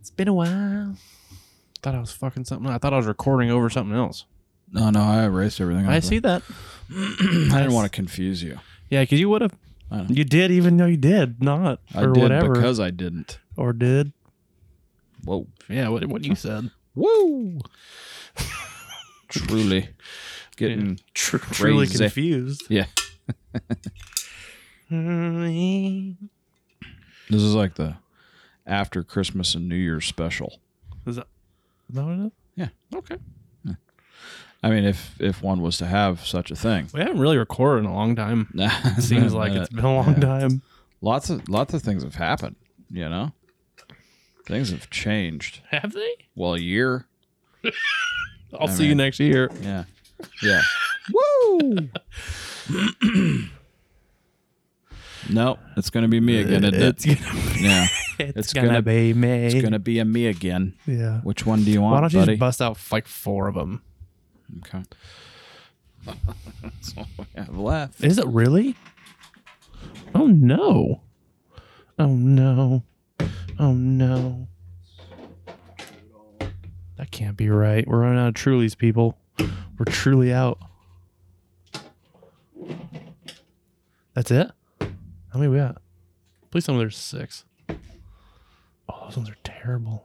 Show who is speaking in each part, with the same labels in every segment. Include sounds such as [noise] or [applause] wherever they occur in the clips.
Speaker 1: It's been a while. Thought I was fucking something. I thought I was recording over something else.
Speaker 2: No, no, I erased everything.
Speaker 1: I see that.
Speaker 2: [clears throat] I didn't want to confuse you.
Speaker 1: Yeah, because you would have.
Speaker 2: I know.
Speaker 3: You did, even though you did not,
Speaker 2: I
Speaker 3: or
Speaker 2: did
Speaker 3: whatever,
Speaker 2: because I didn't.
Speaker 3: or did.
Speaker 2: Whoa,
Speaker 1: Yeah, what, what you said.
Speaker 3: [laughs]
Speaker 2: whoa! Truly, getting
Speaker 3: Tr- truly
Speaker 2: Crazy.
Speaker 3: confused. [laughs]
Speaker 2: yeah.
Speaker 3: Is
Speaker 2: This is like the after Christmas and New Year's special.
Speaker 3: that, is that what it is?
Speaker 1: Okay.
Speaker 2: I mean, if if one was to have such a thing, [laughs]
Speaker 1: We haven't really recorded in a long time.
Speaker 2: it
Speaker 3: Seems like it's been a long time.
Speaker 2: lots of lots of things have happened. You know, things have changed.
Speaker 1: Have they?
Speaker 2: Well, a year.
Speaker 1: I'll
Speaker 2: I
Speaker 1: see you
Speaker 2: mean-
Speaker 1: next year.
Speaker 2: Yeah,
Speaker 3: [laughs]
Speaker 2: yeah. Woo! no, it's gonna be me again.
Speaker 3: [laughs]
Speaker 2: isn't it?
Speaker 3: Uh, It's gonna,
Speaker 2: yeah,
Speaker 3: it's
Speaker 2: It's
Speaker 3: gonna,
Speaker 2: gonna-
Speaker 3: be me.
Speaker 2: it's gonna be a me again.
Speaker 3: yeah.
Speaker 2: Which one do you want,
Speaker 1: Why don't you
Speaker 2: buddy?
Speaker 1: just bust out like four of them?
Speaker 2: okay. That's all we have left.
Speaker 3: Is it really?
Speaker 1: Oh no!
Speaker 3: Oh no. Oh no. That can't be right. We're running out of Trulies, people. We're truly out. That's it? How many we got?
Speaker 1: Please tell me there's six.
Speaker 3: Oh, those ones are terrible.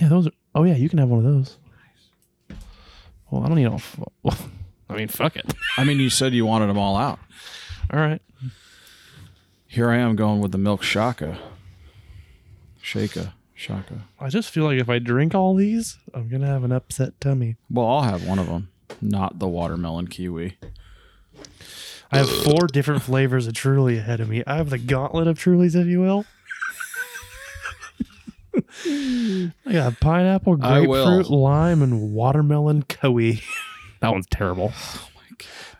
Speaker 3: Yeah, those are. Oh, yeah, you can have one of those. Well, I don't need all. f- [laughs]
Speaker 1: I
Speaker 3: All
Speaker 1: mean, fuck it.
Speaker 2: I mean, you said you wanted them all out.
Speaker 3: right.
Speaker 2: Here I am going with the milk shaka. Shaka. Shaka.
Speaker 3: I just feel like if I drink all these, I'm going to have an upset tummy.
Speaker 2: Well, I'll have one of them. Not the watermelon kiwi.
Speaker 3: I
Speaker 1: [sighs]
Speaker 3: have four different flavors of Truly ahead of me. I have the gauntlet of Trulies, if
Speaker 1: [laughs]
Speaker 3: you will. I got pineapple,
Speaker 2: I will.
Speaker 3: grapefruit, lime, and watermelon Oh kiwi.
Speaker 1: [laughs] That one's
Speaker 3: [sighs]
Speaker 1: terrible.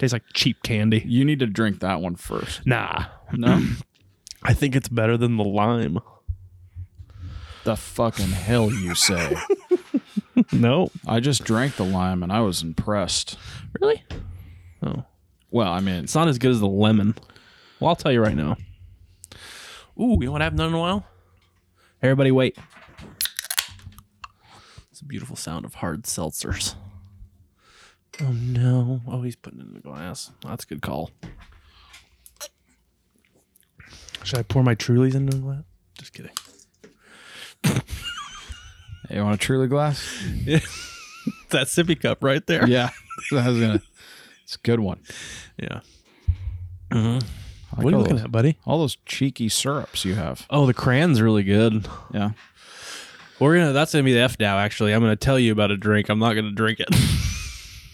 Speaker 1: Tastes like cheap candy.
Speaker 2: You need to drink that one first.
Speaker 3: Nah,
Speaker 2: No?
Speaker 3: I think it's better than the lime.
Speaker 2: the fucking hell you say.
Speaker 3: No,
Speaker 2: I just drank the lime and I was impressed.
Speaker 1: Really? Oh,
Speaker 2: Well, I mean,
Speaker 1: it's not as good as the lemon. Well, I'll tell you right now. Ooh, you know what happened in a while? Everybody, wait. It's a beautiful sound of hard seltzers. Oh no! Oh, he's putting it in the glass. That's a good call.
Speaker 3: should I pour my Trulies into a glass?
Speaker 1: Just kidding. [laughs]
Speaker 2: you want a truly glass?
Speaker 1: That sippy cup right there.
Speaker 2: [laughs] Yeah. I was gonna, it's a good one.
Speaker 1: Yeah.
Speaker 2: I like
Speaker 3: What are you
Speaker 2: all
Speaker 3: looking
Speaker 2: those-
Speaker 3: at, buddy?
Speaker 2: All those cheeky syrups you have.
Speaker 1: Oh, the cran's really good.
Speaker 2: Yeah.
Speaker 1: We're gonna. That's gonna be the F Dow. Actually, I'm gonna tell you about a drink. I'm not gonna drink it. [laughs]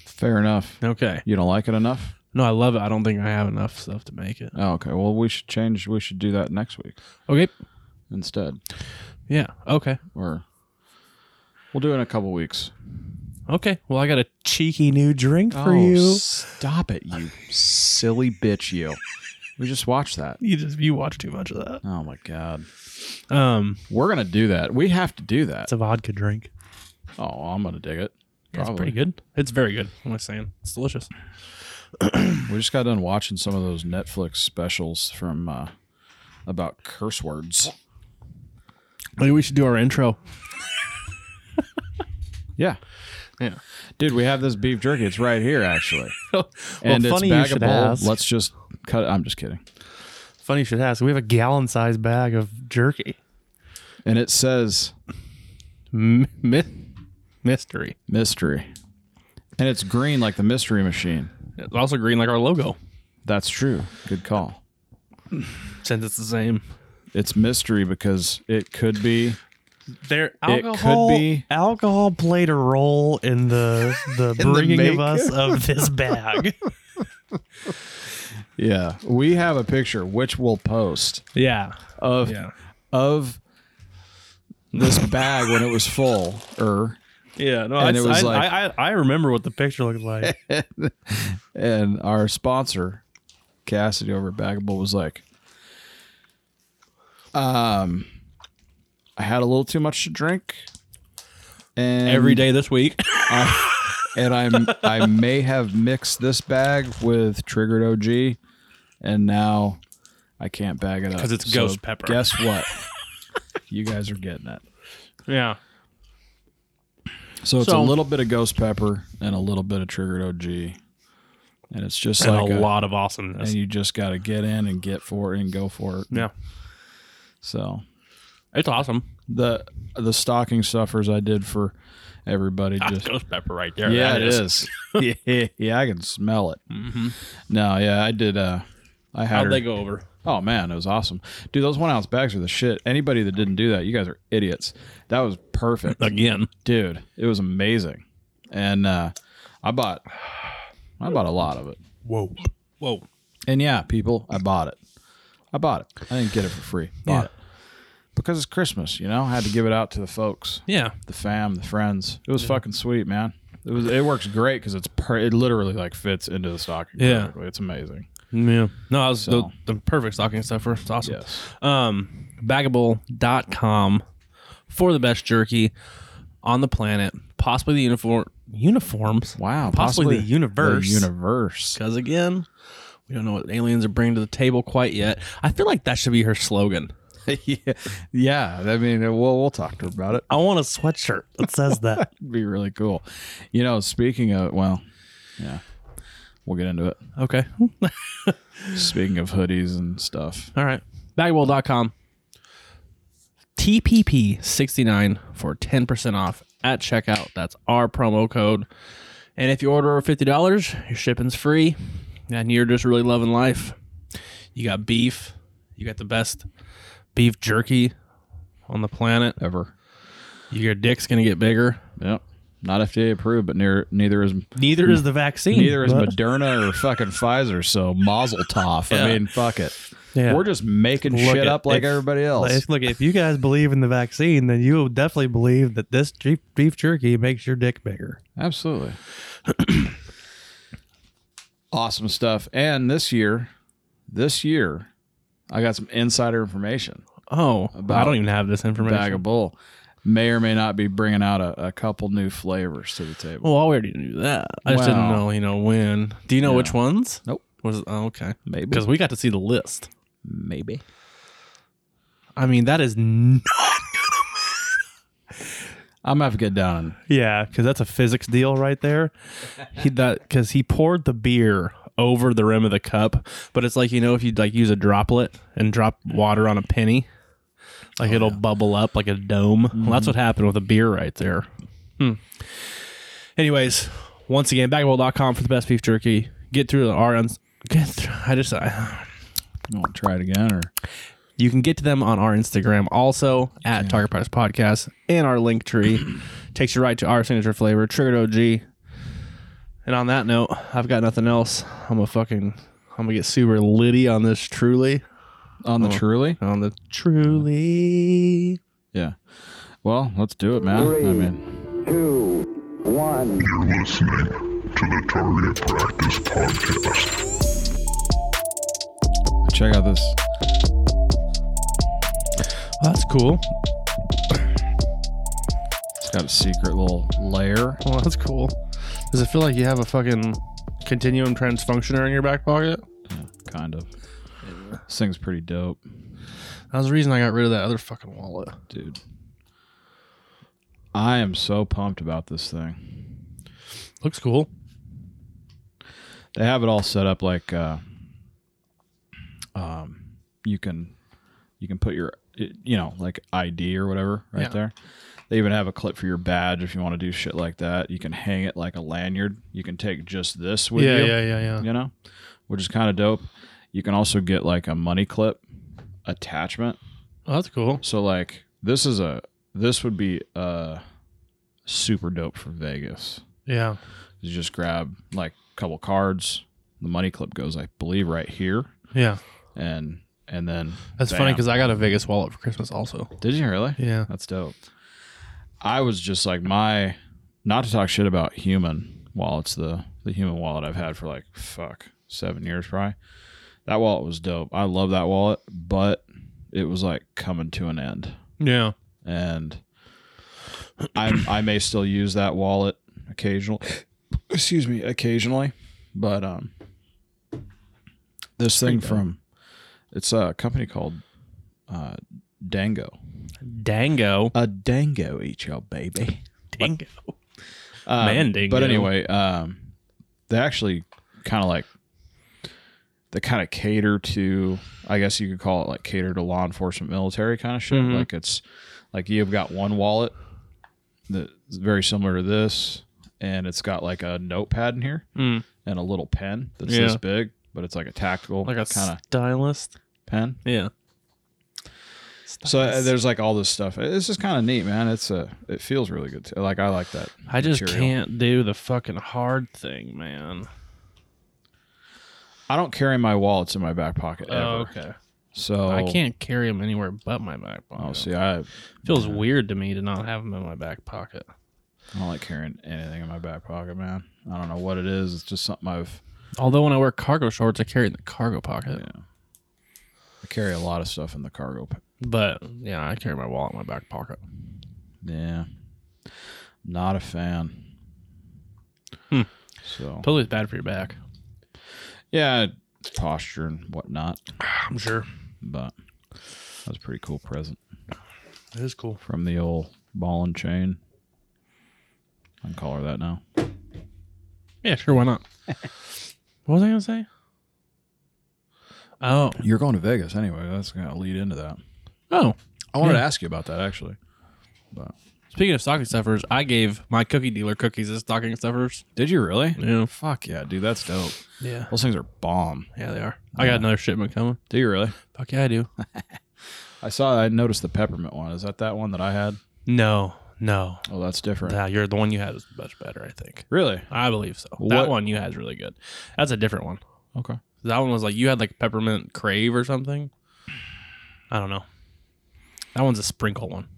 Speaker 2: Fair enough.
Speaker 1: okay.
Speaker 2: You don't like it enough?
Speaker 1: No, I love it. I don't think I have enough stuff to make it.
Speaker 2: Oh, okay. Well, we should change. We should do that next week
Speaker 1: Okay.
Speaker 2: instead.
Speaker 1: Yeah. Okay.
Speaker 2: Or we'll do it in a couple weeks.
Speaker 1: Okay. Well, I got a cheeky
Speaker 3: Key new drink
Speaker 2: Oh,
Speaker 3: for you.
Speaker 2: Stop it, you silly bitch, you. We just watched that.
Speaker 1: You just you watch too much of
Speaker 2: Oh my god.
Speaker 1: that. Um,
Speaker 2: We're gonna do that. We have to do that.
Speaker 3: It's a vodka drink.
Speaker 2: Oh, I'm gonna dig it.
Speaker 1: it's pretty good. It's very good. What am I saying? It's delicious.
Speaker 2: We just got done watching some of those Netflix specials from uh, about curse words.
Speaker 1: Maybe we should do our intro.
Speaker 2: Yeah.
Speaker 1: Yeah.
Speaker 2: Dude, we have this beef jerky. It's right here, actually.
Speaker 1: [laughs] well,
Speaker 2: and
Speaker 3: funny
Speaker 2: it's
Speaker 3: you should
Speaker 2: baggable.
Speaker 3: ask.
Speaker 2: Let's just cut. I'm just kidding.
Speaker 3: Funny you should ask. We have a gallon-sized bag of jerky.
Speaker 2: And it says
Speaker 1: M- mi- mystery.
Speaker 2: mystery, and it's green like the mystery machine.
Speaker 1: It's also green like our logo,
Speaker 2: That's true. Good call.
Speaker 1: since it's the same.
Speaker 2: It's mystery because it could be.
Speaker 1: There.
Speaker 3: alcohol
Speaker 2: be-
Speaker 3: alcohol played a role in the
Speaker 1: [laughs]
Speaker 3: the bringing
Speaker 2: make.
Speaker 3: of us of this bag.
Speaker 2: Yeah, we have a picture which we'll post
Speaker 1: Yeah.
Speaker 2: of
Speaker 1: Yeah.
Speaker 2: of this bag when it was full. Er,
Speaker 3: Yeah, no,
Speaker 2: And I- it was I- like-
Speaker 3: I, I remember what the picture
Speaker 1: [laughs]
Speaker 3: looked like.
Speaker 2: and our sponsor Cassidy over at Bagable was like, um, I had a little too much to drink, and
Speaker 1: Every day this week.
Speaker 2: I,
Speaker 1: [laughs]
Speaker 2: and I'm I may have mixed this bag with triggered OG, and now I can't bag it
Speaker 1: [laughs]
Speaker 2: up
Speaker 1: 'Cause it's ghost pepper.
Speaker 2: Guess what? You guys are getting it.
Speaker 1: [laughs] Yeah.
Speaker 2: So it's
Speaker 1: So-
Speaker 2: a little bit of ghost pepper and a little bit of triggered OG, and it's just
Speaker 1: and
Speaker 2: like
Speaker 1: a,
Speaker 2: a,
Speaker 1: lot of
Speaker 2: And
Speaker 1: awesomeness.
Speaker 2: you just got to get in and get for it and go for it.
Speaker 1: yeah.
Speaker 2: So
Speaker 1: It's awesome.
Speaker 2: the the stocking stuffers I did for everybody
Speaker 1: Ah,
Speaker 2: just
Speaker 1: ghost pepper right there.
Speaker 2: yeah
Speaker 1: That
Speaker 2: it is, [laughs] yeah, yeah I can smell it.
Speaker 1: Mhm.
Speaker 2: No yeah I did uh I had
Speaker 1: How'd
Speaker 2: her-
Speaker 1: they go over?
Speaker 2: Oh man, it was awesome, dude. Those one ounce bags are the shit. Anybody that didn't do that, you guys are idiots. That was perfect,
Speaker 1: Again.
Speaker 2: dude. It was amazing, and uh, I bought, I bought a lot of it.
Speaker 1: Whoa. Whoa.
Speaker 2: And yeah, people, I bought it. I bought it. I didn't get it for free. Bought
Speaker 1: Yeah.
Speaker 2: it because it's Christmas, you know. I had to give it out to the folks,
Speaker 1: Yeah.
Speaker 2: the fam, the friends. It was fucking sweet, man. It was. It works great because it's per. It literally like fits into the stocking.
Speaker 1: Yeah.
Speaker 2: perfectly. it's amazing.
Speaker 1: Yeah. No, that was
Speaker 2: So.
Speaker 1: the, the perfect stocking stuffer. It's awesome.
Speaker 2: Yes.
Speaker 1: Um, bagable.com for the best jerky on the planet, possibly the uniform uniforms.
Speaker 2: Wow.
Speaker 1: Possibly the universe.
Speaker 2: The universe.
Speaker 1: Because again, we don't know what aliens are bringing to the table quite yet. I feel like that should be her slogan.
Speaker 2: [laughs] yeah. Yeah. I mean, uh, we'll we'll talk to her about it.
Speaker 1: I want a sweatshirt.
Speaker 3: It says that.
Speaker 2: It'd be really cool. You know, speaking of well, yeah. We'll get into it.
Speaker 1: [laughs] Okay.
Speaker 2: Speaking of hoodies and stuff.
Speaker 1: All right. Bagwell.com. TPP69 for 10% off at checkout. That's our promo code. And if you order over $50, your shipping's free and you're just really loving life. You got beef. You got the best beef jerky on the planet.
Speaker 2: Ever.
Speaker 1: Your dick's going to get bigger.
Speaker 2: Yep. Not FDA approved, but near neither is
Speaker 1: Neither is the vaccine.
Speaker 2: neither is
Speaker 3: Hmm. But-
Speaker 2: Moderna or fucking Pfizer. So Mazel Tov. I
Speaker 1: Yeah.
Speaker 2: mean, fuck it.
Speaker 3: Yeah.
Speaker 2: We're just making
Speaker 3: Look
Speaker 2: shit
Speaker 3: it,
Speaker 2: up like
Speaker 3: it's-
Speaker 2: everybody
Speaker 3: Like,
Speaker 2: else.
Speaker 3: if- look, if you guys believe in the vaccine, then you will definitely believe that this beef, beef jerky makes your dick bigger.
Speaker 2: Absolutely. [clears throat] awesome stuff. And this year, this year, I got some insider information.
Speaker 1: Oh,
Speaker 2: About
Speaker 1: I don't even have this information.
Speaker 2: Bag of bull may or may not be bringing out a, a couple new flavors to the table.
Speaker 1: Well, I already knew that. I just didn't
Speaker 2: Well.
Speaker 1: know, you know, when. Do you know
Speaker 2: Yeah.
Speaker 1: which ones?
Speaker 2: Nope.
Speaker 1: Was oh, okay.
Speaker 2: Maybe.
Speaker 1: Because we got to see the list.
Speaker 2: Maybe.
Speaker 1: I mean, that is n-
Speaker 2: I'm gonna have to get down and
Speaker 3: Yeah, because that's a physics deal right there.
Speaker 1: he, that because he poured the beer over the rim of the cup, but it's like you know if you like use a droplet and drop water on a penny, like it'll bubble up like a dome. Well, that's what happened with a beer right there. Hmm. Anyways, once again, bagwell.com for the best beef jerky. Get through the our uns- get through, I just I,
Speaker 2: you wanna try it again or
Speaker 1: You can get to them on our Instagram also at Target Price Podcast and our link [clears throat] tree. Takes you right to our signature flavor, Triggered OG. And on that note, I've got nothing else. I'm a fucking I'm gonna get super litty on this truly.
Speaker 2: on the
Speaker 1: Oh.
Speaker 2: truly.
Speaker 1: On the truly.
Speaker 2: Yeah. Well, let's do it, man. I mean,
Speaker 4: two, one.
Speaker 5: listening to the Target Practice Podcast.
Speaker 2: check out this.
Speaker 1: Well, that's cool.
Speaker 2: It's got a secret little layer.
Speaker 1: Well, that's cool. Does it feel like you have a fucking continuum transfunctioner in your back pocket?
Speaker 2: Kind of. This thing's pretty dope,
Speaker 1: That was the reason I got rid of that other fucking wallet.
Speaker 2: dude. I am so pumped about this thing.
Speaker 1: Looks cool.
Speaker 2: They have it all set up like uh um you can you can put your you know, like ID or whatever right
Speaker 1: Yeah.
Speaker 2: there. They even have a clip for your badge if you want to do shit like that. You can hang it like a lanyard. You can take just this with you.
Speaker 1: yeah, yeah.
Speaker 2: you know, which is kind of dope. You can also get like a money clip attachment.
Speaker 1: Oh, that's cool.
Speaker 2: So like this is a this would be uh super dope for Vegas.
Speaker 1: Yeah.
Speaker 2: You just grab like a couple cards. The money clip goes, I believe, right here,
Speaker 1: Yeah.
Speaker 2: and and then
Speaker 1: That's funny
Speaker 2: bam.
Speaker 1: because I got a Vegas wallet for Christmas also.
Speaker 2: did you really?
Speaker 1: Yeah.
Speaker 2: That's dope. I was just like my not to talk shit about human wallets, the the human wallet I've had for like fuck seven years probably. That wallet was dope. I love that wallet, but it was like coming to an end.
Speaker 1: Yeah.
Speaker 2: And I I may still use that wallet occasionally. Excuse me, occasionally. But um this thing from it's a company called uh Dango.
Speaker 1: dango.
Speaker 2: A dango eat y'all, baby.
Speaker 1: Dango.
Speaker 2: Um,
Speaker 1: Mandingo.
Speaker 2: But anyway, um, they actually kind of like they kind of cater to, I guess you could call it like cater to law enforcement, military kind of shit.
Speaker 1: Mhm.
Speaker 2: Like it's like you've got one wallet that's very similar to this, and it's got like a notepad in here
Speaker 1: Mm.
Speaker 2: and a little pen that's this
Speaker 1: Yeah.
Speaker 2: big, but it's like a tactical
Speaker 1: Like a
Speaker 2: kind of
Speaker 1: stylist.
Speaker 2: pen.
Speaker 1: Yeah.
Speaker 2: So uh, there's like all this stuff. It's just kind of neat, man. It's a it feels really good. Too. Like I like that.
Speaker 1: I just
Speaker 2: material.
Speaker 1: can't do the fucking hard thing, man.
Speaker 2: I don't carry my wallets in my back pocket ever. So
Speaker 1: Oh, I can't carry them anywhere but my back pocket.
Speaker 2: Oh, see, I, I
Speaker 1: feels weird to me to not have them in my back pocket.
Speaker 2: don't like carrying anything in my back pocket, man. I don't know what it is. It's just something I've
Speaker 1: Although when I wear cargo shorts, I carry it in the cargo pocket.
Speaker 2: Yeah. I carry a lot of stuff in the cargo. pa-
Speaker 1: But yeah, I carry my wallet in my back pocket.
Speaker 2: Yeah, not a fan.
Speaker 1: Hmm.
Speaker 2: So
Speaker 1: Pillows bad for your back.
Speaker 2: yeah, posture and whatnot,
Speaker 1: I'm sure.
Speaker 2: but that was a pretty cool present
Speaker 3: It is cool.
Speaker 2: from the old ball and chain. I can call her that now.
Speaker 1: Yeah, sure. [laughs] Why not? what was I gonna say? Oh,
Speaker 2: You're going to Vegas anyway. That's gonna lead into that.
Speaker 1: oh.
Speaker 2: I wanted to ask you about that actually.
Speaker 1: Speaking of stocking stuffers, I gave my cookie dealer cookies as stocking stuffers.
Speaker 2: Did you really?
Speaker 1: Yeah,
Speaker 2: Fuck yeah, dude. That's dope.
Speaker 1: yeah,
Speaker 2: Those things are bomb.
Speaker 1: yeah. They are. I got another shipment coming.
Speaker 2: Do you really?
Speaker 1: Fuck yeah, I do.
Speaker 2: I saw. I noticed the peppermint one. Is that that one that I had?
Speaker 1: No, no.
Speaker 2: Oh, that's different.
Speaker 1: Nah, you're the one you had is much better. I think.
Speaker 2: Really?
Speaker 1: I believe so.
Speaker 2: What-
Speaker 1: That one you had is really good. That's a different one.
Speaker 2: Okay.
Speaker 1: That one was like you had like peppermint crave or something. I don't know. That one's a sprinkle one,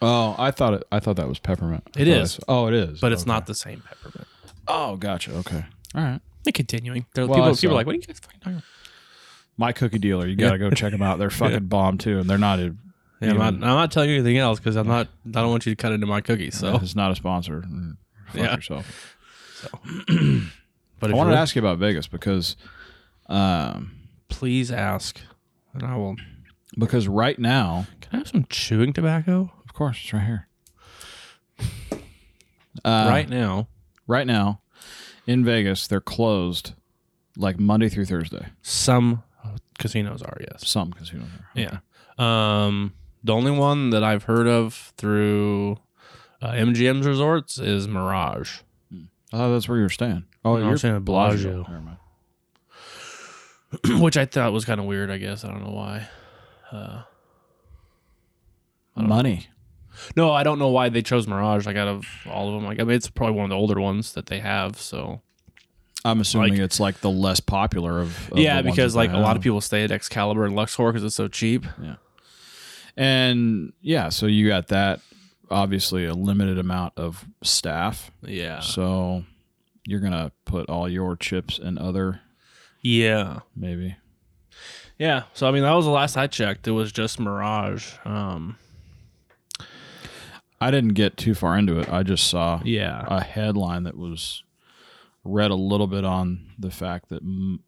Speaker 2: Oh, I thought it. I thought that was peppermint. I
Speaker 1: It
Speaker 2: thought I
Speaker 1: is.
Speaker 2: saw- Oh, it is.
Speaker 1: but it's
Speaker 2: Okay.
Speaker 1: not the same peppermint.
Speaker 2: Oh, gotcha. Okay. All right.
Speaker 1: They're continuing. There are
Speaker 2: Well, I
Speaker 1: people, people
Speaker 2: saw-
Speaker 1: are like, what are you guys fucking talking about?
Speaker 2: My cookie dealer. You gotta go check them [laughs] out. They're fucking bomb too, and they're not. e, [laughs] A,
Speaker 1: Yeah, I'm, not, I'm not telling you anything else because I'm not. I don't want you to cut into my cookies. So,
Speaker 2: It's not a sponsor. Mm, Fuck
Speaker 1: Yeah.
Speaker 2: yourself.
Speaker 1: but
Speaker 2: I
Speaker 1: if
Speaker 2: wanted
Speaker 1: you
Speaker 2: to ask you about Vegas because, um,
Speaker 1: please ask, and I will.
Speaker 2: because right now,
Speaker 1: Can I have some chewing tobacco
Speaker 2: of course, it's right here. Uh,
Speaker 1: right now?
Speaker 2: right now, in Vegas, they're closed, like Monday through Thursday.
Speaker 1: Some casinos are yes.
Speaker 2: Some casinos are.
Speaker 1: Yeah. Um, the only one that I've heard of through uh, MGM's resorts is Mirage. [clears throat]
Speaker 2: I thought that's where you were staying. Oh,
Speaker 1: No, I'm
Speaker 2: you're
Speaker 1: staying at Bellagio.
Speaker 2: Never mind.
Speaker 1: which I thought was kind of weird. I guess I don't know why. Uh, don't
Speaker 2: Money.
Speaker 1: no, I don't know why they chose Mirage. Like out of all of them, like I mean, it's probably one of the older ones that they have. So
Speaker 2: I'm assuming
Speaker 1: Like-
Speaker 2: it's like the less popular of. of
Speaker 1: yeah,
Speaker 2: the ones
Speaker 1: because
Speaker 2: that they
Speaker 1: like a lot of
Speaker 2: have.
Speaker 1: people stay at Excalibur and Luxor because it's so cheap.
Speaker 2: And yeah, so you got that. Obviously, a limited amount of staff.
Speaker 1: Yeah,
Speaker 2: So you're gonna put all your chips in other
Speaker 1: yeah,
Speaker 2: maybe.
Speaker 1: yeah. So I mean, that was the last I checked. It was just Mirage. Um,
Speaker 2: I didn't get too far into it. I just saw
Speaker 1: yeah,
Speaker 2: a headline that was read a little bit on the fact that. mm,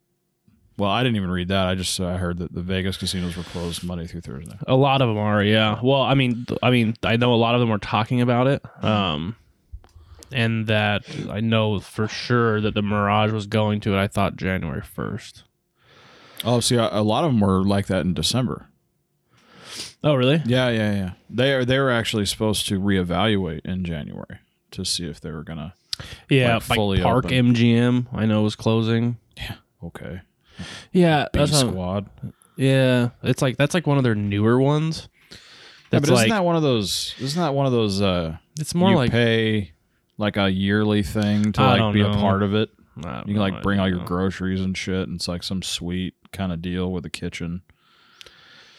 Speaker 2: Well, I didn't even read that. I just I heard that the Vegas casinos were closed Monday through Thursday.
Speaker 1: a lot of them are. Yeah. Well, I mean, th- I mean, I know a lot of them are talking about it. Um. And that I know for sure that the Mirage was going to it. I thought January first.
Speaker 2: Oh, see, a a lot of them were like that in December.
Speaker 1: Oh, really?
Speaker 2: Yeah, yeah, yeah. They are. They were actually supposed to reevaluate in January to see if they were gonna.
Speaker 1: Yeah,
Speaker 2: like,
Speaker 1: like,
Speaker 2: fully
Speaker 1: Park
Speaker 2: open.
Speaker 1: MGM. I know was closing.
Speaker 2: Okay.
Speaker 1: Yeah,
Speaker 2: B
Speaker 1: that's not-
Speaker 2: squad.
Speaker 1: yeah. It's like that's like one of their newer ones.
Speaker 2: Yeah, but
Speaker 1: That's
Speaker 2: isn't
Speaker 1: like
Speaker 2: that one of those? Isn't that one of those? Uh,
Speaker 1: it's more
Speaker 2: you
Speaker 1: like
Speaker 2: pay like a yearly thing to
Speaker 1: I
Speaker 2: like
Speaker 1: don't
Speaker 2: be a
Speaker 1: know.
Speaker 2: part of it.
Speaker 1: I don't
Speaker 2: You can
Speaker 1: know,
Speaker 2: like
Speaker 1: I
Speaker 2: bring
Speaker 1: don't
Speaker 2: all your
Speaker 1: know.
Speaker 2: groceries and shit, and it's like some sweet kind of deal with a kitchen.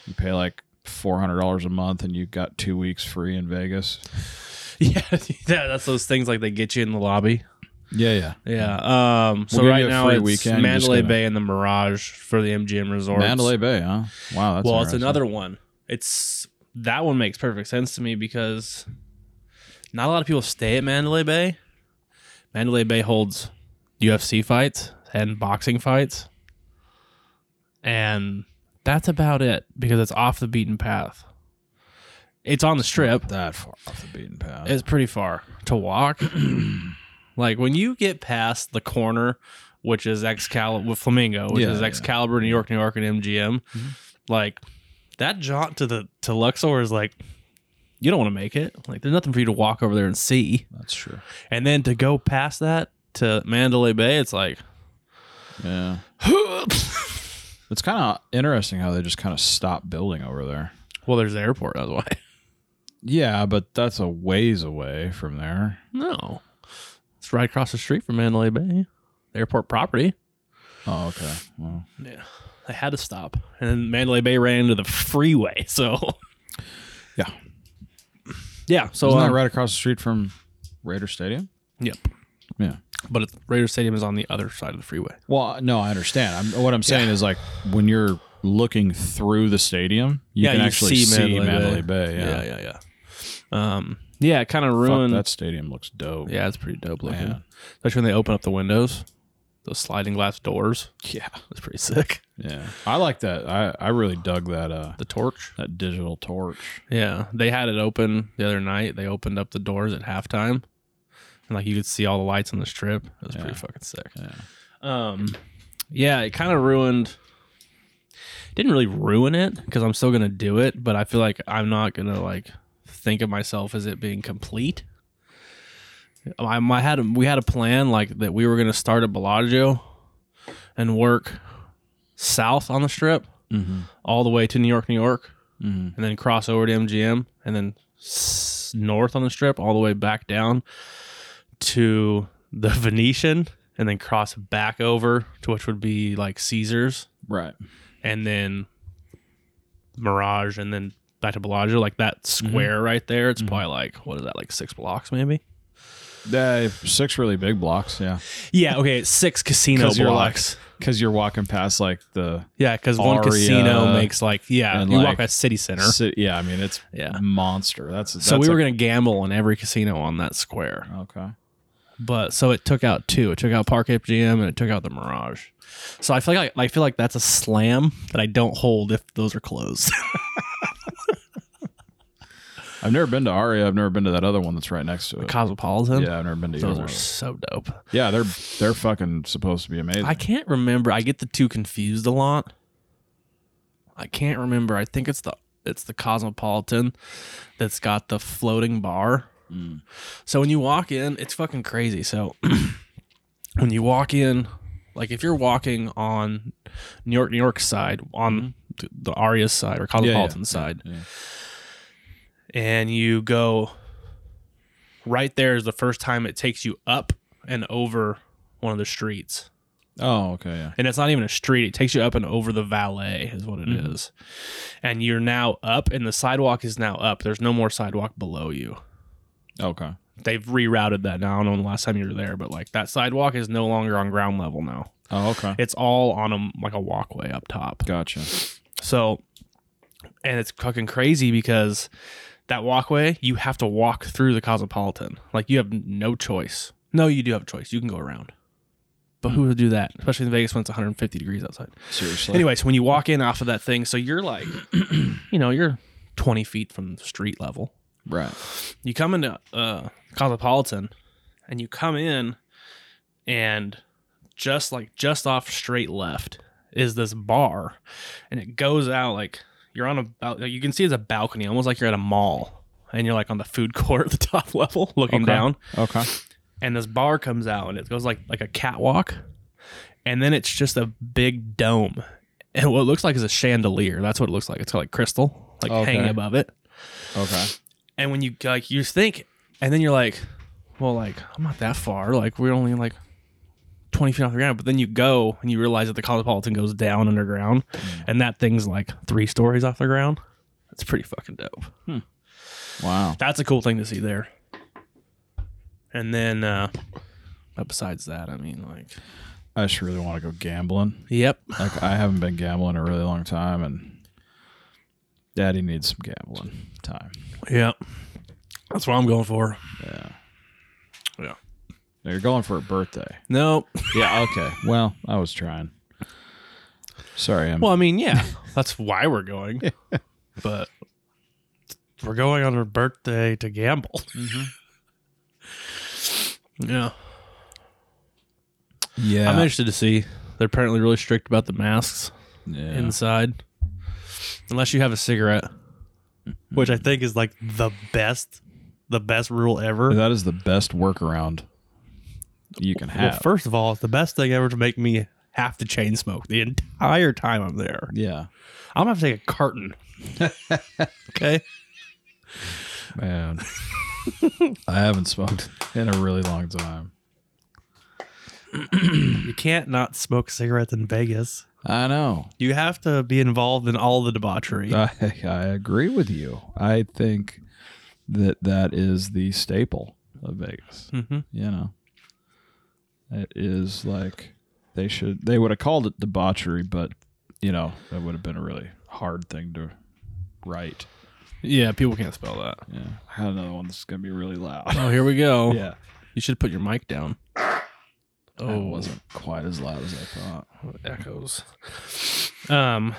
Speaker 2: You pay like four hundred dollars a month, and you got two weeks free in Vegas.
Speaker 1: [laughs] yeah, yeah. That's those things like they get you in the lobby.
Speaker 2: Yeah, yeah.
Speaker 1: Yeah. Um. So
Speaker 2: give you
Speaker 1: right
Speaker 2: a
Speaker 1: now
Speaker 2: free
Speaker 1: it's
Speaker 2: weekend, you just
Speaker 1: Mandalay
Speaker 2: gotta-
Speaker 1: Bay and the Mirage for the MGM Resorts.
Speaker 2: Mandalay Bay, huh? Wow, that's
Speaker 1: well, it's
Speaker 2: interesting.
Speaker 1: another one. It's that one makes perfect sense to me because not a lot of people stay at Mandalay Bay. Mandalay Bay holds UFC fights and boxing fights. And that's about it because it's off the beaten path. It's on the strip.
Speaker 2: that far off the beaten path.
Speaker 1: It's pretty far to walk. [clears throat] like when you get past the corner, which is Excalibur with Flamingo, which
Speaker 2: Yeah,
Speaker 1: is
Speaker 2: yeah. Mm-hmm.
Speaker 1: Excalibur, New York, New York, and MGM. Like that jaunt to the to Luxor is like you don't want to make it. Like there's nothing for you to walk over there and see.
Speaker 2: That's true.
Speaker 1: And then to go past that to Mandalay Bay, it's like [gasps]
Speaker 2: Yeah. It's kind of interesting how they just kind of stopped building over there.
Speaker 1: well, there's the airport. That's why. [laughs]
Speaker 2: Yeah, but that's a ways away from there.
Speaker 1: No, it's right across the street from Mandalay Bay, airport property.
Speaker 2: Oh, okay. Well,
Speaker 1: Yeah, I had to stop, and then Mandalay Bay ran into the freeway. [laughs] So,
Speaker 2: Yeah.
Speaker 1: yeah. So
Speaker 2: isn't
Speaker 1: um,
Speaker 2: that right across the street from Raider Stadium?
Speaker 1: Yep.
Speaker 2: Yeah.
Speaker 1: But it's, Raider Stadium is on the other side of the freeway.
Speaker 2: Well, no, I understand. I'm, what I'm saying is like when you're looking through the stadium, you can actually see, Mandalay, Bay. Yeah,
Speaker 1: yeah, yeah, yeah. Um, yeah, it kind of ruined.
Speaker 2: Fuck, that stadium looks dope.
Speaker 1: yeah, it's pretty dope looking,
Speaker 2: Man.
Speaker 1: especially when they open up the windows, those sliding glass doors.
Speaker 2: yeah,
Speaker 1: That's pretty sick.
Speaker 2: yeah. I like that. I I really dug that uh
Speaker 1: The torch.
Speaker 2: that digital torch.
Speaker 1: Yeah, they had it open the other night. They opened up the doors at halftime, and like you could see all the lights on the strip. It was
Speaker 2: Yeah.
Speaker 1: pretty fucking sick.
Speaker 2: Yeah.
Speaker 1: Um, yeah, it kind of ruined. Didn't really ruin it because I'm still gonna do it, but I feel like I'm not gonna like think of myself as it being complete. I, I had a, we had a plan like that we were gonna start at Bellagio, and work south on the strip
Speaker 2: Mm-hmm.
Speaker 1: all the way to New York, New York,
Speaker 2: Mm-hmm.
Speaker 1: and then cross over to MGM and then s- north on the strip all the way back down to the [laughs] Venetian and then cross back over to which would be like Caesars
Speaker 2: Right.
Speaker 1: and then Mirage and then back to Bellagio like that square right there it's probably like what is that like 6 blocks maybe
Speaker 2: Yeah, six really big blocks. Yeah,
Speaker 1: yeah okay it's 6 casino
Speaker 2: 'Cause you're like-
Speaker 1: blocks
Speaker 2: because you're walking past like the
Speaker 1: yeah cuz one
Speaker 2: Aria
Speaker 1: casino makes like yeah
Speaker 2: and
Speaker 1: you
Speaker 2: like
Speaker 1: walk past city center
Speaker 2: ci- yeah. I mean, it's
Speaker 1: Yeah.
Speaker 2: monster. That's, that's
Speaker 1: so we were
Speaker 2: a-
Speaker 1: going to gamble on every casino on that square
Speaker 2: okay.
Speaker 1: But so it took out two. It took out Park FGM and it took out the Mirage. So I feel like I feel like that's a slam that I don't hold if those are closed. [laughs]
Speaker 2: I've never been to Aria. I've never been to that other one that's right next to it.
Speaker 1: Cosmopolitan.
Speaker 2: Yeah, I've never been to either
Speaker 1: Those
Speaker 2: one.
Speaker 1: are so dope.
Speaker 2: Yeah, they're they're fucking supposed to be amazing.
Speaker 1: I can't remember. I get the two confused a lot. I can't remember. I think it's the it's the Cosmopolitan that's got the floating bar.
Speaker 2: Mm.
Speaker 1: So when you walk in, it's fucking crazy. So [clears throat] when you walk in, like if you're walking on New York, New York side, on th- the Aria side or
Speaker 2: Mm-hmm. Yeah, yeah,
Speaker 1: Cosmopolitan
Speaker 2: yeah,
Speaker 1: side,
Speaker 2: yeah.
Speaker 1: and you go right there is the first time it takes you up and over one of the streets
Speaker 2: Oh, okay. Yeah.
Speaker 1: and it's not even a street. It takes you up and over the valet is what it is, and you're now up, and the sidewalk is now up. There's no more sidewalk below you.
Speaker 2: Okay.
Speaker 1: They've rerouted that now. I don't know when the last time you were there, but like that sidewalk is no longer on ground level now.
Speaker 2: Oh, okay.
Speaker 1: It's all on a like a walkway up top.
Speaker 2: Gotcha.
Speaker 1: So, and it's fucking crazy because that walkway you have to walk through the Cosmopolitan. Like you have no choice. No, you do have a choice. You can go around. But who would do that, especially in Vegas when it's 150 degrees outside?
Speaker 2: Seriously.
Speaker 1: Anyways, when you walk in off of that thing, so you're like, you know, you're 20 feet from the street level.
Speaker 2: Right.
Speaker 1: You come into uh, Cosmopolitan and you come in, and just like just off straight left is this bar, and it goes out like you're on a, bal- like, you can see it's a balcony, almost like you're at a mall, and you're like on the food [laughs] court at the top level looking
Speaker 2: Okay.
Speaker 1: down
Speaker 2: Okay.
Speaker 1: and this bar comes out and it goes like like a catwalk and then it's just a big dome and what it looks like is a chandelier that's what it looks like it's got like crystal like
Speaker 2: Okay.
Speaker 1: hanging above it
Speaker 2: Okay.
Speaker 1: and when you like you think and then you're like well like i'm not that far like we're only like 20 feet off the ground but then you go and you realize that the cosmopolitan goes down underground and that thing's like three stories off the ground that's pretty fucking dope
Speaker 2: Wow.
Speaker 1: that's a cool thing to see there and then uh but besides that i mean like
Speaker 2: I just really want to go gambling.
Speaker 1: Yep.
Speaker 2: Like I haven't been gambling in a really long time, and Daddy needs some gambling time.
Speaker 1: Yep. That's what I'm going for. Yeah.
Speaker 2: Now, you're going for a birthday.
Speaker 1: No.
Speaker 2: Yeah. Okay. Well, I was trying. Sorry.
Speaker 1: [laughs]
Speaker 2: I'm,
Speaker 1: Well, I mean, yeah. That's why we're going. but
Speaker 3: we're going on her birthday to gamble.
Speaker 1: Mm-hmm.
Speaker 3: [laughs]
Speaker 1: Yeah.
Speaker 2: Yeah.
Speaker 1: I'm interested to see. They're apparently really strict about the masks
Speaker 2: yeah.
Speaker 1: inside, unless you have a cigarette. Mm-hmm.
Speaker 3: which I think is like the best, the best rule ever.
Speaker 2: that is the best workaround you can have.
Speaker 3: Well, first of all, it's the best thing ever to make me have to chain smoke the entire time I'm there.
Speaker 2: yeah.
Speaker 3: I'm gonna have to take
Speaker 1: [laughs]
Speaker 3: a carton. okay,
Speaker 2: Man. [laughs] I haven't smoked in a really long time.
Speaker 3: you can't not smoke cigarettes in Vegas.
Speaker 2: I know.
Speaker 3: You have to be involved in all the debauchery.
Speaker 1: Uh,
Speaker 2: I, I agree with you. I think that that is the staple of Vegas.
Speaker 3: Mhm.
Speaker 2: You know, it is like they should. They would have called it debauchery, but you know that would have been a really hard thing to write.
Speaker 1: Yeah, people can't spell that.
Speaker 2: Yeah, I got another one that's gonna be really loud. [laughs]
Speaker 1: Oh, here we
Speaker 3: [laughs]
Speaker 1: go.
Speaker 2: yeah,
Speaker 1: You should put your mic down.
Speaker 2: oh, it wasn't quite as loud as I thought.
Speaker 1: echoes. Um,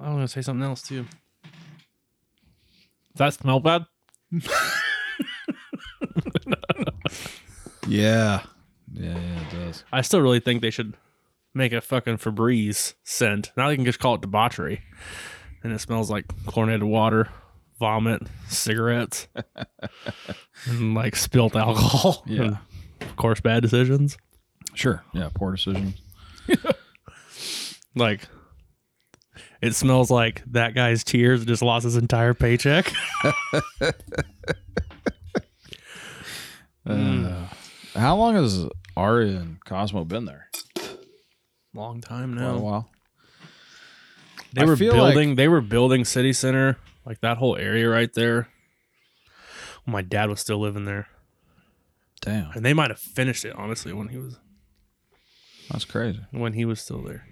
Speaker 1: I was gonna say something else too. Does that smell bad?
Speaker 2: Yeah, yeah, yeah it does.
Speaker 1: I still really think they should make a fucking Febreze scent. Now they can just call it debauchery, and it smells like chlorinated water, vomit,
Speaker 2: [laughs]
Speaker 1: cigarettes, and like spilt alcohol. [laughs]
Speaker 2: Yeah.
Speaker 1: and of course, bad decisions.
Speaker 2: Sure. Yeah, poor decision.
Speaker 1: Like
Speaker 3: It smells like that guy's tears just lost his
Speaker 1: [laughs]
Speaker 3: entire paycheck.
Speaker 2: Uh, how long has Ari and Cosmo been there?
Speaker 1: long time
Speaker 2: Quite a
Speaker 1: now.
Speaker 2: while.
Speaker 1: They
Speaker 2: I
Speaker 1: were
Speaker 2: feel like-
Speaker 1: building. they were building city center, like that whole area right there. My dad was still living there,
Speaker 2: Damn,
Speaker 1: and they might have finished it honestly when he was
Speaker 2: that's crazy.
Speaker 1: when he was still there.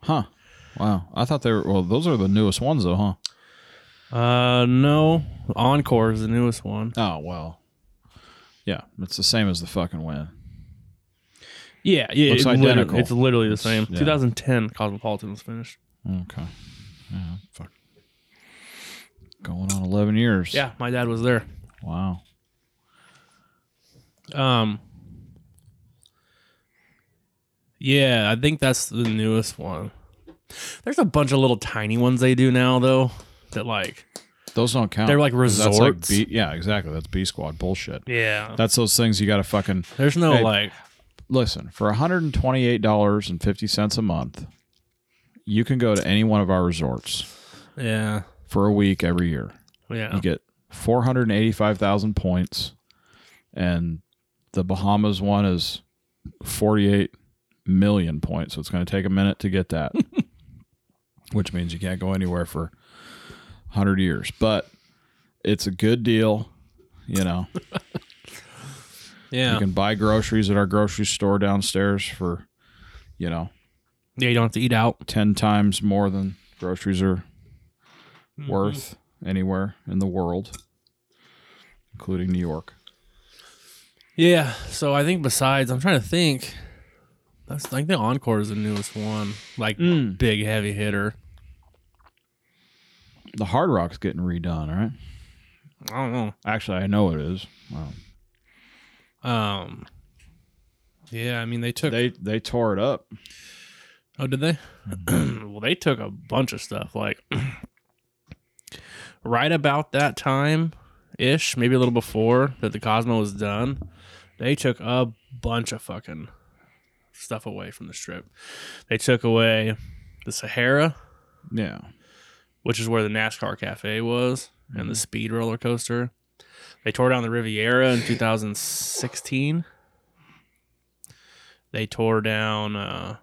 Speaker 2: Huh. Wow. I thought they were well, those are the newest ones though, huh?
Speaker 1: Uh, no, Encore is the newest one.
Speaker 2: Oh well. Yeah, it's the same as the fucking win.
Speaker 1: Yeah, yeah,
Speaker 2: Looks
Speaker 1: it's literally-
Speaker 2: identical.
Speaker 1: it's literally the same.
Speaker 2: yeah.
Speaker 1: 2010 Cosmopolitan was finished.
Speaker 2: Okay. Yeah, fuck. Going on eleven years.
Speaker 1: Yeah, my dad was there.
Speaker 2: Wow.
Speaker 1: Um, yeah, I think that's the newest one. There's a bunch of little tiny ones they do now though that like
Speaker 2: Those don't count.
Speaker 1: They're like
Speaker 2: 'Cause That's like
Speaker 1: resorts.
Speaker 2: B, yeah, exactly. That's B squad bullshit.
Speaker 1: yeah.
Speaker 2: That's those things you gotta fucking
Speaker 1: There's no
Speaker 2: Hey,
Speaker 1: like
Speaker 2: listen, for $128.50 a month, you can go to any one of our resorts
Speaker 1: yeah.
Speaker 2: for a week every year.
Speaker 1: Yeah.
Speaker 2: You get 485,000 points, and the Bahamas one is 48 million points. So it's going to take a minute to get that, which means you can't go anywhere for 100 years. But it's a good deal. You know,
Speaker 1: yeah.
Speaker 2: you can buy groceries at our grocery store downstairs for, you know,
Speaker 1: yeah, you don't have to eat out.
Speaker 2: 10 times more than groceries are worth anywhere in the world, including New York.
Speaker 1: Yeah. So I think besides I'm trying to think that's I think the Encore is the newest one. Like
Speaker 2: Mm.
Speaker 1: big heavy hitter.
Speaker 2: The Hard Rock's getting redone, right?
Speaker 1: I don't know.
Speaker 2: Actually, I know it is. Wow.
Speaker 1: Um Yeah, I mean they took
Speaker 2: They they tore it up.
Speaker 1: Oh, did they? [clears throat] well, they took a bunch of stuff. Like [clears throat] right about that time ish, maybe a little before that the Cosmo was done, they took a bunch of fucking stuff away from the strip. They took away the Sahara,
Speaker 2: Yeah.
Speaker 1: which is where the NASCAR cafe was,
Speaker 2: Mm-hmm.
Speaker 1: and the speed roller coaster. They tore down the Riviera in 2016. They tore down, uh, I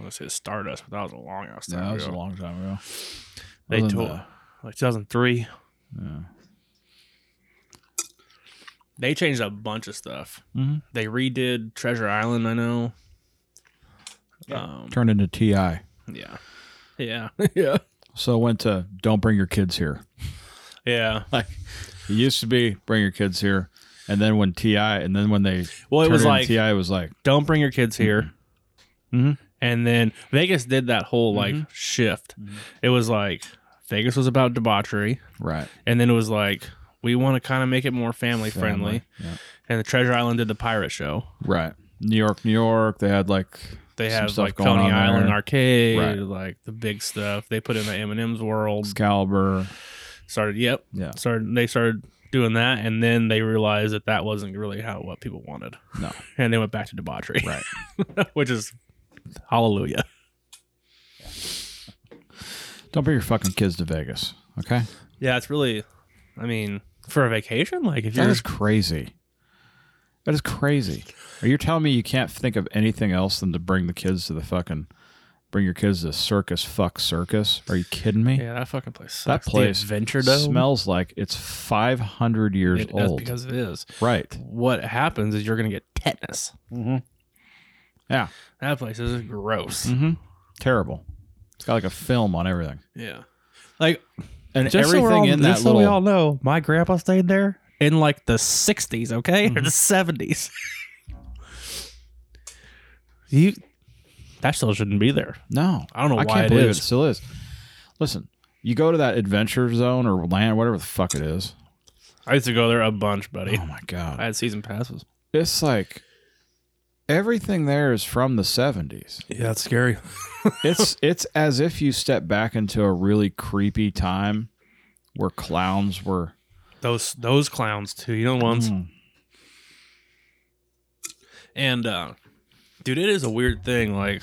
Speaker 1: want to say Stardust, but that was a long ass time
Speaker 2: that was a
Speaker 1: ago.
Speaker 2: long time ago.
Speaker 1: they
Speaker 2: Other than
Speaker 1: tore,
Speaker 2: that,
Speaker 1: like 2003.
Speaker 2: yeah.
Speaker 1: They changed a bunch of stuff.
Speaker 2: Mhm.
Speaker 1: They redid Treasure Island, I know. Yeah. Um,
Speaker 2: Turned into TI.
Speaker 1: yeah.
Speaker 2: [laughs]
Speaker 1: Yeah. yeah.
Speaker 2: So it went to don't bring your kids here.
Speaker 1: Yeah.
Speaker 2: Like it used to be bring your kids here. And then when TI and then when they
Speaker 1: Well, it
Speaker 2: turned
Speaker 1: was
Speaker 2: into
Speaker 1: like-
Speaker 2: TI was like
Speaker 1: don't bring your kids here.
Speaker 2: Mm-hmm. Mm-hmm.
Speaker 1: And then Vegas did that whole like shift. It was like Vegas was about debauchery,
Speaker 2: Right.
Speaker 1: and then it was like we want to kind of make it more family, friendly.
Speaker 2: Yeah.
Speaker 1: And the Treasure Island did the pirate show.
Speaker 2: Right. New York, New York. They had like
Speaker 1: They
Speaker 2: Some
Speaker 1: have
Speaker 2: stuff
Speaker 1: like
Speaker 2: going
Speaker 1: Coney
Speaker 2: on
Speaker 1: Island
Speaker 2: there.
Speaker 1: Arcade,
Speaker 2: Right.
Speaker 1: like the big stuff. They put in the Eminem's World.
Speaker 2: Excalibur.
Speaker 1: Started, yep.
Speaker 2: Yeah.
Speaker 1: Started. They started doing that, and then they realized that that wasn't really how what people wanted.
Speaker 2: No.
Speaker 1: And they went back to debauchery,
Speaker 2: Right.
Speaker 1: [laughs] which is hallelujah.
Speaker 2: Don't bring your fucking kids to Vegas. Okay.
Speaker 1: Yeah, it's really. I mean, for a vacation, like if
Speaker 2: That
Speaker 1: you're
Speaker 2: is crazy. That is crazy. Are you telling me you can't think of anything else than to bring the kids to the fucking bring your kids to circus fuck circus? Are you kidding me?
Speaker 1: yeah, that fucking place.
Speaker 2: That
Speaker 1: Sucks. The
Speaker 2: place
Speaker 1: Adventure Dome
Speaker 2: smells like it's 500 years
Speaker 1: It- that's
Speaker 2: old.
Speaker 1: because it is.
Speaker 2: right.
Speaker 1: What happens is you're gonna get tetanus.
Speaker 2: Yeah.
Speaker 1: That place is gross.
Speaker 2: Mm-hmm. Terrible. It's got like a film on everything.
Speaker 1: Yeah, like
Speaker 2: And
Speaker 1: Just so we're
Speaker 2: everything
Speaker 1: all-
Speaker 2: in that
Speaker 3: Just so
Speaker 2: little
Speaker 3: we all know, my grandpa stayed there.
Speaker 1: in like the '60s, okay, or the '70s. [laughs] you that still shouldn't be there.
Speaker 2: No.
Speaker 1: I don't know
Speaker 2: I
Speaker 1: why
Speaker 2: can't
Speaker 1: it
Speaker 2: believe
Speaker 1: is.
Speaker 2: it still is. Listen, you go to that adventure zone or land, whatever the fuck it is.
Speaker 1: I used to go there a bunch, buddy.
Speaker 2: Oh my god.
Speaker 1: I had season passes.
Speaker 2: it's like everything there is from the 70s
Speaker 1: Yeah, it's scary.
Speaker 2: it's it's as if you step back into a really creepy time where clowns were
Speaker 1: Those those clowns too. You know the ones.
Speaker 2: Mm.
Speaker 1: And uh dude, it is a weird thing like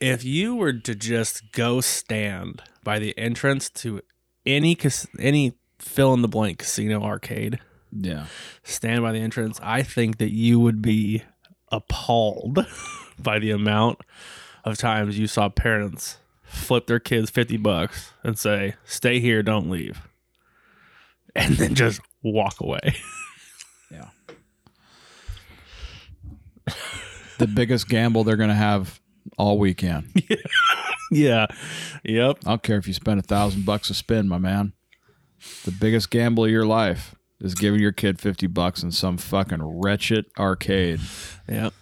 Speaker 1: if you were to just go stand by the entrance to any cas- any fill in the blank casino arcade,
Speaker 2: yeah
Speaker 1: stand by the entrance, I think that you would be appalled [laughs] by the amount of times you saw parents flip their kids 50 bucks and say, "Stay here, don't leave." And then just walk away. [laughs]
Speaker 2: yeah the biggest gamble they're gonna have all weekend i
Speaker 1: yeah. Yep.
Speaker 2: don't care if you spend a thousand bucks a spin my man the biggest gamble of your life is giving your kid 50 bucks in some fucking wretched arcade
Speaker 1: Yep.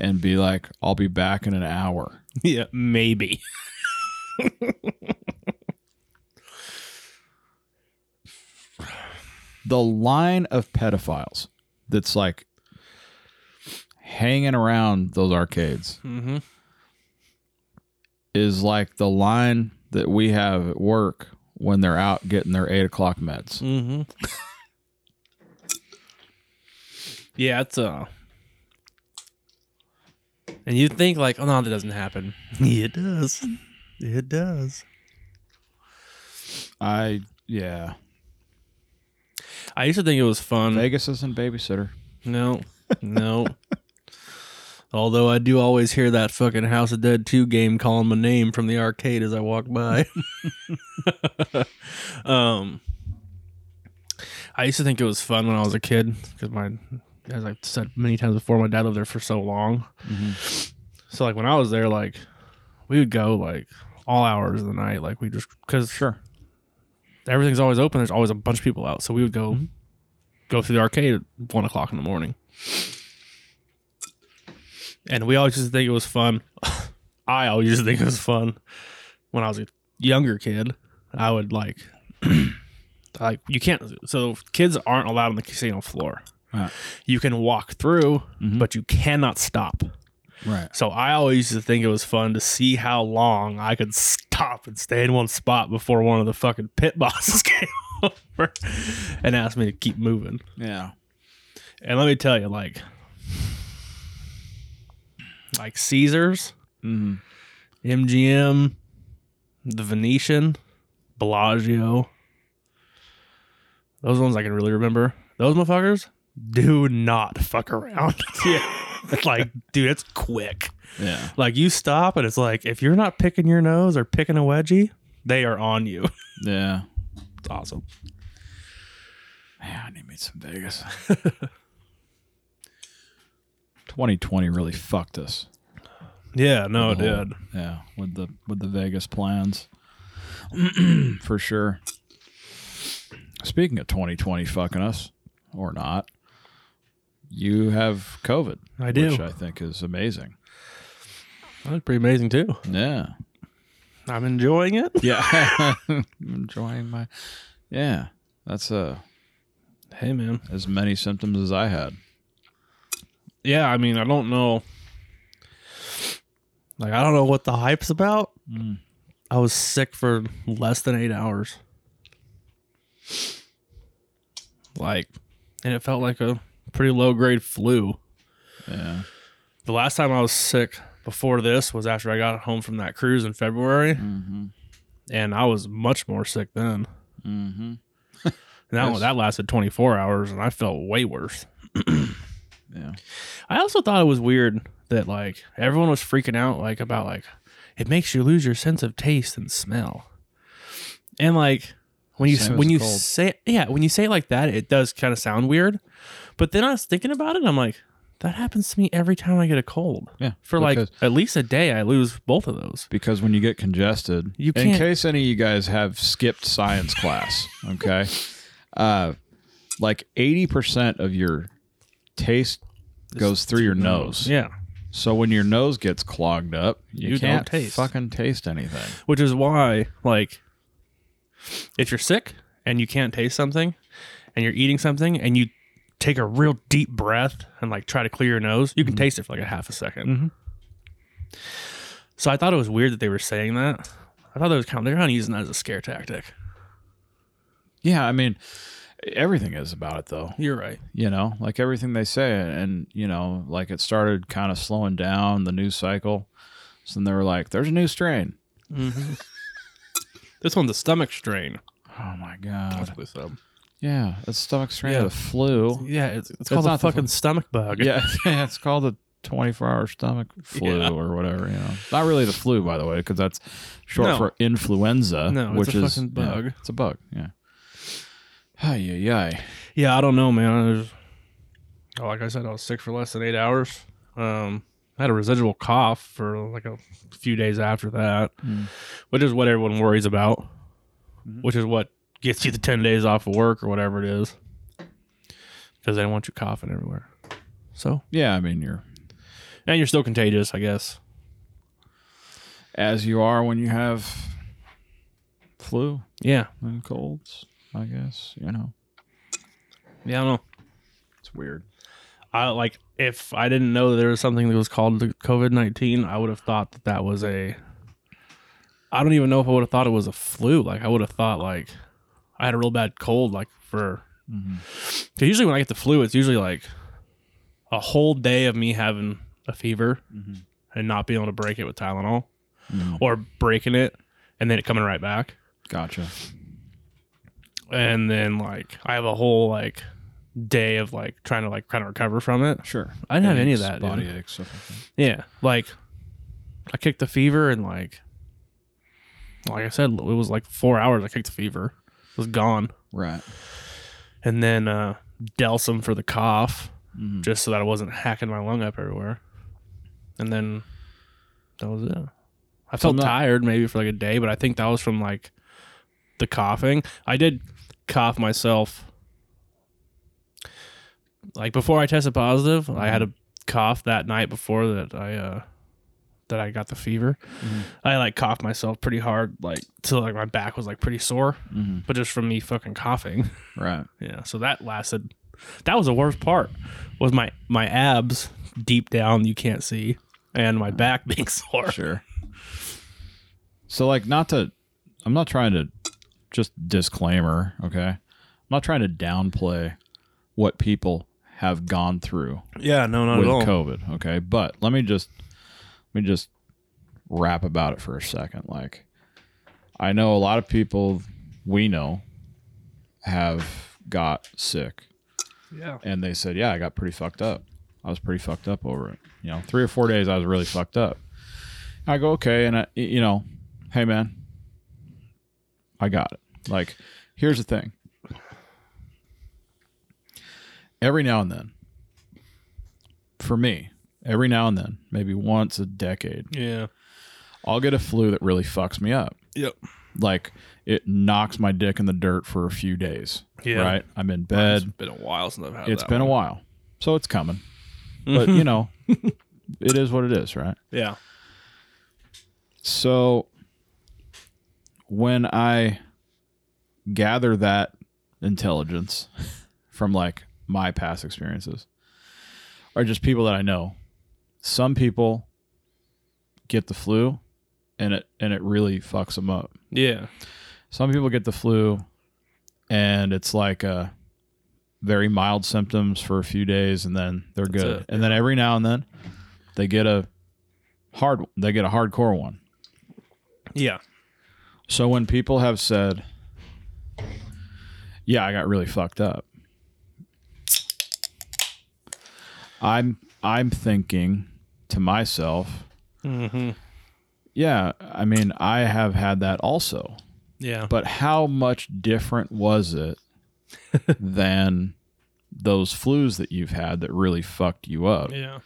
Speaker 2: and be like i'll be back in an hour
Speaker 1: Yeah, maybe.
Speaker 2: the line of pedophiles that's like hanging around those arcades
Speaker 1: Mm-hmm.
Speaker 2: is like the line that we have at work when they're out getting their eight o'clock meds.
Speaker 1: Mm-hmm. yeah, it's uh. And you think like, oh no, that doesn't happen.
Speaker 3: It does. It does.
Speaker 2: I yeah.
Speaker 1: I used to think it was fun.
Speaker 2: Vegas isn't babysitter.
Speaker 1: No, no. Although I do always hear that fucking House of Dead 2 game calling my name from the arcade as I walk by. [laughs] um, I used to think it was fun when I was a kid because my, as I've said many times before, my dad lived there for so long. So like when I was there, like we would go like all hours of the night, like we just because
Speaker 2: Sure.
Speaker 1: everything's always open. There's always a bunch of people out, so we would go go through the arcade at one o'clock in the morning. And we always used to think it was fun. [laughs] I always used to think it was fun when I was a younger kid. I would like, [clears throat] like you can't. So kids aren't allowed on the casino floor.
Speaker 2: Right.
Speaker 1: You can walk through,
Speaker 2: Mhm.
Speaker 1: but you cannot stop.
Speaker 2: Right.
Speaker 1: So I always used to think it was fun to see how long I could stop and stay in one spot before one of the fucking pit bosses [laughs] came over and asked me to keep moving.
Speaker 2: Yeah.
Speaker 1: And let me tell you, like, like Caesars,
Speaker 2: Mhm.
Speaker 1: MGM, the Venetian, Bellagio. Those ones I can really remember. Those motherfuckers do not fuck around. [laughs] yeah. like, dude, it's quick.
Speaker 2: Yeah.
Speaker 1: Like you stop and it's like if you're not picking your nose or picking a wedgie, they are on you.
Speaker 2: Yeah.
Speaker 1: It's awesome.
Speaker 2: Man, I need to meet some Vegas. [laughs] 2020 really fucked us.
Speaker 1: Yeah, no, it
Speaker 2: the whole-
Speaker 1: did.
Speaker 2: Yeah, with the with the Vegas plans, [clears throat] for sure. Speaking of 2020 fucking us or not, you have COVID,
Speaker 1: I do.
Speaker 2: which I think is amazing.
Speaker 1: That was pretty amazing too.
Speaker 2: Yeah,
Speaker 1: I'm enjoying it.
Speaker 2: Yeah, [laughs] I'm enjoying my. Yeah, that's uh
Speaker 1: Hey, man.
Speaker 2: as many symptoms as I had.
Speaker 1: Yeah, I mean, I don't know. Like, I don't know what the hype's about.
Speaker 2: Mm.
Speaker 1: I was sick for less than eight hours. Like, and it felt like a pretty low grade flu.
Speaker 2: Yeah.
Speaker 1: The last time I was sick before this was after I got home from that cruise in February,
Speaker 2: Mm-hmm.
Speaker 1: and I was much more sick then.
Speaker 2: Mm-hmm.
Speaker 1: And that
Speaker 2: Yes.
Speaker 1: one, that lasted 24 hours, and I felt way worse.
Speaker 2: Yeah.
Speaker 1: I also thought it was weird that like everyone was freaking out like about like it makes you lose your sense of taste and smell. And like when you
Speaker 2: Same as
Speaker 1: when you
Speaker 2: cold.
Speaker 1: say yeah, when you say it like that, it does kind of sound weird. But then I was thinking about it, and I'm like that happens to me every time I get a cold.
Speaker 2: Yeah,
Speaker 1: For like
Speaker 2: because-
Speaker 1: at least a day I lose both of those.
Speaker 2: Because when you get congested,
Speaker 1: You
Speaker 2: in
Speaker 1: can't-
Speaker 2: case any of you guys have skipped science
Speaker 1: [laughs]
Speaker 2: class, okay, uh, like eighty percent of your taste goes through your nose.
Speaker 1: Yeah.
Speaker 2: So when your nose gets clogged up, you,
Speaker 1: You don't
Speaker 2: can't
Speaker 1: taste.
Speaker 2: fucking taste anything.
Speaker 1: Which is why like if you're sick and you can't taste something and you're eating something and you take a real deep breath and like try to clear your nose, you
Speaker 2: Mm-hmm.
Speaker 1: can taste it for like a half a 2nd So I thought it was weird that they were saying that. I thought that was kind of, they're kind of using that as a scare tactic.
Speaker 2: Yeah, I mean, everything is about it though.
Speaker 1: You're right.
Speaker 2: you know like everything they say and you know like it started kind of slowing down the news cycle so then they were like there's a new strain
Speaker 1: This one's a stomach strain.
Speaker 2: oh my god
Speaker 1: with them.
Speaker 2: yeah it's stomach strain
Speaker 1: Yeah.
Speaker 2: of the flu
Speaker 1: Yeah, it's, it's
Speaker 2: That's
Speaker 1: called a
Speaker 2: not the
Speaker 1: fucking stomach [laughs] bug.
Speaker 2: [laughs] yeah it's called the 24 hour stomach flu
Speaker 1: Yeah.
Speaker 2: or whatever you know not really the flu by the way because that's short
Speaker 1: No.
Speaker 2: for influenza
Speaker 1: No, it's
Speaker 2: which
Speaker 1: a
Speaker 2: is
Speaker 1: fucking
Speaker 2: yeah,
Speaker 1: bug.
Speaker 2: it's a bug yeah Hi, yeah, yeah.
Speaker 1: Yeah, I don't know, man. I was, oh, like I said, I was sick for less than eight hours. Um, I had a residual cough for like a few days after that, which is what everyone worries about, which is what gets you the 10 days off of work or whatever it is because they want you coughing everywhere. So,
Speaker 2: Yeah, I mean, you're
Speaker 1: and you're still contagious, I guess.
Speaker 2: as you are when you have flu
Speaker 1: Yeah.
Speaker 2: and colds, I guess, you know.
Speaker 1: Yeah, I don't know.
Speaker 2: It's weird.
Speaker 1: I like if I didn't know that there was something that was called COVID nineteen, I would have thought that that was a. I don't even know if I would have thought it was a flu. Like I would have thought like I had a real bad cold. Like for
Speaker 2: Mm-hmm.
Speaker 1: 'Cause usually when I get the flu, it's usually like a whole day of me having a fever and not being able to break it with Tylenol, or breaking it and then it coming right back
Speaker 2: Gotcha.
Speaker 1: and then like I have a whole like day of like trying to like kind of recover from it.
Speaker 2: Sure.
Speaker 1: I didn't have any of that. dude.
Speaker 2: Body aches. Stuff
Speaker 1: Yeah, like I kicked the fever and like, like I said, it was like four hours. I kicked the fever, it was gone,
Speaker 2: like that. Right.
Speaker 1: and then uh Delsum for the cough,
Speaker 2: Mm-hmm.
Speaker 1: just so that I wasn't hacking my lung up everywhere, and then that was it. I felt
Speaker 2: I'm not-
Speaker 1: tired maybe for like a day, but I think that was from like the coughing. I did cough myself. Like before I tested positive, I had a cough that night before that I uh that I got the fever. I like coughed myself pretty hard, like till like my back was like pretty sore, but just from me fucking coughing.
Speaker 2: Mm-hmm. Right.
Speaker 1: Yeah, so that lasted. That was the worst part. Was my my abs deep down you can't see, and my back [laughs] being sore.
Speaker 2: Sure. So, like, not to, I'm not trying to, just disclaimer, okay? I'm not trying to downplay what people have gone through
Speaker 1: Yeah, no, not
Speaker 2: with COVID, okay? But let me just, let me just rap about it for a second. Like, I know a lot of people we know have got sick
Speaker 1: Yeah,
Speaker 2: and they said, "Yeah, I got pretty fucked up. I was pretty fucked up over it. You know, three or four days, I was really fucked up." I go, "Okay," and I, y- you know, hey man, I got it. Like, here's the thing: every now and then, for me, every now and then, maybe once a decade,
Speaker 1: yeah,
Speaker 2: I'll get a flu that really fucks me up.
Speaker 1: yep,
Speaker 2: Like, it knocks my dick in the dirt for a few days.
Speaker 1: Yeah.
Speaker 2: Right? I'm in bed.
Speaker 1: been a while since I've had.
Speaker 2: It's been a while, so it's coming. But you know, [laughs] it is what it is, right?
Speaker 1: Yeah,
Speaker 2: So when I gather that intelligence from like my past experiences or just people that I know, some people get the flu and it and it really fucks them up.
Speaker 1: Yeah.
Speaker 2: Some people get the flu and it's like uh very mild symptoms for a few days and then they're
Speaker 1: That's
Speaker 2: good.
Speaker 1: it,
Speaker 2: and then every now and then they get a hard they get a hardcore one.
Speaker 1: Yeah.
Speaker 2: So when people have said, "Yeah, I got really fucked up," I'm I'm thinking to myself,
Speaker 1: Mm-hmm.
Speaker 2: "Yeah, I mean, I have had that also,
Speaker 1: Yeah.
Speaker 2: but how much different was it than those flus that you've had that really fucked you up?"
Speaker 1: yeah.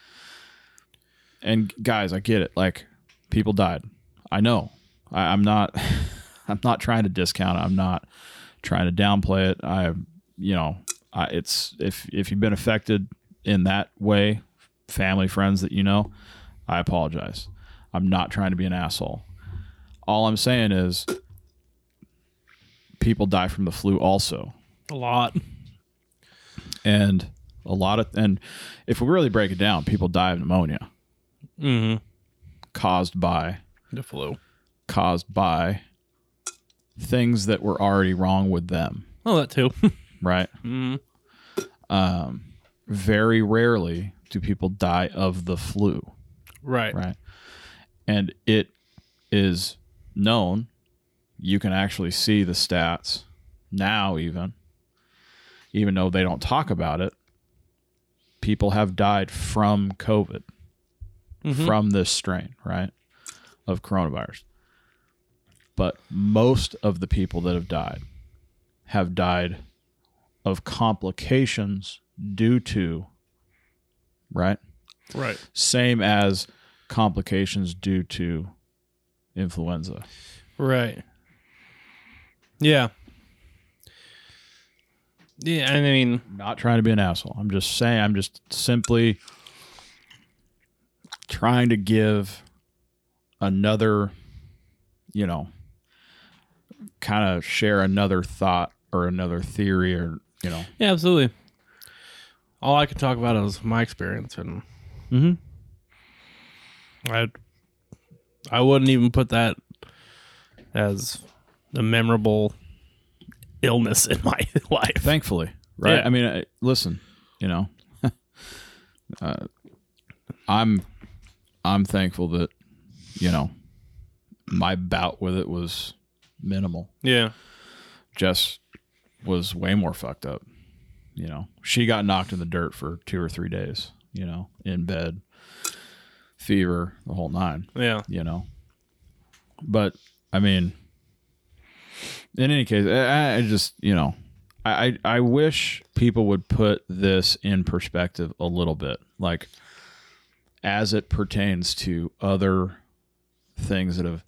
Speaker 2: and guys i get it like people died i know I, i'm not [laughs] i'm not trying to discount it. i'm not trying to downplay it i you know I, it's if if you've been affected in that way family friends that you know i apologize i'm not trying to be an asshole all i'm saying is people die from the flu also
Speaker 1: A lot.
Speaker 2: and a lot of and if we really break it down people die of pneumonia
Speaker 1: Mm-hmm.
Speaker 2: caused by
Speaker 1: The flu.
Speaker 2: caused by things that were already wrong with them,
Speaker 1: Oh, that too. [laughs] Mm-hmm.
Speaker 2: right? Um, very rarely do people die of the flu,
Speaker 1: right.
Speaker 2: right? And it is known. You can actually see the stats now, even, even though they don't talk about it. People have died from COVID,
Speaker 1: Mm-hmm.
Speaker 2: from this strain, right? Of coronavirus. But most of the people that have died have died of complications due to, right?
Speaker 1: Right.
Speaker 2: Same as complications due to influenza.
Speaker 1: Right. Yeah. Yeah, I mean,
Speaker 2: Not trying to be an asshole. I'm just saying, I'm just simply trying to give another, you know, kind of share another thought or another theory or, you know,
Speaker 1: yeah, absolutely. All I could talk about is my experience, and I, I wouldn't even put that as a memorable illness in my [laughs] life.
Speaker 2: thankfully, right?
Speaker 1: Yeah.
Speaker 2: I mean, I, listen, you know, [laughs] uh, I'm, I'm thankful that, you know, my bout with it was minimal.
Speaker 1: Yeah.
Speaker 2: Jess was way more fucked up. You know, she got knocked in the dirt for two or three days, you know, in bed, fever, the whole nine,
Speaker 1: Yeah.
Speaker 2: you know. But I mean, in any case, I, I- I just, you know, I, I I wish people would put this in perspective a little bit, like as it pertains to other things that have,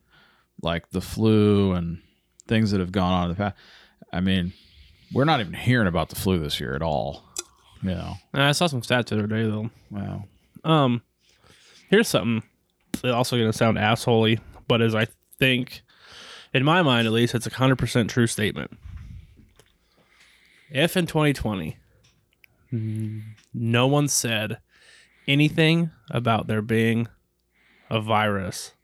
Speaker 2: like the flu and things that have gone on in the past. I mean, we're not even hearing about the flu this year at all. You know,
Speaker 1: And I saw some stats the other day though.
Speaker 2: wow.
Speaker 1: Um, here's something. It's also going to sound assholey, but as I think, in my mind at least, it's a hundred percent true statement. If in 2020, no one said anything about there being a virus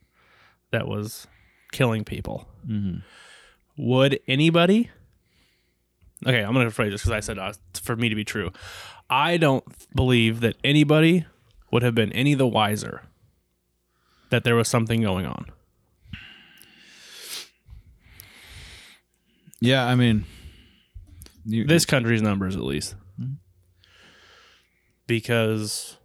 Speaker 1: that was killing people,
Speaker 2: Mhm.
Speaker 1: would anybody? Okay, I'm going to rephrase this because I said uh, for me to be true. I don't believe that anybody would have been any the wiser that there was something going on.
Speaker 2: Yeah, I mean, you,
Speaker 1: This country's numbers, at least. Because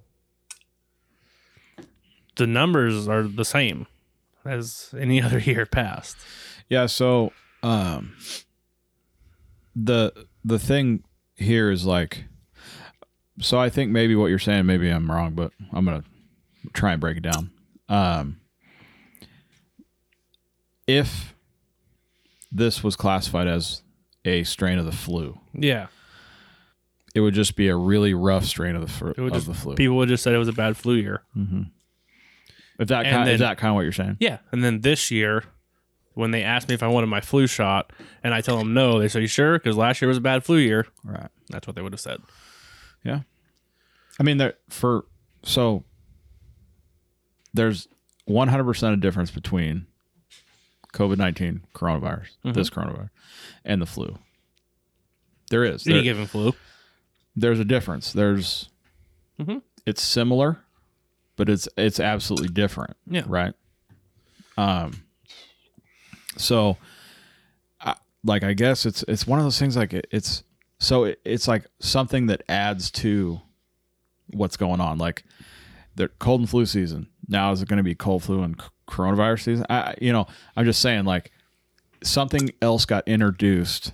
Speaker 1: the numbers are the same as any [laughs] other year past.
Speaker 2: Yeah, so um the the thing here is like so I think maybe what you're saying maybe I'm wrong, but I'm going to try and break it down. Um if this was classified as a strain of the flu,
Speaker 1: Yeah.
Speaker 2: it would just be a really rough strain of the, fr-
Speaker 1: It would
Speaker 2: of
Speaker 1: just,
Speaker 2: the flu.
Speaker 1: People would just said it was a bad flu year.
Speaker 2: mm-hmm. If that
Speaker 1: And
Speaker 2: kind, is
Speaker 1: then-
Speaker 2: that kind of what you're saying?
Speaker 1: Yeah. And then this year, when they asked me if I wanted my flu shot, and I tell them no, they say, "You sure?" Because last year was a bad flu year.
Speaker 2: Right.
Speaker 1: That's what they would have said.
Speaker 2: Yeah. I mean, there for so there's 100% a difference between COVID 19 coronavirus, this coronavirus, and the flu. There is.
Speaker 1: Any
Speaker 2: There-
Speaker 1: given flu.
Speaker 2: there's a difference. There's
Speaker 1: Mhm.
Speaker 2: it's similar, but it's it's absolutely different.
Speaker 1: Yeah.
Speaker 2: Right. Um. So, I, like, I guess it's it's one of those things. Like, it, it's so it, it's like something that adds to what's going on. Like, the cold and flu season. Now is it going to be cold flu and c- coronavirus season? I- I, you know, I'm just saying like something else got introduced.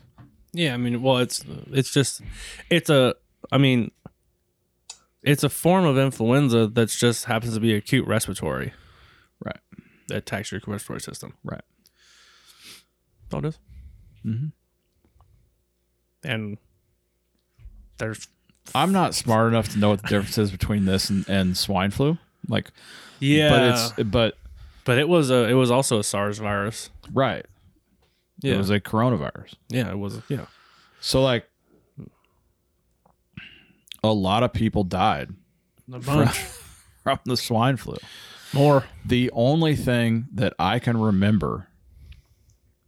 Speaker 1: Yeah, I mean, well, it's it's just it's a I mean, it's a form of influenza that just happens to be acute respiratory
Speaker 2: Right.
Speaker 1: that attacks your respiratory system.
Speaker 2: Right.
Speaker 1: That's all it is. Mm-hmm.
Speaker 2: Mhm.
Speaker 1: And there's
Speaker 2: I'm not smart enough to know what the difference is between this and, and swine flu. Like,
Speaker 1: yeah,
Speaker 2: but it's but
Speaker 1: but it was a it was also a SARS virus.
Speaker 2: right.
Speaker 1: Yeah,
Speaker 2: It was a coronavirus.
Speaker 1: yeah, it was yeah.
Speaker 2: So like, a lot of people died
Speaker 1: A
Speaker 2: from, [laughs] from the swine flu.
Speaker 1: more.
Speaker 2: The only thing that I can remember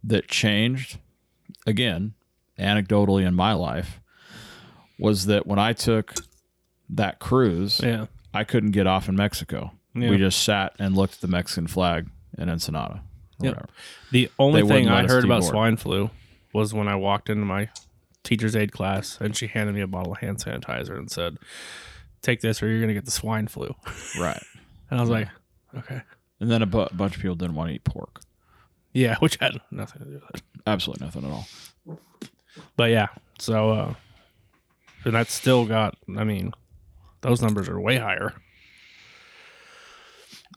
Speaker 2: that changed, again, anecdotally in my life, was that when I took that cruise,
Speaker 1: Yeah,
Speaker 2: I couldn't get off in Mexico.
Speaker 1: Yeah.
Speaker 2: We just sat and looked at the Mexican flag in Ensenada. or
Speaker 1: Yep.
Speaker 2: whatever.
Speaker 1: The only
Speaker 2: They
Speaker 1: thing
Speaker 2: wouldn't let
Speaker 1: I
Speaker 2: us
Speaker 1: heard about
Speaker 2: deboard.
Speaker 1: swine flu was when I walked into my teacher's aid class and she handed me a bottle of hand sanitizer and said, "Take this or you're gonna get the swine flu."
Speaker 2: Right.
Speaker 1: And I was like, "Okay,
Speaker 2: And then a bu- bunch of people didn't want to eat pork.
Speaker 1: yeah," which had nothing to do with it.
Speaker 2: Absolutely nothing at all.
Speaker 1: But yeah, so uh, and that still got. I mean, those numbers are way higher.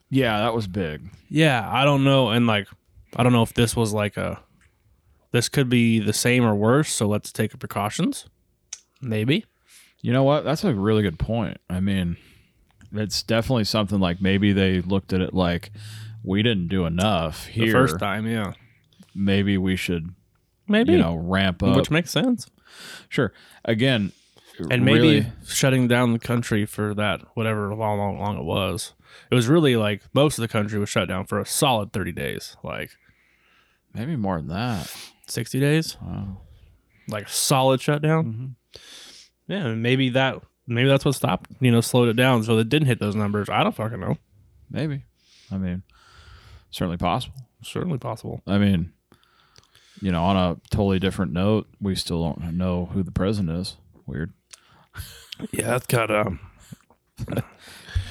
Speaker 2: Yeah, that was big.
Speaker 1: Yeah, I don't know, and like, I don't know if this was like a, this could be the same or worse. So let's take precautions. Maybe.
Speaker 2: You know what? That's a really good point. I mean, it's definitely something like maybe they looked at it like we didn't do enough
Speaker 1: The
Speaker 2: here.
Speaker 1: first time, yeah.
Speaker 2: Maybe we should,
Speaker 1: Maybe.
Speaker 2: you know, ramp up.
Speaker 1: Which makes sense.
Speaker 2: sure. Again,
Speaker 1: And maybe
Speaker 2: really-
Speaker 1: shutting down the country for that, whatever long, long, long it was. It was really like most of the country was shut down for a solid 30 days, like
Speaker 2: maybe more than that.
Speaker 1: 60 days,
Speaker 2: Wow.
Speaker 1: like solid shutdown.
Speaker 2: Mm-hmm.
Speaker 1: Yeah. And maybe that, maybe that's what stopped, you know, slowed it down so that it didn't hit those numbers. I don't fucking know.
Speaker 2: Maybe. I mean, certainly possible.
Speaker 1: Certainly possible.
Speaker 2: I mean, you know, on a totally different note, we still don't know who the president is. Weird.
Speaker 1: Yeah. That's kind of,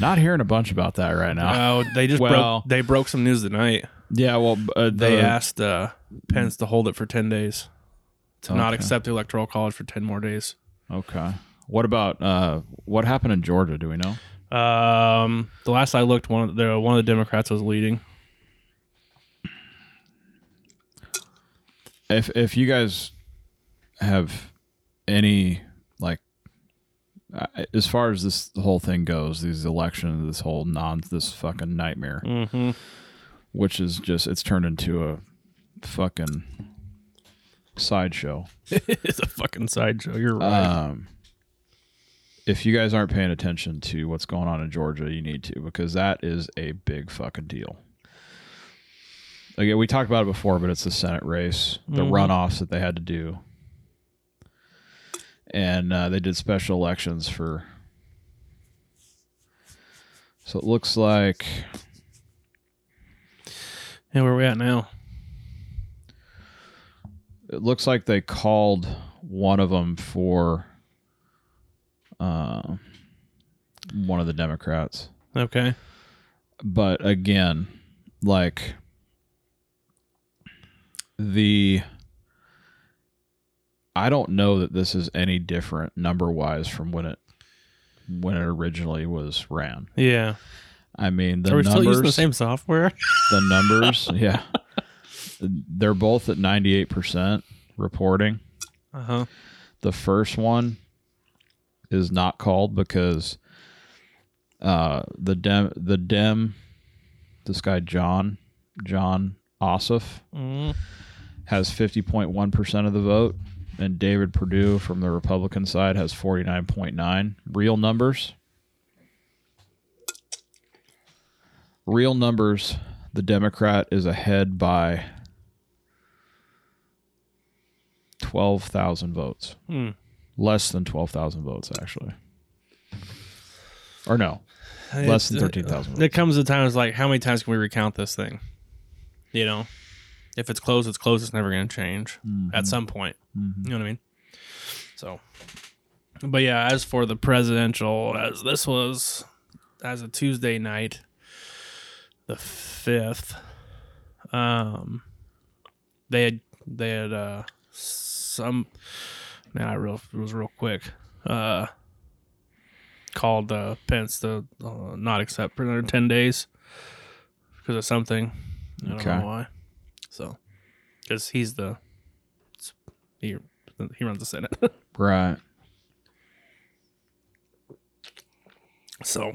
Speaker 2: Not hearing a bunch about that right now.
Speaker 1: oh, they just
Speaker 2: Uh, Well-
Speaker 1: broke, they broke some news tonight.
Speaker 2: yeah, well, b- uh,
Speaker 1: They
Speaker 2: the-
Speaker 1: asked uh, Pence to hold it for 10 days, to not
Speaker 2: Okay.
Speaker 1: accept the electoral college for 10 more days.
Speaker 2: Okay. What about uh, what happened in Georgia? Do we know?
Speaker 1: Um, the last I looked, one of the one of the Democrats was leading.
Speaker 2: If if you guys have any like I- as far as this whole thing goes, these elections, this whole non, this fucking nightmare,
Speaker 1: Mm-hmm.
Speaker 2: which is just it's turned into a fucking sideshow.
Speaker 1: [laughs] it's a fucking sideshow. You're right.
Speaker 2: Um, if you guys aren't paying attention to what's going on in Georgia, you need to because that is a big fucking deal. Again, we talked about it before, but it's the Senate race, the runoffs that they had to do, and uh, they did special elections for. So it looks like
Speaker 1: and where are we at now?
Speaker 2: it looks like they called one of them for uh, one of the Democrats.
Speaker 1: Okay.
Speaker 2: but again, like the I don't know that this is any different number wise from when it when it originally was ran.
Speaker 1: Yeah.
Speaker 2: I mean, the
Speaker 1: are we
Speaker 2: numbers,
Speaker 1: still using the same software?
Speaker 2: the numbers,
Speaker 1: [laughs]
Speaker 2: yeah, they're both at ninety eight percent reporting.
Speaker 1: Uh huh.
Speaker 2: The first one is not called because uh, the dem the dem this guy John John Ossoff
Speaker 3: Mm.
Speaker 1: Mm-hmm.
Speaker 2: has 50.1% of the vote, and David Perdue from the Republican side has 49.9. Real numbers. Real numbers, the Democrat is ahead by 12,000 votes.
Speaker 1: Hmm.
Speaker 2: Less than 12,000 votes actually. Or no, less
Speaker 1: It's-
Speaker 2: than
Speaker 1: uh,
Speaker 2: 13,000
Speaker 1: There
Speaker 2: votes.
Speaker 1: comes a time it's like, how many times can we recount this thing? You know, if it's closed, it's closed. It's never going to change
Speaker 2: Mm-hmm.
Speaker 1: at some point. You know what I mean? So, but yeah, as for the presidential, as this was as a Tuesday night, the fifth, um, they had they had uh some. Now I real it was real quick. Uh, called uh, Pence to uh, not accept for another 10 days because of something. I don't
Speaker 2: Okay.
Speaker 1: know why. So, because he's the, he, he runs the Senate.
Speaker 2: Right.
Speaker 1: so,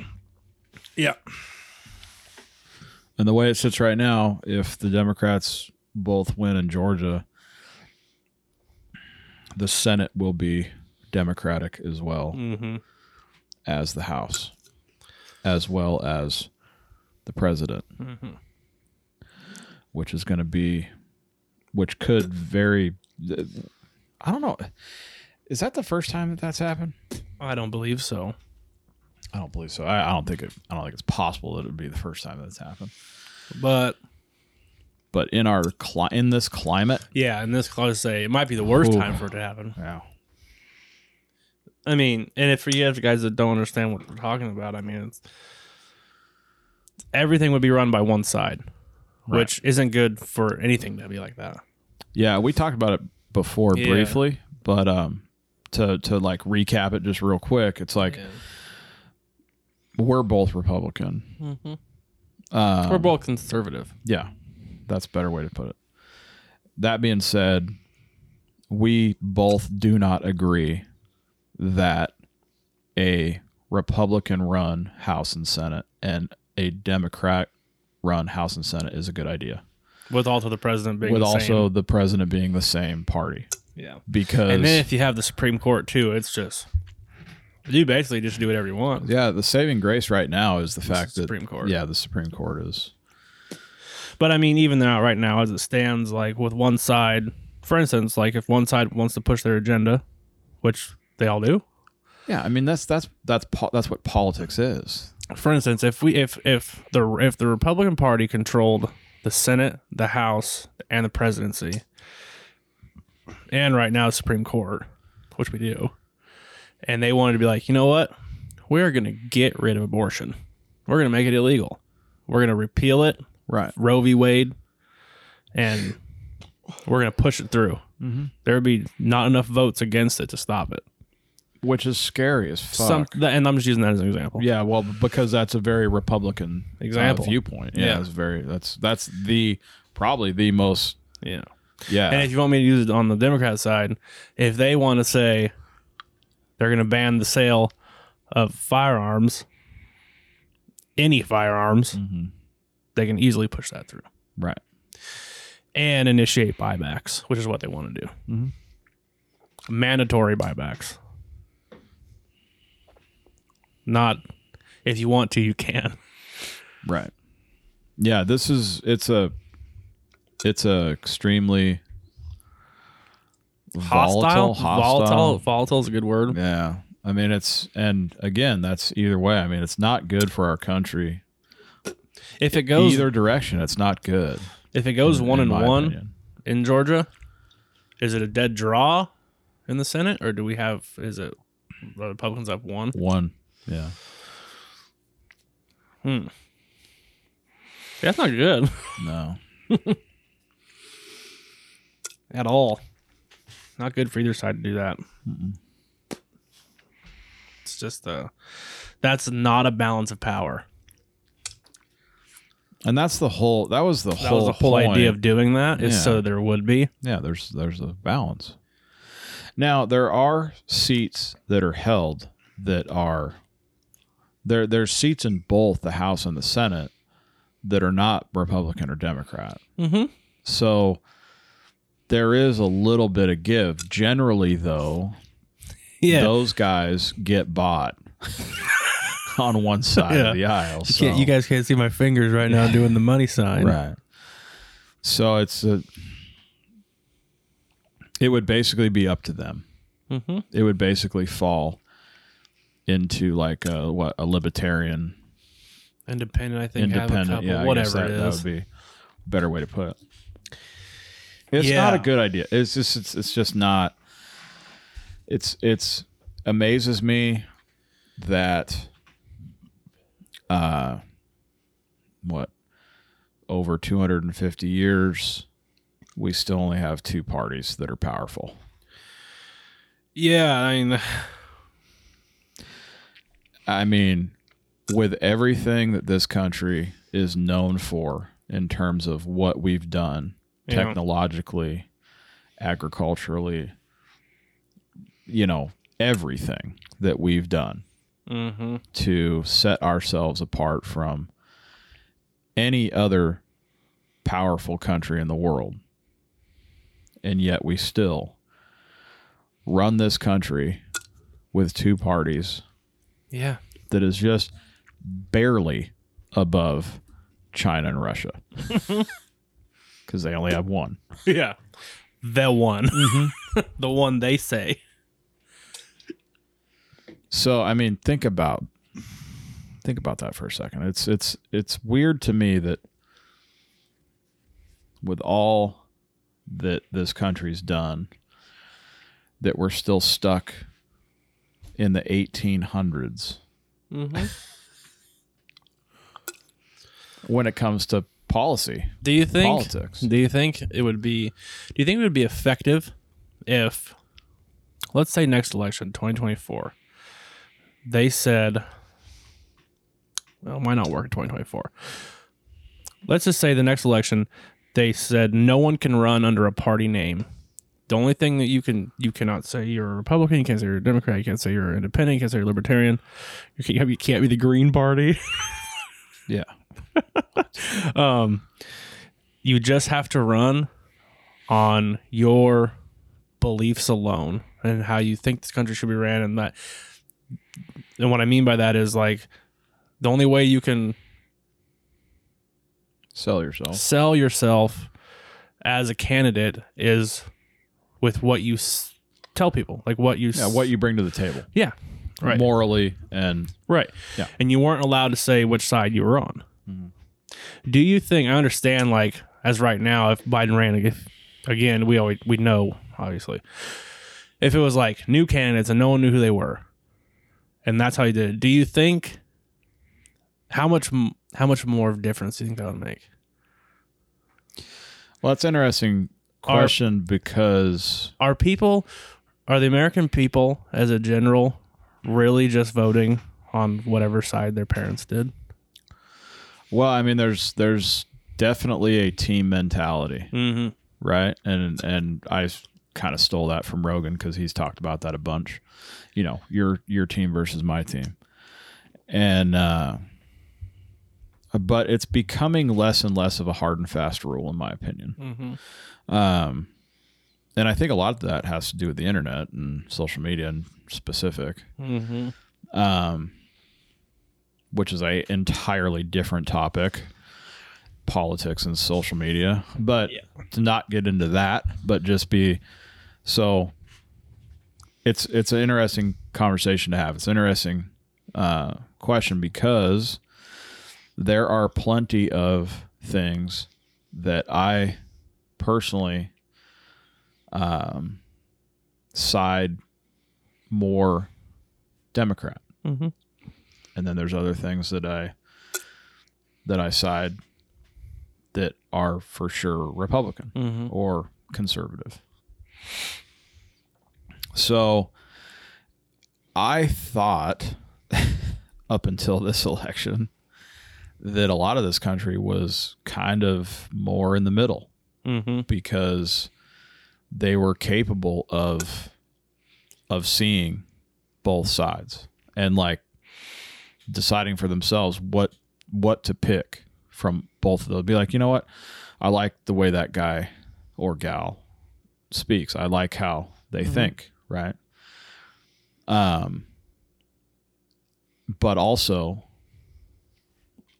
Speaker 1: yeah.
Speaker 2: And the way it sits right now, if the Democrats both win in Georgia, the Senate will be Democratic as well
Speaker 1: Mm-hmm.
Speaker 2: as the House, as well as the president,
Speaker 1: Mm-hmm.
Speaker 2: which is going to be, which could very, I don't know. Is that the first time that that's happened?
Speaker 1: I don't believe so.
Speaker 2: I don't believe so. I, I don't think it. I don't think it's possible that it would be the first time that's happened.
Speaker 1: But
Speaker 2: But in our cli- in this climate,
Speaker 1: yeah, in this clause, say it might be the worst
Speaker 2: Ooh.
Speaker 1: time for it to happen.
Speaker 2: yeah,
Speaker 1: I mean, and if for you have guys that don't understand what we're talking about, I mean, it's, everything would be run by one side,
Speaker 2: Right.
Speaker 1: which isn't good for anything to be like that.
Speaker 2: Yeah, we talked about it before
Speaker 1: Yeah.
Speaker 2: briefly, but um to to like recap it just real quick, it's like we're both Republican. Um,
Speaker 1: Mm-hmm. We're both conservative.
Speaker 2: Yeah, that's a better way to put it. That being said, we both do not agree that a Republican run House and Senate and a Democrat run House and Senate is a good idea.
Speaker 1: with also the president being
Speaker 2: With
Speaker 1: the
Speaker 2: also
Speaker 1: same.
Speaker 2: the president being the same party.
Speaker 1: yeah
Speaker 2: Because
Speaker 1: and then if you have the supreme court too it's just you basically just do whatever you want
Speaker 2: Yeah, the saving grace right now is the fact that
Speaker 1: Supreme Court.
Speaker 2: Yeah, the Supreme Court is
Speaker 1: but i mean even now right now as it stands like with one side for instance like if one side wants to push their agenda which they all do
Speaker 2: Yeah, I mean that's that's that's po- that's what politics is.
Speaker 1: for instance if we if if the if the republican party controlled the senate the house and the presidency and right now supreme court which we do and they wanted to be like you know what we're going to get rid of abortion we're going to make it illegal we're going to repeal it
Speaker 2: Right.
Speaker 1: roe v wade and we're going to push it through
Speaker 2: Mm-hmm.
Speaker 1: there would be not enough votes against it to stop it
Speaker 2: Which is scary as fuck.
Speaker 1: Some, and i'm just using that as an example
Speaker 2: yeah, well, because that's a very Republican uh,
Speaker 1: Example.
Speaker 2: viewpoint. Yeah,
Speaker 1: Yeah.
Speaker 2: it's very that's that's the probably the most
Speaker 1: yeah
Speaker 2: yeah.
Speaker 1: And if you want me to use it on the Democrat side, if they want to say they're going to ban the sale of firearms, any firearms,
Speaker 2: Mm-hmm.
Speaker 1: they can easily push that through
Speaker 2: right.
Speaker 1: and initiate buybacks, which is what they want to do.
Speaker 2: Mm-hmm.
Speaker 1: Mandatory buybacks. Not if you want to, you can.
Speaker 2: Right. Yeah, this is it's a it's a extremely [laughs] volatile,
Speaker 1: volatile, volatile is a good word.
Speaker 2: Yeah. I mean, it's, and again, that's either way. I mean, it's not good for our country.
Speaker 1: If it goes,
Speaker 2: either direction, it's not good.
Speaker 1: if it goes one
Speaker 2: in
Speaker 1: and
Speaker 2: my
Speaker 1: one,
Speaker 2: opinion.
Speaker 1: in Georgia? Is it a dead draw in the Senate, or do we have? Is it the Republicans up one?
Speaker 2: One. Yeah.
Speaker 1: That's not good
Speaker 2: No.
Speaker 1: at all. Not good for either side to do that. It's just uh That's not a balance of power. And
Speaker 2: And that's the whole, that was the
Speaker 1: that
Speaker 2: whole,
Speaker 1: was the whole
Speaker 2: point.
Speaker 1: idea of doing that is
Speaker 2: Yeah.
Speaker 1: so there would be.
Speaker 2: yeah, there's, there's a balance. Now, there are seats that are held that are, there, there's seats in both the House and the Senate that are not Republican or Democrat.
Speaker 1: Mm-hmm.
Speaker 2: So there is a little bit of give. Generally, though,
Speaker 1: Yeah.
Speaker 2: those guys get bought [laughs] on one side
Speaker 1: Yeah.
Speaker 2: of the aisle.
Speaker 1: you,
Speaker 2: so-
Speaker 1: can't, you guys can't see my fingers right now doing the money sign.
Speaker 2: right? So it's a. It would basically be up to them.
Speaker 1: Mm-hmm.
Speaker 2: It would basically fall into like a, what a libertarian
Speaker 1: Independent, I think.
Speaker 2: independent.
Speaker 1: have a couple,
Speaker 2: yeah, I guess
Speaker 1: whatever
Speaker 2: that,
Speaker 1: it
Speaker 2: that
Speaker 1: is.
Speaker 2: would be a better way to put it. It's
Speaker 1: Yeah.
Speaker 2: not a good idea. It's just it's, it's just not. It's it's amazes me that uh what over 250 years we still only have two parties that are powerful.
Speaker 1: yeah, I mean,
Speaker 2: I mean, with everything that this country is known for in terms of what we've done
Speaker 1: Yeah.
Speaker 2: technologically, agriculturally, you know, everything that we've done
Speaker 1: mm-hmm.
Speaker 2: to set ourselves apart from any other powerful country in the world. And yet we still run this country with two parties
Speaker 1: yeah.
Speaker 2: that is just barely above China and Russia [laughs] because they only have one.
Speaker 1: [laughs] Yeah. The one. [laughs] the one they say.
Speaker 2: So I mean, think about think about that for a second. It's it's it's weird to me that with all that this country's done, that we're still stuck in the 1800s
Speaker 1: Mm-hmm.
Speaker 2: when it comes to policy.
Speaker 1: Do you think
Speaker 2: Politics.
Speaker 1: Do you think it would be? Do you think it would be effective if, let's say, next election, twenty twenty four, they said, well, why not work in twenty twenty four? Let's just say the next election, they said no one can run under a party name. The only thing that you can you cannot say you're a Republican, you can't say you're a Democrat, you can't say you're independent, you can't say you're libertarian, you can't, you can't be the Green Party.
Speaker 2: Yeah.
Speaker 1: um, you just have to run on your beliefs alone and how you think this country should be ran and that and what i mean by that is like the only way you can
Speaker 2: Sell yourself.
Speaker 1: sell yourself as a candidate is with what you s- tell people like what you s-
Speaker 2: Yeah, what you bring to the table.
Speaker 1: yeah right
Speaker 2: Morally and
Speaker 1: Right.
Speaker 2: Yeah.
Speaker 1: And you weren't allowed to say which side you were on. Do you think I understand like as right now if Biden ran ag- if, again, we always we know obviously. If it was like new candidates and no one knew who they were. And that's how he did it. Do you think how much m- how much more of a difference do you think that would make?
Speaker 2: Well, that's an interesting
Speaker 1: Are-
Speaker 2: question because
Speaker 1: Are people are the American people as a general really just voting on whatever side their parents did?
Speaker 2: well, I mean, there's there's definitely a team mentality,
Speaker 1: Mhm.
Speaker 2: right? And and I kind of stole that from Rogan because he's talked about that a bunch. You know, your your team versus my team, and uh, but it's becoming less and less of a hard and fast rule, in my opinion.
Speaker 1: Mhm.
Speaker 2: Um, and I think a lot of that has to do with the internet and social media in specific.
Speaker 1: Mhm.
Speaker 2: um, which is a entirely different topic politics and social media but
Speaker 1: Yeah.
Speaker 2: to not get into that but just be so it's it's an interesting conversation to have it's an interesting uh, question because there are plenty of things that i personally um, side more democrat
Speaker 1: Mhm.
Speaker 2: and then there's other things that I that I side that are for sure Republican
Speaker 1: Mhm.
Speaker 2: or conservative. So I thought [laughs] up until this election that a lot of this country was kind of more in the middle
Speaker 1: Mm-hmm.
Speaker 2: because they were capable of of seeing both sides and like deciding for themselves what what to pick from both of those. Be like, you know what? I like the way that guy or gal speaks. I like how they think, right? Um, but also,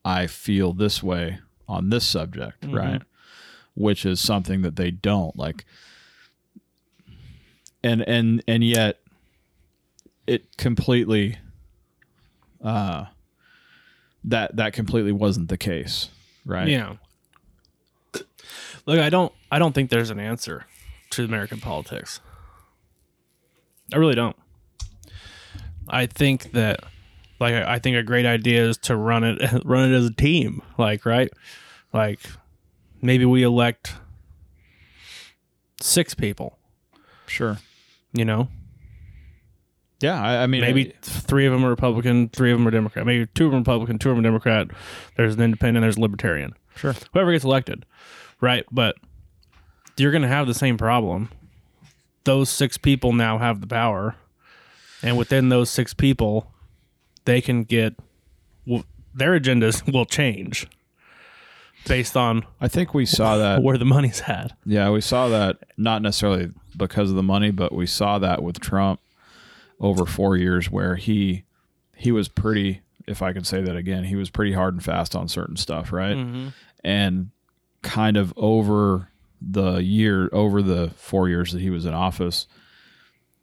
Speaker 2: I feel this way on this subject, right? Which is something that they don't like. And and and yet, it completely uh that that completely wasn't the case right
Speaker 1: Yeah. Look, I don't I don't think there's an answer to American politics. I really don't. I think that like I I think a great idea is to run it [laughs] run it as a team, like, right? Like maybe we elect six people,
Speaker 2: sure
Speaker 1: you know?
Speaker 2: yeah i, I mean
Speaker 1: Maybe th- three of them are Republican, three of them are Democrat. Maybe two of them Republican, two of them are Democrat. There's an independent, there's a libertarian.
Speaker 2: sure
Speaker 1: whoever gets elected, right? But you're going to have the same problem. Those six people now have the power, and within those six people, they can get well, their agendas [laughs] will change based on
Speaker 2: i think we
Speaker 1: [laughs]
Speaker 2: saw that
Speaker 1: where the money's at.
Speaker 2: yeah we saw that not necessarily because of the money but we saw that with trump over four years where he he was pretty if i can say that again he was pretty hard and fast on certain stuff right and kind of over the year over the four years that he was in office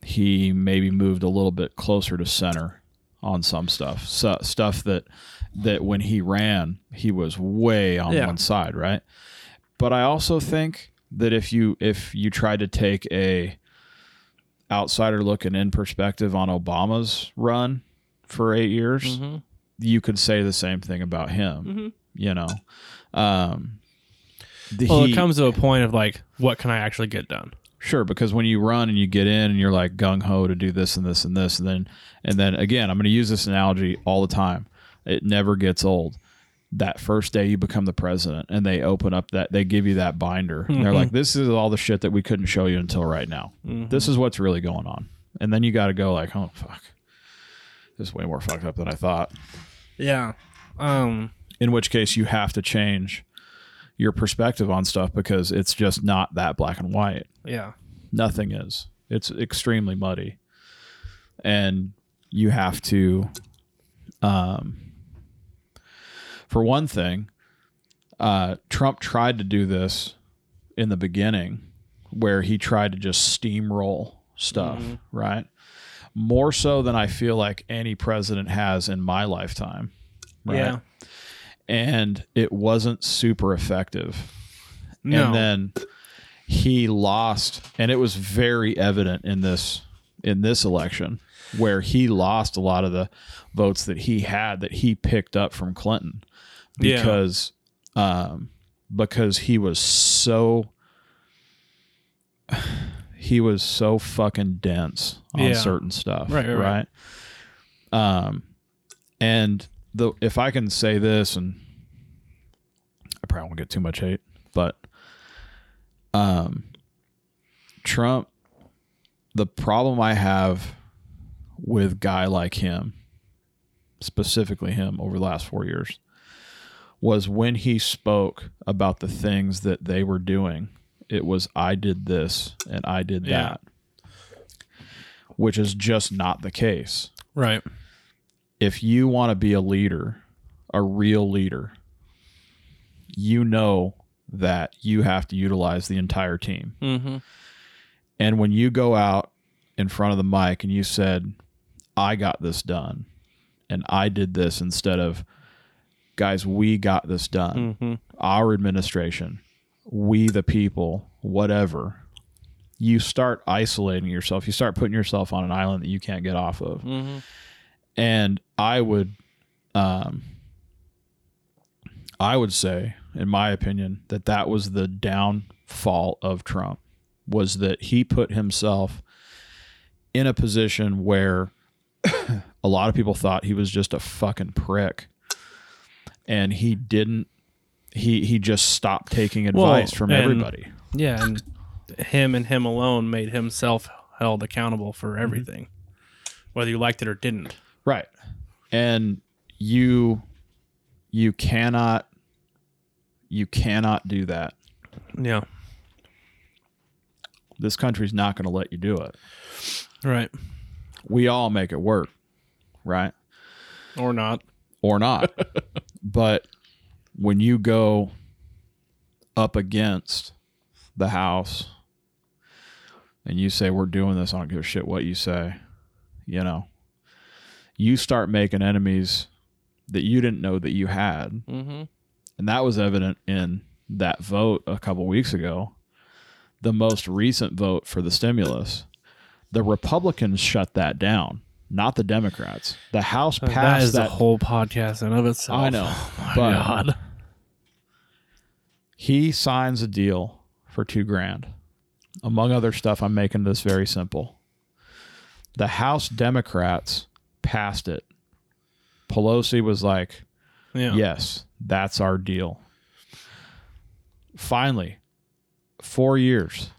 Speaker 2: he maybe moved a little bit closer to center on some stuff so, stuff that that when he ran he was way on
Speaker 1: Yeah.
Speaker 2: one side right but i also think that if you if you try to take a outsider looking in perspective on obama's run for eight
Speaker 1: Mm-hmm.
Speaker 2: years you could say the same thing about him you know um the,
Speaker 1: Well,
Speaker 2: he-
Speaker 1: it comes to a point of like, what can I actually get done?
Speaker 2: Sure, because when you run and you get in and you're like gung ho to do this and this and this and then and then again, I'm going to use this analogy all the time. It never gets old. That first day you become the president and they open up that they give you that binder. And they're like this is all the shit that we couldn't show you until right now. This is what's really going on. And then you got to go like, "Oh fuck. This is way more fucked up than I thought."
Speaker 1: Yeah. Um.
Speaker 2: In which case you have to change your perspective on stuff because it's just not that black and white
Speaker 1: Yeah.
Speaker 2: nothing is. It's extremely muddy, and you have to, um, for one thing, uh, Trump tried to do this in the beginning, where he tried to just steamroll stuff, right? More so than I feel like any president has in my lifetime, right?
Speaker 1: Yeah.
Speaker 2: And it wasn't super effective
Speaker 1: No.
Speaker 2: and then he lost and it was very evident in this in this election where he lost a lot of the votes that he had that he picked up from Clinton
Speaker 1: Yeah.
Speaker 2: because um because he was so [sighs] he was so fucking dense on
Speaker 1: Yeah.
Speaker 2: certain stuff
Speaker 1: Right, right, right.
Speaker 2: right um and the if I can say this and I probably won't get too much hate but um, Trump, the problem I have with guy like him, specifically him over the last four years, was when he spoke about the things that they were doing. It was I did this and I did
Speaker 1: Yeah.
Speaker 2: that, which is just not the case
Speaker 1: right.
Speaker 2: if you want to be a leader, a real leader, you know that you have to utilize the entire team.
Speaker 1: Mm-hmm.
Speaker 2: And when you go out in front of the mic and you said, I got this done and I did this instead of, guys, we got this done
Speaker 1: Mm-hmm.
Speaker 2: our administration, we the people, whatever, you start isolating yourself. You start putting yourself on an island that you can't get off of.
Speaker 1: Mhm.
Speaker 2: And I would, um, I would say, in my opinion, that that was the downfall of Trump was that he put himself in a position where [coughs] a lot of people thought he was just a fucking prick and he didn't he he just stopped taking
Speaker 1: Well,
Speaker 2: advice from
Speaker 1: and-
Speaker 2: everybody
Speaker 1: Yeah, and him and him alone made himself held accountable for everything, whether you liked it or didn't.
Speaker 2: right and you you cannot You cannot do that.
Speaker 1: Yeah.
Speaker 2: This country's not going to let you do it.
Speaker 1: Right.
Speaker 2: We all make it work, right?
Speaker 1: Or not.
Speaker 2: Or not. but when you go up against the house and you say, We're doing this, I don't give a shit what you say, you know, you start making enemies that you didn't know that you had.
Speaker 1: Mm-hmm.
Speaker 2: and that was evident in that vote a couple weeks ago, the most recent vote for the stimulus. The Republicans shut that down, not the Democrats. The House passed
Speaker 1: that is
Speaker 2: that.
Speaker 1: a whole podcast in of itself.
Speaker 2: I know,
Speaker 1: Oh my
Speaker 2: but-
Speaker 1: God.
Speaker 2: he signs a deal for two grand. Among other stuff, I'm making this very simple. The House Democrats passed it. Pelosi was like,
Speaker 1: Yeah.
Speaker 2: Yes, that's our deal. Finally, four years,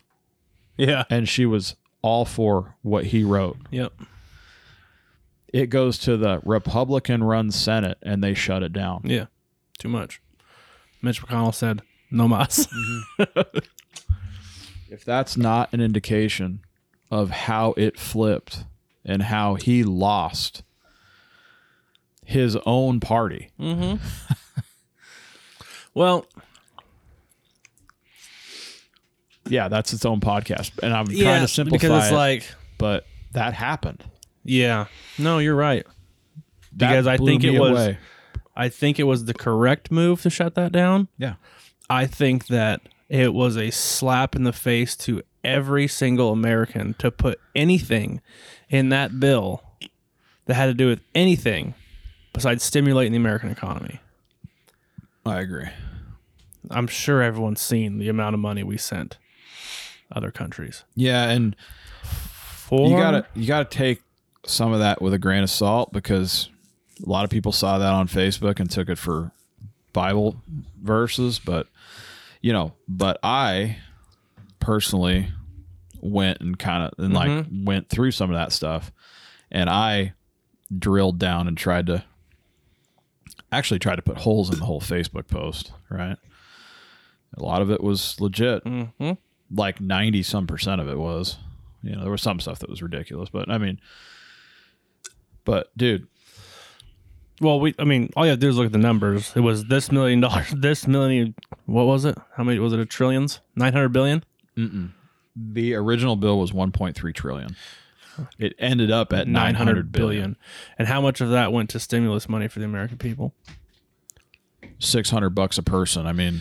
Speaker 1: Yeah.
Speaker 2: and she was all for what he wrote.
Speaker 1: Yep.
Speaker 2: It goes to the Republican run Senate, and they shut it down.
Speaker 1: Yeah. Too much. Mitch McConnell said, no mas.
Speaker 2: If that's not an indication of how it flipped and how he lost his own party,
Speaker 1: Mm-hmm. [laughs] well,
Speaker 2: yeah, that's its own podcast. And I'm
Speaker 1: yeah,
Speaker 2: trying to simplify
Speaker 1: because it's
Speaker 2: it,
Speaker 1: like,
Speaker 2: but that happened.
Speaker 1: yeah. No, you're right.
Speaker 2: That
Speaker 1: Because I
Speaker 2: blew
Speaker 1: think it
Speaker 2: me
Speaker 1: was-
Speaker 2: away.
Speaker 1: I think it was the correct move to shut that down.
Speaker 2: Yeah.
Speaker 1: I think that it was a slap in the face to every single American to put anything in that bill that had to do with anything besides stimulating the American economy.
Speaker 2: I agree.
Speaker 1: I'm sure everyone's seen the amount of money we sent other countries.
Speaker 2: Yeah, and
Speaker 1: For
Speaker 2: you gotta you gotta take some of that with a grain of salt because a lot of people saw that on Facebook and took it for Bible verses, but you know, but I personally went and kind of and like went through some of that stuff and I drilled down and tried to actually tried to put holes in the whole Facebook post, right? A lot of it was legit
Speaker 1: hmm
Speaker 2: like 90 some percent of it was you know there was some stuff that was ridiculous but i mean but dude
Speaker 1: Well, we I mean, all you have to do is look at the numbers. It was this million dollars, [laughs] this million what was it? How many was it a trillions? 900 billion?
Speaker 2: the original bill was 1.3 trillion it ended up at
Speaker 1: 900
Speaker 2: 900 billion,
Speaker 1: billion. And how much of that went to stimulus money for the American people?
Speaker 2: 600 bucks a person i mean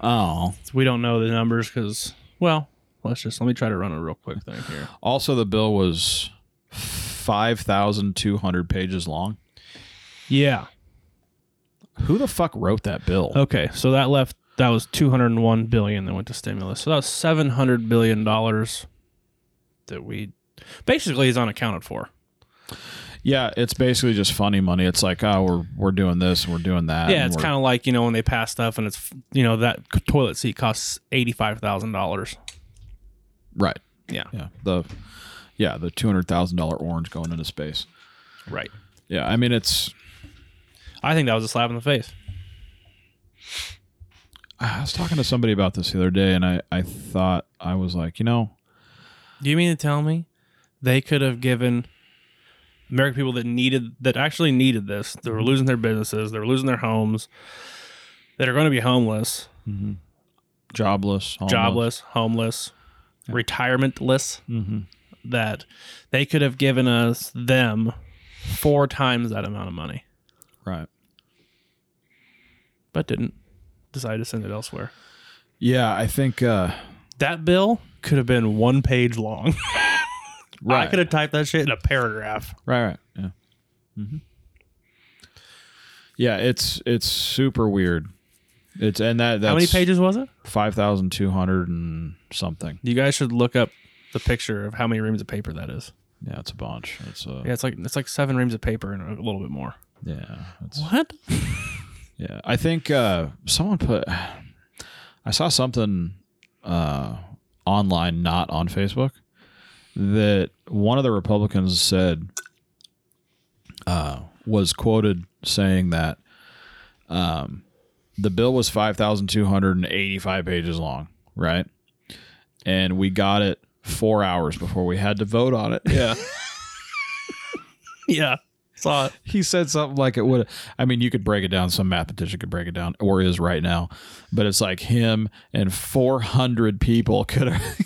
Speaker 2: oh
Speaker 1: We don't know the numbers because, well, let's just let me try to run a real quick thing here.
Speaker 2: also the bill was 5200 pages long
Speaker 1: Yeah.
Speaker 2: who the fuck wrote that bill
Speaker 1: Okay. So that left that was 201 billion that went to stimulus. So that was 700 billion dollars that we basically is unaccounted for.
Speaker 2: yeah it's basically just funny money it's like oh we're we're doing this we're doing that
Speaker 1: yeah,
Speaker 2: and
Speaker 1: it's
Speaker 2: we're-
Speaker 1: kind of like you know when they pass stuff and it's you know that toilet seat costs eighty five thousand dollars.
Speaker 2: Right.
Speaker 1: Yeah.
Speaker 2: Yeah. The yeah, the two hundred thousand dollar orange going into space.
Speaker 1: Right.
Speaker 2: Yeah. I mean it's
Speaker 1: I think that was a slap in the face.
Speaker 2: I was talking to somebody about this the other day and I, I thought I was like, you know,
Speaker 1: Do you mean to tell me they could have given American people that needed that actually needed this? They were losing their businesses, they were losing their homes, that are going to be homeless,
Speaker 2: jobless, homeless.
Speaker 1: jobless, homeless, retirementless.
Speaker 2: Mhm.
Speaker 1: Mm-hmm. That they could have given us them four times that amount of money,
Speaker 2: Right.
Speaker 1: but didn't decide to send it elsewhere.
Speaker 2: Yeah, I think uh
Speaker 1: That bill could have been one page long. [laughs] I
Speaker 2: right.
Speaker 1: could have typed that shit in a paragraph.
Speaker 2: Right, right. Yeah. Mm-hmm. Yeah, it's it's super weird. It's and that that's
Speaker 1: How many pages was it?
Speaker 2: Five thousand two hundred and something.
Speaker 1: You guys should look up the picture of how many reams of paper that is.
Speaker 2: Yeah, it's a bunch. It's a
Speaker 1: Yeah, it's like it's like seven reams of paper and a little bit more.
Speaker 2: yeah. It's,
Speaker 1: What?
Speaker 2: Yeah, I think uh, someone put. I saw something uh, online, not on Facebook, that one of the Republicans said uh, was quoted saying that um, the bill was 5285 pages long right and we got it four hours before we had to vote on it
Speaker 1: Yeah. [laughs] yeah. Saw it.
Speaker 2: he said something like it would i mean you could break it down some mathematician could break it down or is right now but it's like him and 400 people could [laughs] have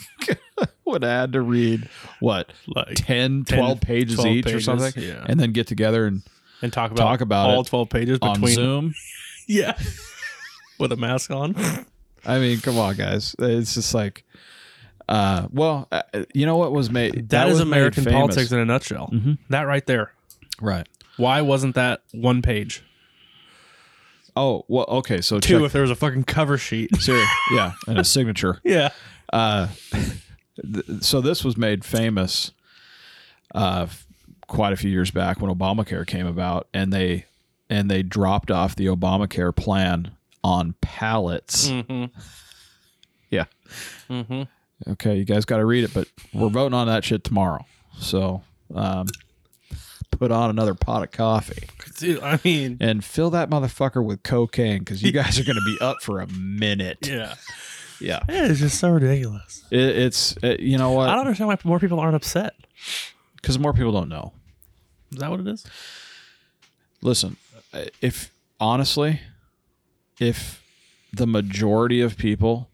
Speaker 2: would have had to read what
Speaker 1: Like
Speaker 2: 10 12 pages
Speaker 1: 12
Speaker 2: each or
Speaker 1: pages,
Speaker 2: something
Speaker 1: yeah.
Speaker 2: and then get together and
Speaker 1: and talk about
Speaker 2: Talk about
Speaker 1: all
Speaker 2: it
Speaker 1: twelve pages
Speaker 2: on
Speaker 1: between
Speaker 2: zoom
Speaker 1: [laughs] yeah with a mask [laughs] on.
Speaker 2: i mean come on guys it's just like uh well uh, you know what was made
Speaker 1: that is
Speaker 2: was made
Speaker 1: American
Speaker 2: famous.
Speaker 1: politics in a nutshell. That right there.
Speaker 2: right
Speaker 1: Why wasn't that one page?
Speaker 2: oh well okay so
Speaker 1: Two,
Speaker 2: check,
Speaker 1: if there was a fucking cover [laughs] sheet.
Speaker 2: [laughs] Siri- yeah and a signature
Speaker 1: yeah.
Speaker 2: so this was made famous uh, f- quite a few years back when Obamacare came about, and they and they dropped off the Obamacare plan on pallets.
Speaker 1: Mm. Mm-hmm.
Speaker 2: Yeah. Okay, you guys got to read it, but we're voting on that shit tomorrow. So um, put on another pot of coffee
Speaker 1: Dude, I mean,
Speaker 2: and fill that motherfucker with cocaine
Speaker 1: [laughs]
Speaker 2: because you guys are going to be up for a minute.
Speaker 1: yeah.
Speaker 2: Yeah,
Speaker 3: Yeah, it's just so ridiculous.
Speaker 2: it, it's it, you know
Speaker 1: I don't
Speaker 2: what
Speaker 1: understand why more people aren't upset.
Speaker 2: because more people don't know.
Speaker 1: Is that what it is?
Speaker 2: listen if honestly if the majority of people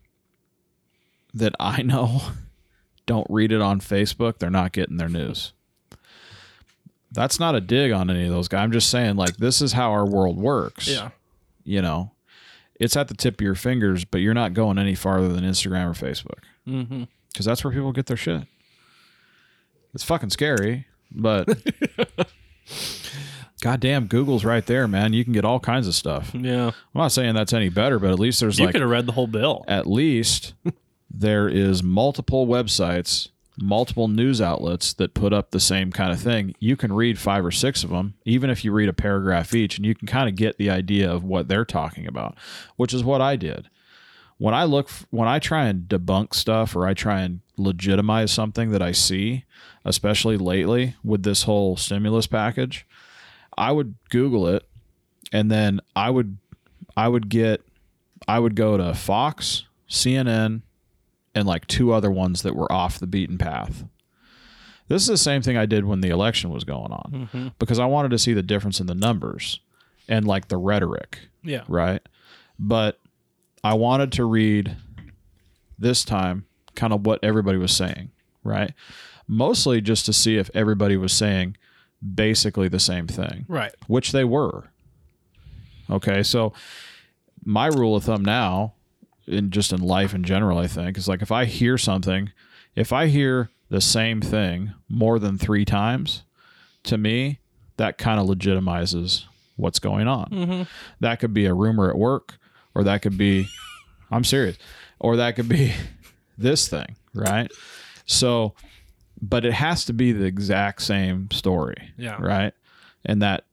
Speaker 2: that i know [laughs] don't read it on facebook they're not getting their news that's not a dig on any of those guys i'm just saying like this is how our world works you know it's at the tip of your fingers but you're not going any farther than instagram or facebook
Speaker 1: Mm-hmm.
Speaker 2: because that's where people get their shit it's fucking scary but goddamn google's right there man you can get all kinds of stuff
Speaker 1: Yeah.
Speaker 2: i'm not saying that's any better but at least there's
Speaker 1: you
Speaker 2: like
Speaker 1: could have read the whole bill.
Speaker 2: at least there is multiple websites multiple news outlets that put up the same kind of thing you can read five or six of them even if you read a paragraph each and you can kind of get the idea of what they're talking about which is what i did when i look f- when i try and debunk stuff or i try and legitimize something that i see especially lately with this whole stimulus package i would google it and then i would i would get I would go to Fox, CNN, and like two other ones that were off the beaten path. This is the same thing I did when the election was going on
Speaker 1: Mm-hmm. Hmm.
Speaker 2: because I wanted to see the difference in the numbers and like the rhetoric,
Speaker 1: Yeah.
Speaker 2: right? But I wanted to read this time kind of what everybody was saying, right? Mostly just to see if everybody was saying basically the same thing
Speaker 1: Right.
Speaker 2: which they were. Okay, so my rule of thumb now, in just in life in general, I think is like if I hear something, if I hear the same thing more than three times, to me, that kind of legitimizes what's going on.
Speaker 1: Mm-hmm.
Speaker 2: That could be a rumor at work, or that could be, I'm serious, or that could be [laughs] this thing, right? So, but it has to be the exact same story,
Speaker 1: Yeah.
Speaker 2: right? And that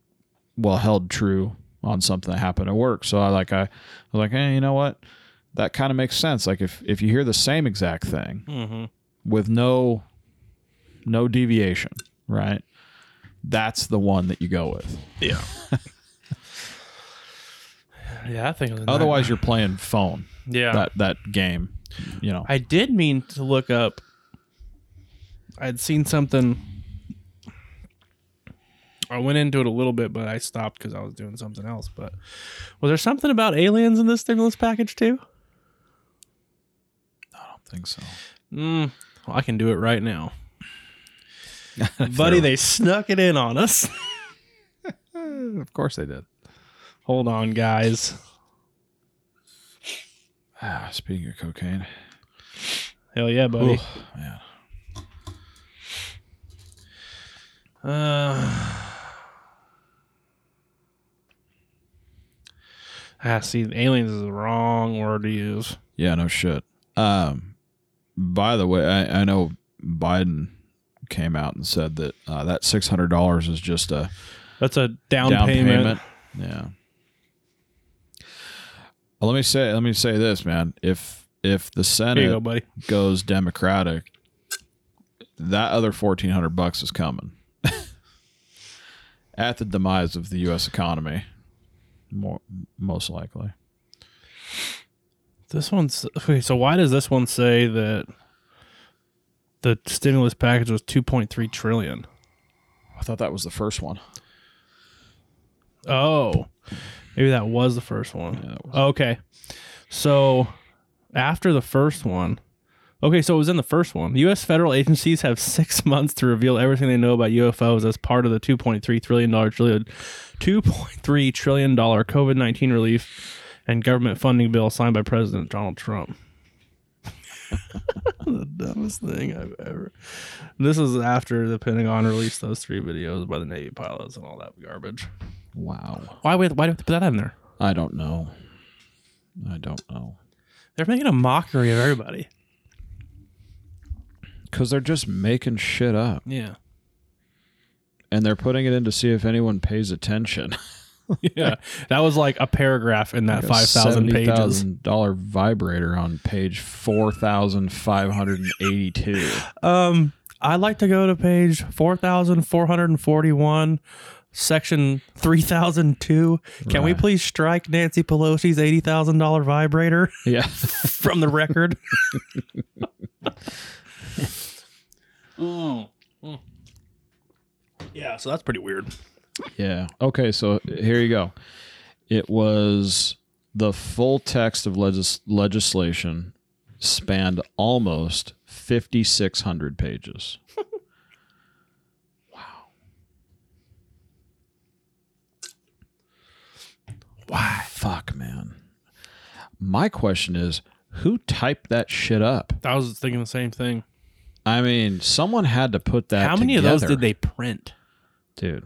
Speaker 2: well held true on something that happened at work. So I like I was like, hey, you know what? That kind of makes sense. Like if if you hear the same exact thing
Speaker 1: Mm-hmm.
Speaker 2: with no no deviation, right? That's the one that you go with.
Speaker 1: Yeah. [laughs] yeah, I think. it was
Speaker 2: Otherwise, you're playing phone
Speaker 1: nine. yeah.
Speaker 2: that that game. You know,
Speaker 1: I did mean to look up. I'd seen something. I went into it a little bit, but I stopped because I was doing something else. But was there something about aliens in this stimulus package too?
Speaker 2: I don't think so.
Speaker 1: Mm, well, I can do it right now,
Speaker 2: [laughs]
Speaker 1: buddy. They snuck it in on us. [laughs]
Speaker 2: Of course they did.
Speaker 1: Hold on, guys.
Speaker 2: Ah, speaking of cocaine,
Speaker 1: Hell yeah, buddy.
Speaker 2: man.
Speaker 1: Uh, ah, see, aliens is the wrong word to use.
Speaker 2: Yeah, no shit. Um, by the way, I, I know Biden came out and said that uh, that six hundred dollars is just a
Speaker 1: That's a down,
Speaker 2: down
Speaker 1: payment.
Speaker 2: payment. Yeah. Well, let me say let me say this, man. If if the
Speaker 1: Here you
Speaker 2: Senate
Speaker 1: go, buddy.
Speaker 2: goes Democratic, that other fourteen hundred bucks is coming [laughs] at the demise of the U.S. economy, more most likely.
Speaker 1: This one's okay. So why does this one say that the stimulus package was 2.3 trillion?
Speaker 2: I thought that was the first one.
Speaker 1: Oh, maybe that was the first one.
Speaker 2: Yeah, that was-
Speaker 1: Okay, so after the first one, okay, so it was in the first one. U.S. federal agencies have [laughs] six months to reveal everything they know about UFOs as part of the 2.3 trillion dollar trillion, 2.3 trillion dollar COVID 19 relief and government funding bill signed by President Donald Trump. [laughs] the dumbest thing I've ever. This is after the Pentagon released those three videos by the Navy pilots and all that garbage.
Speaker 2: Wow.
Speaker 1: Why would why do they put that in there?
Speaker 2: I don't know. I don't know.
Speaker 1: They're making a mockery of everybody.
Speaker 2: Because they're just making shit up
Speaker 1: [laughs] Yeah.
Speaker 2: and they're putting it in to see if anyone pays attention.
Speaker 1: Yeah. That was like a paragraph in that 5,000 pages.
Speaker 2: dollar vibrator on page 4582.
Speaker 1: Um, I like to go to page 4,441, section 3002. Can we
Speaker 2: Right.
Speaker 1: please strike Nancy Pelosi's $80,000 vibrator [laughs]
Speaker 2: [laughs] yeah.
Speaker 1: from the record? Yeah, so that's pretty weird.
Speaker 2: Yeah. Okay. So here you go. It was the full text of legis- legislation spanned almost
Speaker 1: [laughs]
Speaker 2: 5,600 pages. wow. Why? Fuck, man. My question is who typed that shit up?
Speaker 1: [laughs] I was thinking the same thing.
Speaker 2: I mean, someone had to put that
Speaker 1: How many of those
Speaker 2: together.
Speaker 1: did they print?
Speaker 2: Dude.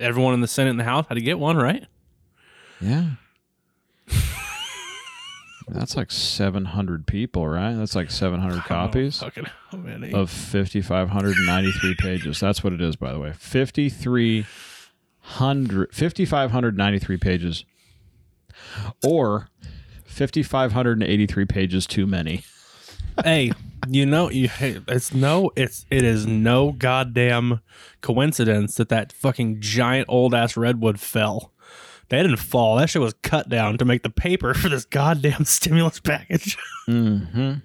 Speaker 1: Everyone in the Senate and the House had to get one, right? [laughs]
Speaker 2: Yeah. That's like 700 people, right? That's like 700 copies
Speaker 1: Fucking how many?
Speaker 2: of 5,593 pages. That's what it is, by the way. 5,300, 5,593 pages or 5,583 pages too many.
Speaker 1: hey, you know, you hey, it's no, it's it is no goddamn coincidence that that fucking giant old ass redwood fell. They didn't fall. That shit was cut down to make the paper for this goddamn [laughs] stimulus package.
Speaker 2: Mm-hmm.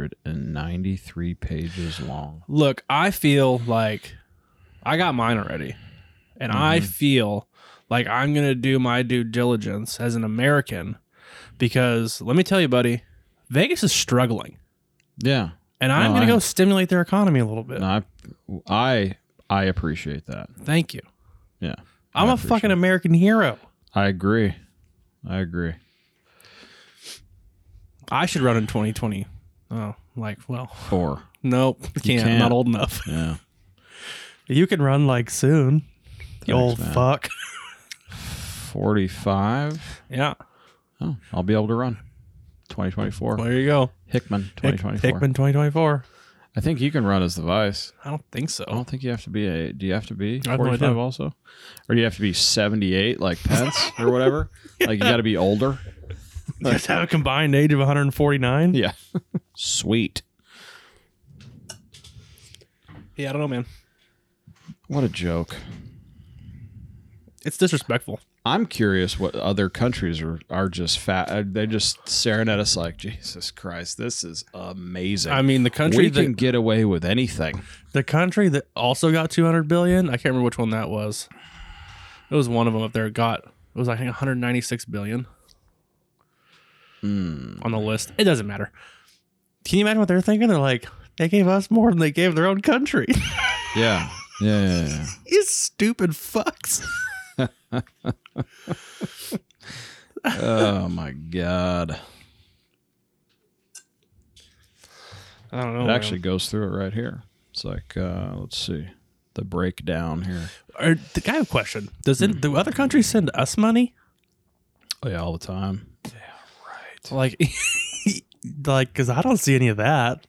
Speaker 2: 5,593 pages long.
Speaker 1: Look, I feel like I got mine already, and I feel like I'm gonna do my due diligence as an American because let me tell you, buddy, Vegas is struggling.
Speaker 2: Yeah.
Speaker 1: and I'm
Speaker 2: No,
Speaker 1: going
Speaker 2: I-
Speaker 1: to go stimulate their economy a little bit.
Speaker 2: And I, I, I appreciate that.
Speaker 1: Thank you.
Speaker 2: Yeah,
Speaker 1: I'm
Speaker 2: I
Speaker 1: a
Speaker 2: appreciate
Speaker 1: fucking American hero.
Speaker 2: I agree. I agree.
Speaker 1: I should run in 2020. Oh, like, well,
Speaker 2: Four.
Speaker 1: nope, can't.
Speaker 2: can't.
Speaker 1: Not old enough.
Speaker 2: Yeah.
Speaker 3: You can run like soon. you old
Speaker 2: man.
Speaker 3: fuck.
Speaker 2: Forty-five.
Speaker 1: Yeah,
Speaker 2: Oh, I'll be able to run. Twenty twenty-four.
Speaker 1: there you go.
Speaker 2: Hickman. Twenty
Speaker 1: Hick-
Speaker 2: twenty-four.
Speaker 1: Hickman 2024.
Speaker 2: I think you can run as the vice.
Speaker 1: I don't think so. [laughs]
Speaker 2: I don't think you have to be a. Do you have to be
Speaker 1: have no
Speaker 2: forty-five
Speaker 1: idea.
Speaker 2: also, or do you have to be seventy-eight like [laughs] Pence or whatever? Like you got to be older.
Speaker 1: Let's have a combined
Speaker 3: Age of 149.
Speaker 2: Yeah. Sweet.
Speaker 1: Yeah, I don't know, man.
Speaker 2: What a joke.
Speaker 1: It's disrespectful.
Speaker 2: I'm curious what other countries are, are just fat. uh, They're just staring at us like, Jesus Christ, this is amazing.
Speaker 1: I mean, the country
Speaker 2: we can
Speaker 1: that
Speaker 2: get away with anything.
Speaker 1: the country that also got 200 billion. I can't remember which one that was. It was one of them up there. Got it was I think 196 billion
Speaker 2: Hmm.
Speaker 1: on the list. It doesn't matter.
Speaker 3: Can you imagine what they're thinking? They're like, they gave us more than they gave their own country. [laughs]
Speaker 2: Yeah. Yeah. yeah, yeah.
Speaker 3: you stupid fucks.
Speaker 2: oh my God.
Speaker 1: I don't know.
Speaker 2: It
Speaker 1: man.
Speaker 2: actually goes through it right here. It's like, uh, let's see the breakdown here.
Speaker 1: Or, th- I have a question. Does
Speaker 2: Hmm.
Speaker 1: it, do other countries send us money?
Speaker 2: Oh, yeah, all the time. Yeah, right.
Speaker 1: Like, [laughs]
Speaker 3: Like, because I don't see any of that.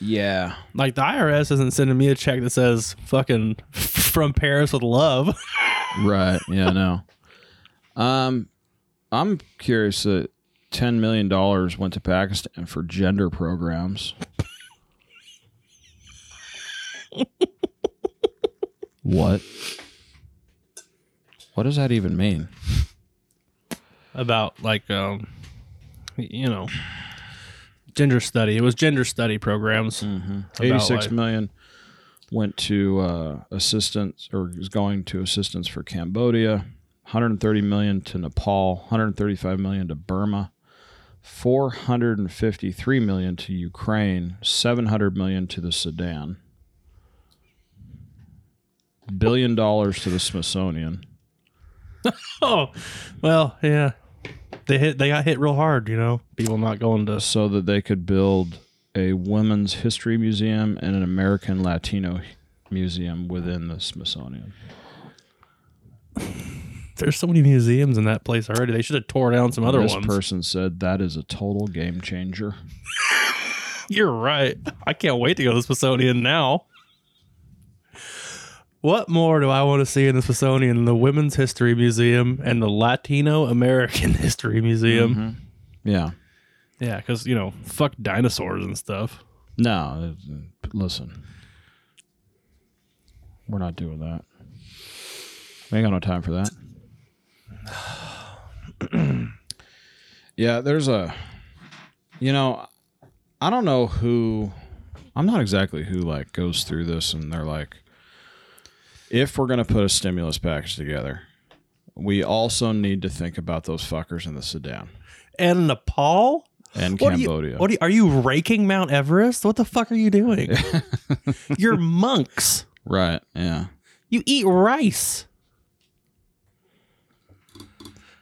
Speaker 2: Yeah.
Speaker 1: like the IRS isn't sending me a check that says "fucking [laughs] from Paris with love."
Speaker 2: Right. Yeah, no. Um, I'm curious that ten million dollars went to Pakistan for gender programs. what? What does that even mean?
Speaker 1: about like um you know gender study it was gender study programs About
Speaker 2: Mm-hmm. Eighty-six
Speaker 1: like-
Speaker 2: million went to uh, assistance or is going to assistance for Cambodia. 130 million to Nepal, 135 million to Burma, 453 million to Ukraine, 700 million to the Sudan, billion dollars to the Smithsonian.
Speaker 1: [laughs] oh well yeah
Speaker 3: They hit. They got hit real hard. You know.
Speaker 1: people not going to
Speaker 2: so that they could build a women's history museum and an American Latino museum within the Smithsonian.
Speaker 1: there's so many museums in that place already they should have tore down some other
Speaker 2: this
Speaker 1: ones
Speaker 2: person said that is a total game changer.
Speaker 1: you're right i can't wait to go to the smithsonian now what more do i want to see in the smithsonian than the women's history museum and the latino american [laughs] history museum
Speaker 2: Yeah.
Speaker 1: yeah because you know fuck dinosaurs and stuff
Speaker 2: No, uh, listen. We're not doing that. We ain't got no time for that. [sighs] yeah, there's a you know, I don't know who I'm not exactly who like goes through this and they're like if we're going to put a stimulus package together, we also need to think about those fuckers in the Sudan
Speaker 1: and nepal
Speaker 2: and
Speaker 1: What Are
Speaker 2: Cambodia.
Speaker 1: you, what are you, are you raking Mount Everest? What the fuck are you doing? You're monks.
Speaker 2: right, yeah.
Speaker 1: You eat rice.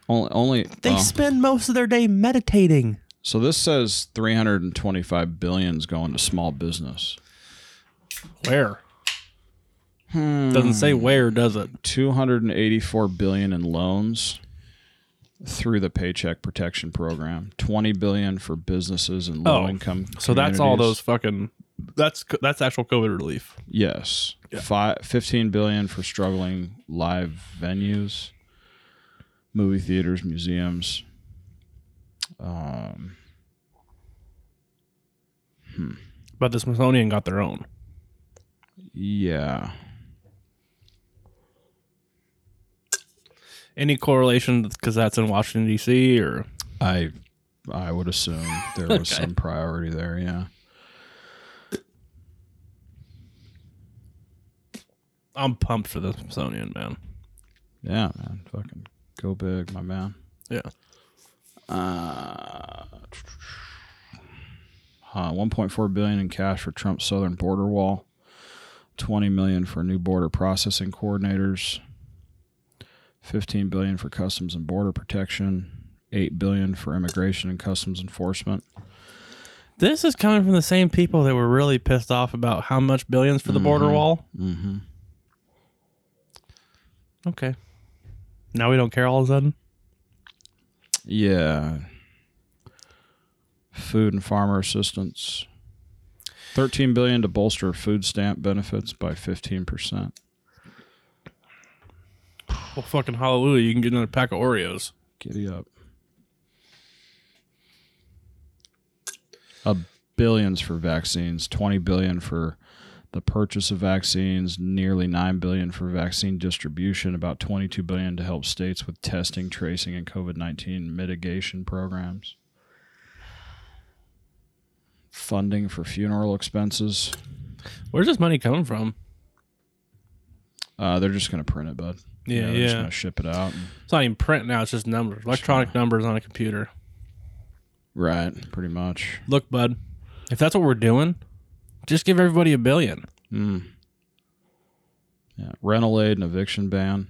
Speaker 2: Only only
Speaker 1: They
Speaker 2: well.
Speaker 1: spend most of their day meditating.
Speaker 2: So this says 325 billions going to small business.
Speaker 1: Where? Doesn't say where, does it?
Speaker 2: 284 billion in loans through the Paycheck Protection Program. 20 billion for businesses and low
Speaker 1: Oh,
Speaker 2: income.
Speaker 1: So that's all those fucking. That's that's actual COVID relief.
Speaker 2: Yes. Fi 15 billion for struggling live venues, movie theaters, museums. Um,
Speaker 1: But the Smithsonian got their own.
Speaker 2: yeah.
Speaker 1: Any correlation? Because that's in Washington D.C. or
Speaker 2: I I would assume there was some priority there, yeah.
Speaker 1: I'm pumped for the Smithsonian, man.
Speaker 2: Yeah, man. Fucking go big, my man.
Speaker 1: Yeah.
Speaker 2: Uh, 1.4 billion in cash for Trump's southern border wall. 20 million for new border processing coordinators. 15 billion for customs and border protection. 8 billion for immigration and customs enforcement.
Speaker 1: This is coming from the same people that were really pissed off about how much billions for the border wall.
Speaker 2: Mm-hmm.
Speaker 1: Okay. Now we don't care all of a sudden.
Speaker 2: Yeah. Food and farmer assistance. 13 billion to bolster food stamp benefits by 15%.
Speaker 1: Well, fucking hallelujah! You can get another pack of Oreos.
Speaker 2: Giddy up. A billions for vaccines, 20 billion for the purchase of vaccines, nearly 9 billion for vaccine distribution, about 22 billion to help states with testing, tracing and COVID-19 mitigation programs. Funding for funeral expenses.
Speaker 1: Where's this money coming from?
Speaker 2: Uh, they're just going to print it, bud.
Speaker 1: Yeah,
Speaker 2: they're just
Speaker 1: yeah.
Speaker 2: going to ship it out.
Speaker 1: It's not even print now; it's just numbers, electronic numbers on a computer.
Speaker 2: Right, pretty much.
Speaker 1: Look, bud, if that's what we're doing, just give everybody a billion.
Speaker 2: Mm. Yeah, rental aid and eviction ban.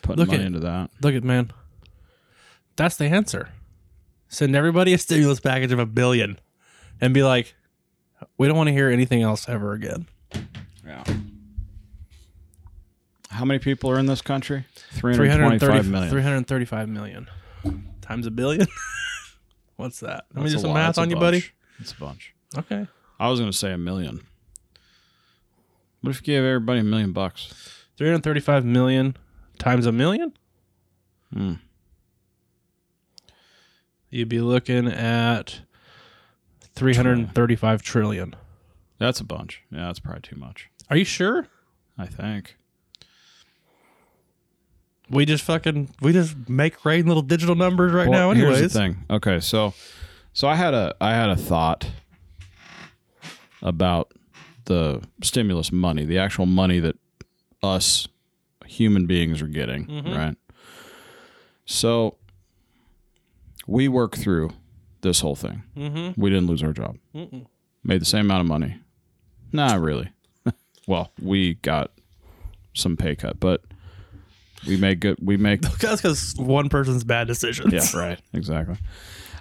Speaker 2: Putting
Speaker 1: Look
Speaker 2: money
Speaker 1: at-
Speaker 2: into that.
Speaker 1: Look at man, that's the answer. Send everybody a stimulus package of a billion, and be like, we don't want to hear anything else ever again.
Speaker 2: Yeah. How many people are in this country?
Speaker 1: 330
Speaker 2: 325 million.
Speaker 1: 335 million times a billion. [laughs] What's that? Let me
Speaker 2: That's
Speaker 1: do
Speaker 2: a
Speaker 1: some
Speaker 2: lot.
Speaker 1: math
Speaker 2: That's a
Speaker 1: on you, buddy.
Speaker 2: bunch. That's a bunch.
Speaker 1: Okay.
Speaker 2: I was going to say a million. What if you gave everybody a million bucks?
Speaker 1: 335 million times a million?
Speaker 2: Hmm.
Speaker 1: You'd be looking at 335 trillion.
Speaker 2: That's a bunch. Yeah, that's probably too much.
Speaker 1: Are you sure?
Speaker 2: I think.
Speaker 1: we just fucking we just make great little digital numbers right now.
Speaker 2: Well,
Speaker 1: Anyways,
Speaker 2: Here's the thing. Okay, so so I had a I had a thought about the stimulus money, the actual money that us human beings are getting,
Speaker 1: Mm-hmm.
Speaker 2: right? So we work through this whole thing. Mm-hmm.
Speaker 1: Hmm.
Speaker 2: We didn't lose our job. Made the same amount of money. Not really. [laughs] well, we got some pay cut, but we made good. We make
Speaker 1: that's because one person's bad decisions. [laughs]
Speaker 2: yeah, [laughs] right. Exactly.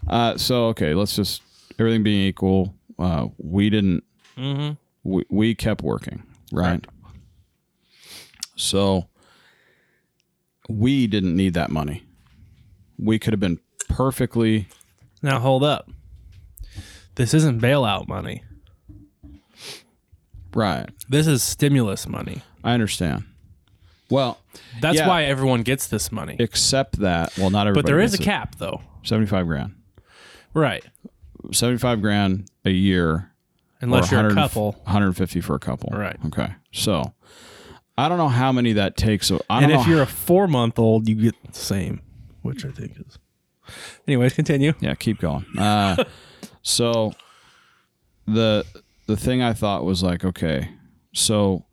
Speaker 2: Uh, so okay, let's just everything being equal, uh, we didn't.
Speaker 1: Mm-hmm.
Speaker 2: We, we kept working, right? So we didn't need that money. We could have been perfectly
Speaker 1: Now hold up. This isn't bailout money.
Speaker 2: right.
Speaker 1: This is stimulus money.
Speaker 2: I understand. Well,
Speaker 1: That's
Speaker 2: Yeah.
Speaker 1: why everyone gets this money.
Speaker 2: except that well, not everybody.
Speaker 1: but there is a
Speaker 2: gets it.
Speaker 1: cap, though.
Speaker 2: Seventy-five grand.
Speaker 1: Right.
Speaker 2: Seventy-five grand a year
Speaker 1: Unless
Speaker 2: or
Speaker 1: you're a
Speaker 2: 100
Speaker 1: couple.
Speaker 2: 150 for a couple.
Speaker 1: Right.
Speaker 2: Okay. So I don't know how many that takes. So I
Speaker 1: And
Speaker 2: don't
Speaker 1: if
Speaker 2: know
Speaker 1: you're a four month old, you get the same, which I think is. Anyways, continue.
Speaker 2: yeah, keep going. Uh, [laughs] so the the thing I thought was like, okay, so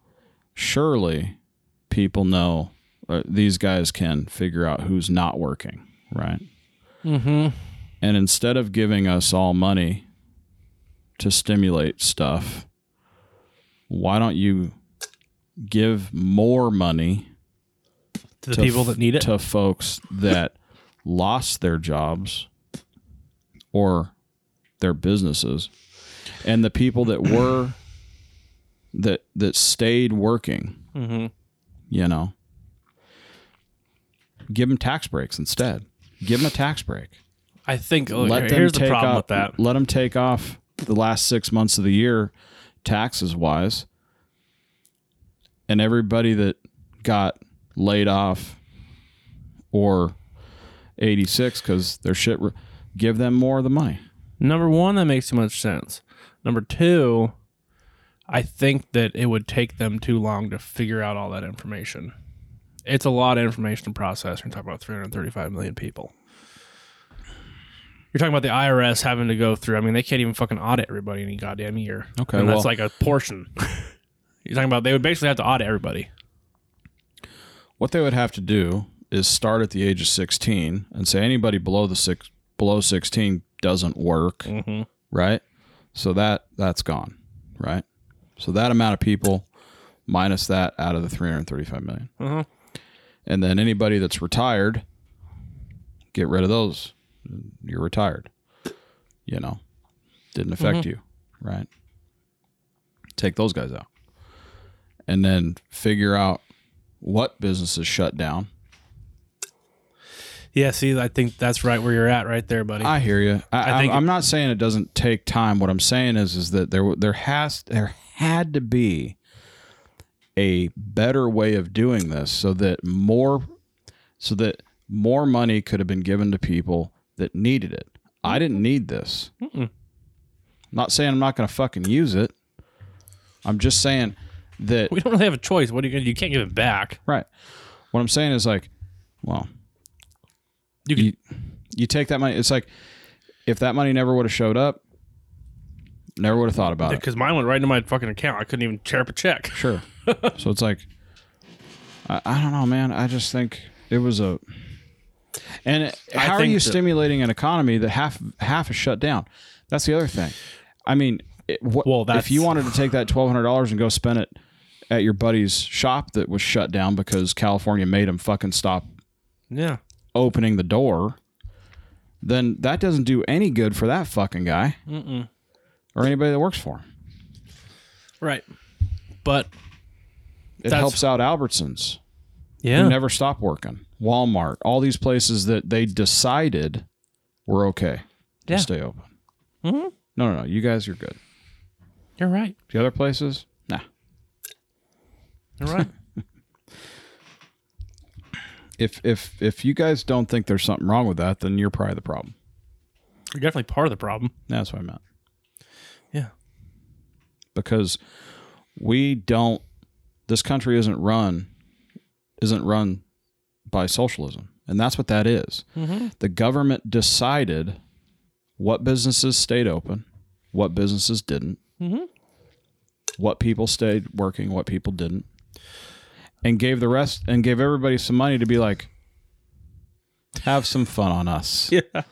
Speaker 2: surely people know uh, these guys can figure out who's not working, right? Mm-hmm. And instead of giving us all money to stimulate stuff, why don't you give more money?
Speaker 1: To the
Speaker 2: to
Speaker 1: people
Speaker 2: f-
Speaker 1: that need it.
Speaker 2: to folks that [laughs] lost their jobs or their businesses and the people that were [coughs] that that stayed working
Speaker 1: Mm-hmm.
Speaker 2: you know give them tax breaks instead give them a tax break
Speaker 1: I think oh,
Speaker 2: let
Speaker 1: here-
Speaker 2: them
Speaker 1: here's the
Speaker 2: take
Speaker 1: problem
Speaker 2: off,
Speaker 1: with that.
Speaker 2: let them take off the last six months of the year taxes wise and everybody that got laid off or 86 because their shit re- give them more of the money
Speaker 1: Number one, that makes too much sense. Number two, I think that it would take them too long to figure out all that information. It's a lot of information to process. We're talking about 335 million people. You're talking about the IRS having to go through. I mean, they can't even fucking audit everybody any goddamn year.
Speaker 2: Okay,
Speaker 1: and
Speaker 2: well-
Speaker 1: that's like a [laughs] portion. You're talking about they would basically have to audit everybody.
Speaker 2: what they would have to do is start at the age of 16 and say anybody below the six below 16 doesn't work
Speaker 1: Mm-hmm.
Speaker 2: right so that that's gone right so that amount of people minus that out of the 335 million.
Speaker 1: Mm-hmm.
Speaker 2: and then anybody that's retired get rid of those you're retired you know didn't affect you right take those guys out and then figure out what businesses shut down
Speaker 1: Yeah, see, I think that's right where you're at, right there, buddy.
Speaker 2: I hear you. I, I
Speaker 1: think-
Speaker 2: I'm not saying it doesn't take time. What I'm saying is, is that there there has there had to be a better way of doing this, so that more, so that more money could have been given to people that needed it. I didn't need this. I'm not saying I'm not going to fucking use it. I'm just saying that
Speaker 1: we don't really have a choice. What are you gonna? You can't give it back.
Speaker 2: right. What I'm saying is like, well,
Speaker 1: You can,
Speaker 2: you take that money. It's like if that money never would have showed up, never would have thought about it.
Speaker 1: [laughs] because mine went right into my fucking account. I couldn't even tear up a check.
Speaker 2: Sure. so it's like, I, I don't know, man. I just think it was a. And it-
Speaker 1: I
Speaker 2: how are
Speaker 1: think
Speaker 2: you
Speaker 1: that-
Speaker 2: stimulating an economy that half half is shut down? That's the other thing. I mean, it, what,
Speaker 1: Well,
Speaker 2: if
Speaker 1: that's-
Speaker 2: you wanted to take that twelve hundred dollars and go spend it at your buddy's shop that was shut down because California made him fucking stop
Speaker 1: Yeah.
Speaker 2: opening the door, then that doesn't do any good for that fucking guy or anybody that works for him.
Speaker 1: Right. But
Speaker 2: It
Speaker 1: That's-
Speaker 2: helps out Albertsons,
Speaker 1: yeah,
Speaker 2: who never stop working, Walmart, all these places that they decided were okay to
Speaker 1: Yeah. Mm-hmm.
Speaker 2: stay open. No, no, no. You guys, you're good.
Speaker 1: you're right.
Speaker 2: The other places, nah.
Speaker 1: You're right.
Speaker 2: If if if you guys don't think there's something wrong with that, then you're probably the problem.
Speaker 1: [laughs] you're definitely part of the problem.
Speaker 2: That's what I meant.
Speaker 1: Yeah.
Speaker 2: because we don't this country isn't run isn't run by socialism. And that's what that is.
Speaker 1: Mm-hmm.
Speaker 2: The government decided what businesses stayed open, what businesses didn't,
Speaker 1: Mm-hmm.
Speaker 2: what people stayed working, what people didn't, and gave the rest and gave everybody some money to be like, have some fun on us.
Speaker 1: [laughs] Yeah.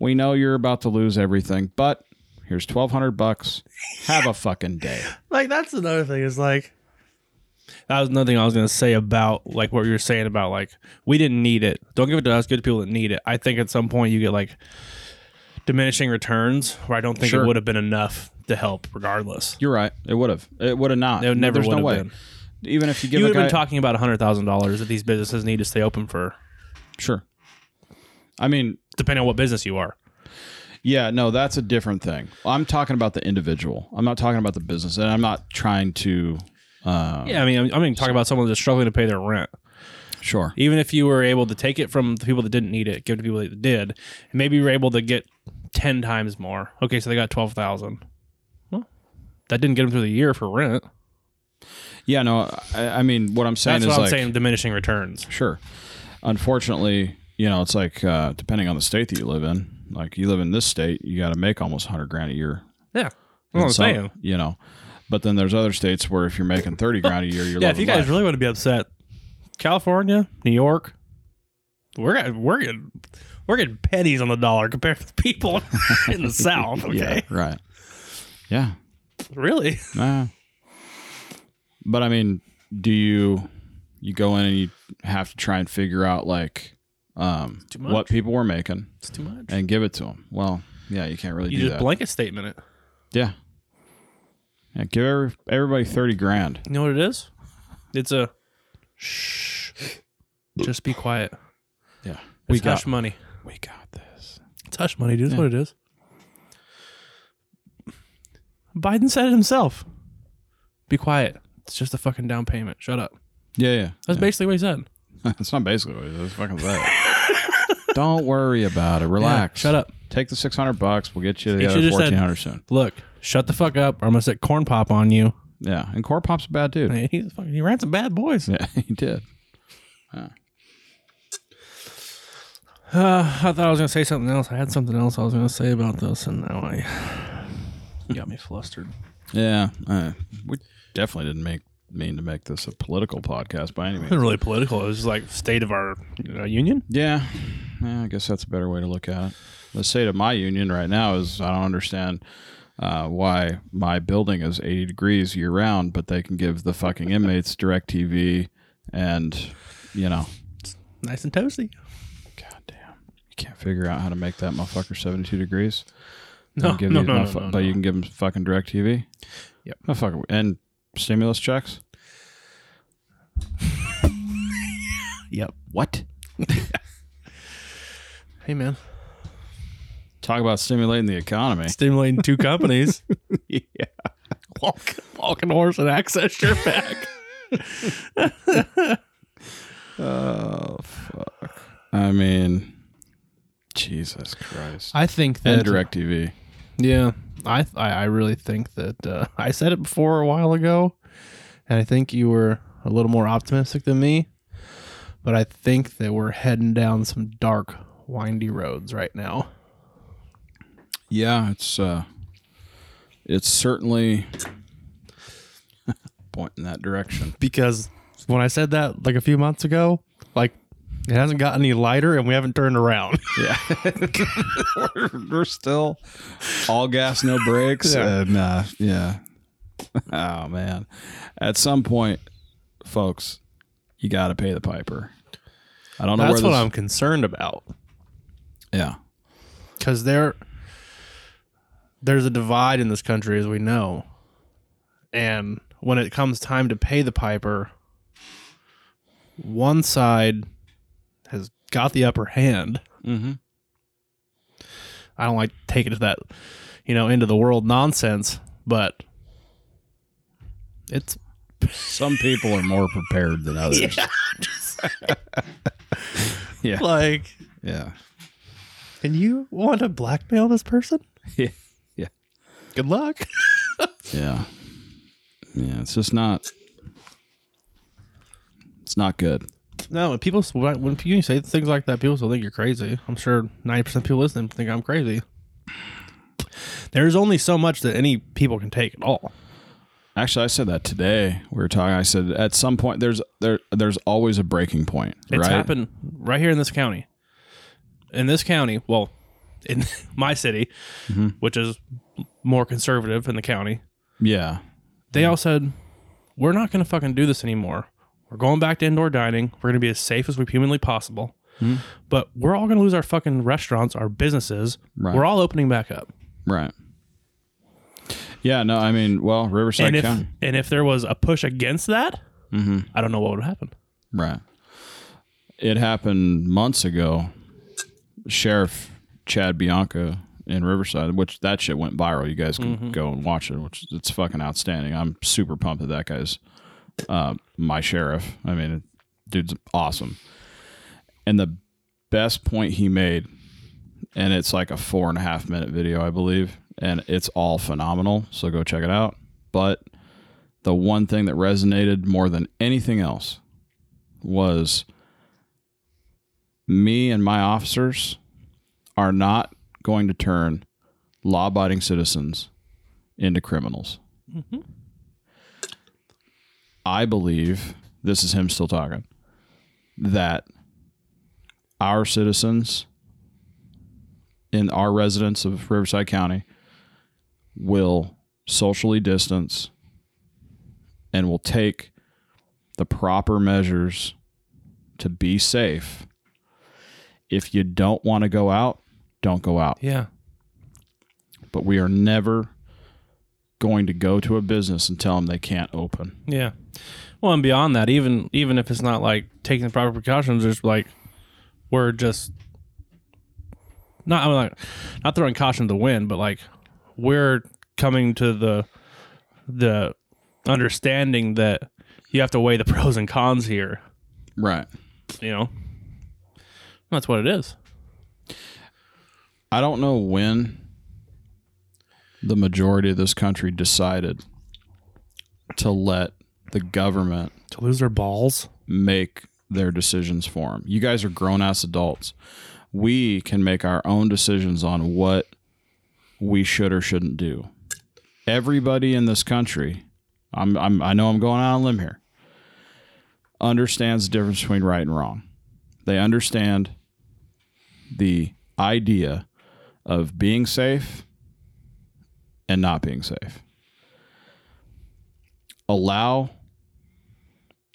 Speaker 2: We know you're about to lose everything, but here's twelve hundred bucks. Have a fucking day.
Speaker 3: Like that's another thing. Is like
Speaker 1: That was another thing I was gonna say about like what you were saying about like we didn't need it. Don't give it to us. Good people that need it. I think at some point you get like diminishing returns where I don't think
Speaker 2: Sure.
Speaker 1: it would have been enough to help regardless.
Speaker 2: You're right. It would have. It would have not.
Speaker 1: It never
Speaker 2: There's
Speaker 1: would
Speaker 2: no
Speaker 1: have
Speaker 2: way.
Speaker 1: been.
Speaker 2: Even if you give
Speaker 1: you
Speaker 2: a
Speaker 1: would have
Speaker 2: guy-
Speaker 1: been talking about hundred thousand dollars that these businesses need to stay open for,
Speaker 2: Sure. I mean,
Speaker 1: depending on what business you are.
Speaker 2: yeah, no, that's a different thing. I'm talking about the individual. I'm not talking about the business, and I'm not trying to. Uh,
Speaker 1: Yeah, I mean, I'm, I'm even talking about someone that's struggling to pay their rent.
Speaker 2: Sure.
Speaker 1: Even if you were able to take it from the people that didn't need it, give it to people that did, maybe you were able to get ten times more. Okay, so they got twelve thousand. Well, that didn't get them through the year for rent.
Speaker 2: Yeah, no, I, I mean, what I'm saying
Speaker 1: That's
Speaker 2: is
Speaker 1: what I'm
Speaker 2: like,
Speaker 1: saying. Diminishing returns.
Speaker 2: sure. Unfortunately, you know, it's like uh, depending on the state that you live in. Like you live in this state, you got to make almost 100 grand a year.
Speaker 1: Yeah, what I'm
Speaker 2: And so,
Speaker 1: saying.
Speaker 2: You know, but then there's other states where if you're making 30 grand a year,
Speaker 1: [laughs]
Speaker 2: you're
Speaker 1: Yeah, if
Speaker 2: living
Speaker 1: you guys
Speaker 2: life.
Speaker 1: really want to be upset, California, New York, we're at- we're getting we're getting pennies on the dollar compared to the people [laughs] in the South. Okay,
Speaker 2: [laughs] yeah, right. Yeah,
Speaker 1: really?
Speaker 2: Nah. But I mean, do you you go in and you have to try and figure out like um,
Speaker 1: Too much.
Speaker 2: what people were making
Speaker 1: It's too much.
Speaker 2: and give it to them? Well, yeah, you can't really
Speaker 1: you
Speaker 2: do
Speaker 1: just
Speaker 2: that.
Speaker 1: blanket statement it.
Speaker 2: Yeah. Yeah, give every, everybody thirty grand.
Speaker 1: You know what it is? It's a shh. Just be quiet.
Speaker 2: Yeah,
Speaker 1: It's
Speaker 2: we
Speaker 1: we hush
Speaker 2: got
Speaker 1: money.
Speaker 2: we got this.
Speaker 1: It's hush money, dude. That's what it is. Biden said it himself. Be quiet. It's just a fucking down payment. Shut up.
Speaker 2: Yeah, yeah. [laughs]
Speaker 1: That's
Speaker 2: yeah.
Speaker 1: basically what he said.
Speaker 2: That's not basically what it is. It's
Speaker 1: [laughs]
Speaker 2: fucking that. Don't worry about it. Relax.
Speaker 1: shut up.
Speaker 2: Take the six hundred bucks. We'll get you
Speaker 1: He
Speaker 2: the
Speaker 1: should've
Speaker 2: other
Speaker 1: just said-
Speaker 2: fourteen hundred soon.
Speaker 1: Look, shut the fuck up, or I'm gonna set corn pop on you.
Speaker 2: Yeah, and Core Pop's a bad dude.
Speaker 1: Man, [laughs] He's fucking, he ran some bad boys.
Speaker 2: [laughs] Yeah, he did.
Speaker 1: Uh, [sighs] I thought I was gonna say something else. I had something else I was gonna say about this, and now I [sighs] got me flustered.
Speaker 2: Yeah, uh, we definitely didn't make mean to make this a political podcast by any
Speaker 1: It
Speaker 2: means.
Speaker 1: [laughs] wasn't really political. It was just like state of our you know, union.
Speaker 2: Yeah, yeah, I guess that's a better way to look at it. The state of my union right now is I don't understand uh, why my building is 80 degrees year round, but they can give the fucking inmates direct TV and, you know,
Speaker 1: Nice and toasty.
Speaker 2: goddamn. You can't figure out how to make that motherfucker 72 degrees.
Speaker 1: No,
Speaker 2: And give
Speaker 1: no,
Speaker 2: these
Speaker 1: no, no,
Speaker 2: motherfu-
Speaker 1: no, no.
Speaker 2: But you can give them fucking direct TV?
Speaker 1: Yep.
Speaker 2: Motherfucker. And stimulus checks?
Speaker 1: Yep.
Speaker 2: What?
Speaker 1: Hey,
Speaker 2: [laughs]
Speaker 1: man.
Speaker 2: Talk about stimulating the economy.
Speaker 1: Stimulating two companies.
Speaker 2: [laughs] yeah.
Speaker 1: Walk, walking horse and access sure back.
Speaker 2: Oh fuck. I mean, Jesus Christ.
Speaker 1: [laughs] I think that.
Speaker 2: and DirecTV.
Speaker 1: Yeah, I I, I really think that uh, I said it before a while ago, and I think you were a little more optimistic than me. But I think that we're heading down some dark, windy roads right now.
Speaker 2: Yeah, it's uh, it's certainly [laughs] pointing that direction.
Speaker 3: because when I said that like a few months ago, like it hasn't gotten any lighter and we haven't turned around.
Speaker 2: Yeah, [laughs] we're, we're still all gas, no brakes, and uh, yeah. Oh man, at some point, folks, you got to pay the piper. I don't know
Speaker 1: That's
Speaker 2: where
Speaker 1: what
Speaker 2: this,
Speaker 1: I'm concerned about
Speaker 2: Yeah,
Speaker 1: because there there's a divide in this country as we know, and when it comes time to pay the piper, one side has got the upper hand.
Speaker 2: mm-hmm.
Speaker 1: I don't like to take it to that, you know, end of the world nonsense, but it's
Speaker 2: Some people are more prepared than others. [laughs] Yeah. yeah.
Speaker 3: like,
Speaker 2: Yeah.
Speaker 3: and you want to blackmail
Speaker 1: [laughs]
Speaker 3: this person?
Speaker 2: Yeah. Yeah.
Speaker 3: Good luck.
Speaker 2: Yeah. It's just not it's not good.
Speaker 1: No, when people when you say things like that, people still think you're crazy. I'm sure ninety percent of people listening think I'm crazy. There's only so much that any people can take at all.
Speaker 2: Actually, I said that today. We were talking. I said at some point there's there there's always a breaking point,
Speaker 1: It's
Speaker 2: right?
Speaker 1: happened right here in this county. In this county, well, in [laughs] my city,
Speaker 3: Mm-hmm.
Speaker 1: which is more conservative in the county,
Speaker 2: Yeah, Hmm.
Speaker 1: they all said, "We're not going to fucking do this anymore. We're going back to indoor dining. We're going to be as safe as we humanly possible.
Speaker 2: Hmm.
Speaker 1: But we're all going to lose our fucking restaurants, our businesses.
Speaker 2: Right.
Speaker 1: We're all opening back up.
Speaker 2: right. Yeah, no, I mean, well, Riverside
Speaker 1: and if
Speaker 2: County,
Speaker 1: and if there was a push against that,
Speaker 2: Mm-hmm.
Speaker 1: I don't know what would happen.
Speaker 2: right? It happened months ago. Sheriff Chad Bianca in Riverside, which that shit went viral. You guys can go and watch it, which it's fucking outstanding. I'm super pumped that that guy's uh, my sheriff. I mean, dude's awesome. And the best point he made, and it's like a four and a half minute video, I believe, and it's all phenomenal. So go check it out. But the one thing that resonated more than anything else was me and my officers are not going to turn law abiding citizens into criminals. I believe, this is him still talking, that our citizens in our residents of Riverside County will socially distance and will take the proper measures to be safe. If you don't want to go out, don't go out.
Speaker 1: Yeah,
Speaker 2: But we are never going to go to a business and tell them they can't open.
Speaker 1: yeah. Well, and beyond that, even even if it's not like taking the proper precautions, there's like we're just not I'm like not throwing caution to the wind, but like we're coming to the the understanding that you have to weigh the [laughs] pros and cons here.
Speaker 2: Right.
Speaker 1: You know, that's what it is.
Speaker 2: I don't know when the majority of this country decided to let the government
Speaker 3: To lose their balls.
Speaker 2: make their decisions for them. You guys are grown ass adults. We can make our own decisions on what we should or shouldn't do. Everybody in this country, I'm, I'm I know I'm going out on a limb here, understands the difference between right and wrong. They understand the idea of being safe and not being safe. Allow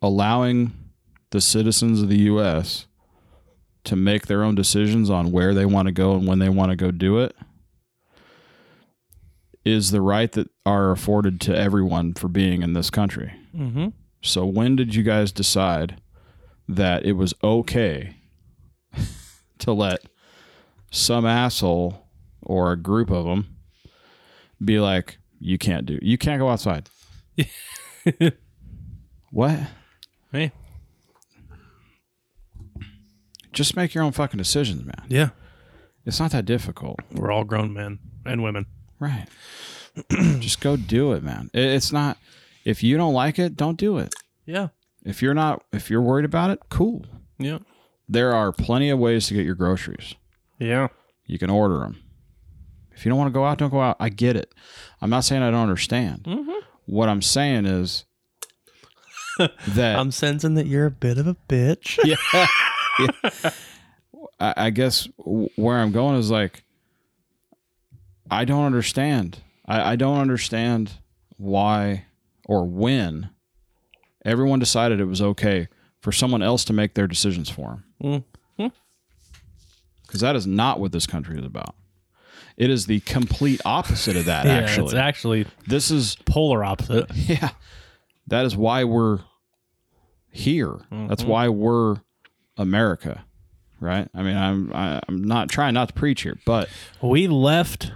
Speaker 2: allowing the citizens of the U.S. to make their own decisions on where they want to go and when they want to go do it is the right that are afforded to everyone for being in this country.
Speaker 1: Mm-hmm.
Speaker 2: So when did you guys decide that it was okay [laughs] to let some asshole or a group of them be like, you can't do, you can't go outside? what?
Speaker 1: Hey,
Speaker 2: Just make your own fucking decisions, man.
Speaker 1: yeah,
Speaker 2: It's not that difficult,
Speaker 1: we're all grown men and women.
Speaker 2: right? [clears throat] Just go do it, man. It- It's not. If you don't like it, don't do it.
Speaker 1: Yeah,
Speaker 2: If you're not, if you're worried about it, cool.
Speaker 1: yeah,
Speaker 2: There are plenty of ways to get your groceries.
Speaker 1: yeah.
Speaker 2: You can order them. If you don't want to go out, don't go out. I get it. I'm not saying I don't understand. What I'm saying is that
Speaker 3: I'm sensing that you're a bit of a bitch.
Speaker 2: yeah. Yeah. I, I guess w- where I'm going is like, I don't understand. I, I don't understand why or when everyone decided it was okay for someone else to make their decisions for them. Because that is not what this country is about. It is the complete opposite of that,
Speaker 1: Actually,
Speaker 2: actually.
Speaker 1: it's actually
Speaker 2: this is
Speaker 1: polar opposite.
Speaker 2: [laughs] yeah. That is why we're here. That's why we're America, right? I mean, I'm I, I'm not trying not to preach here, but
Speaker 1: We left.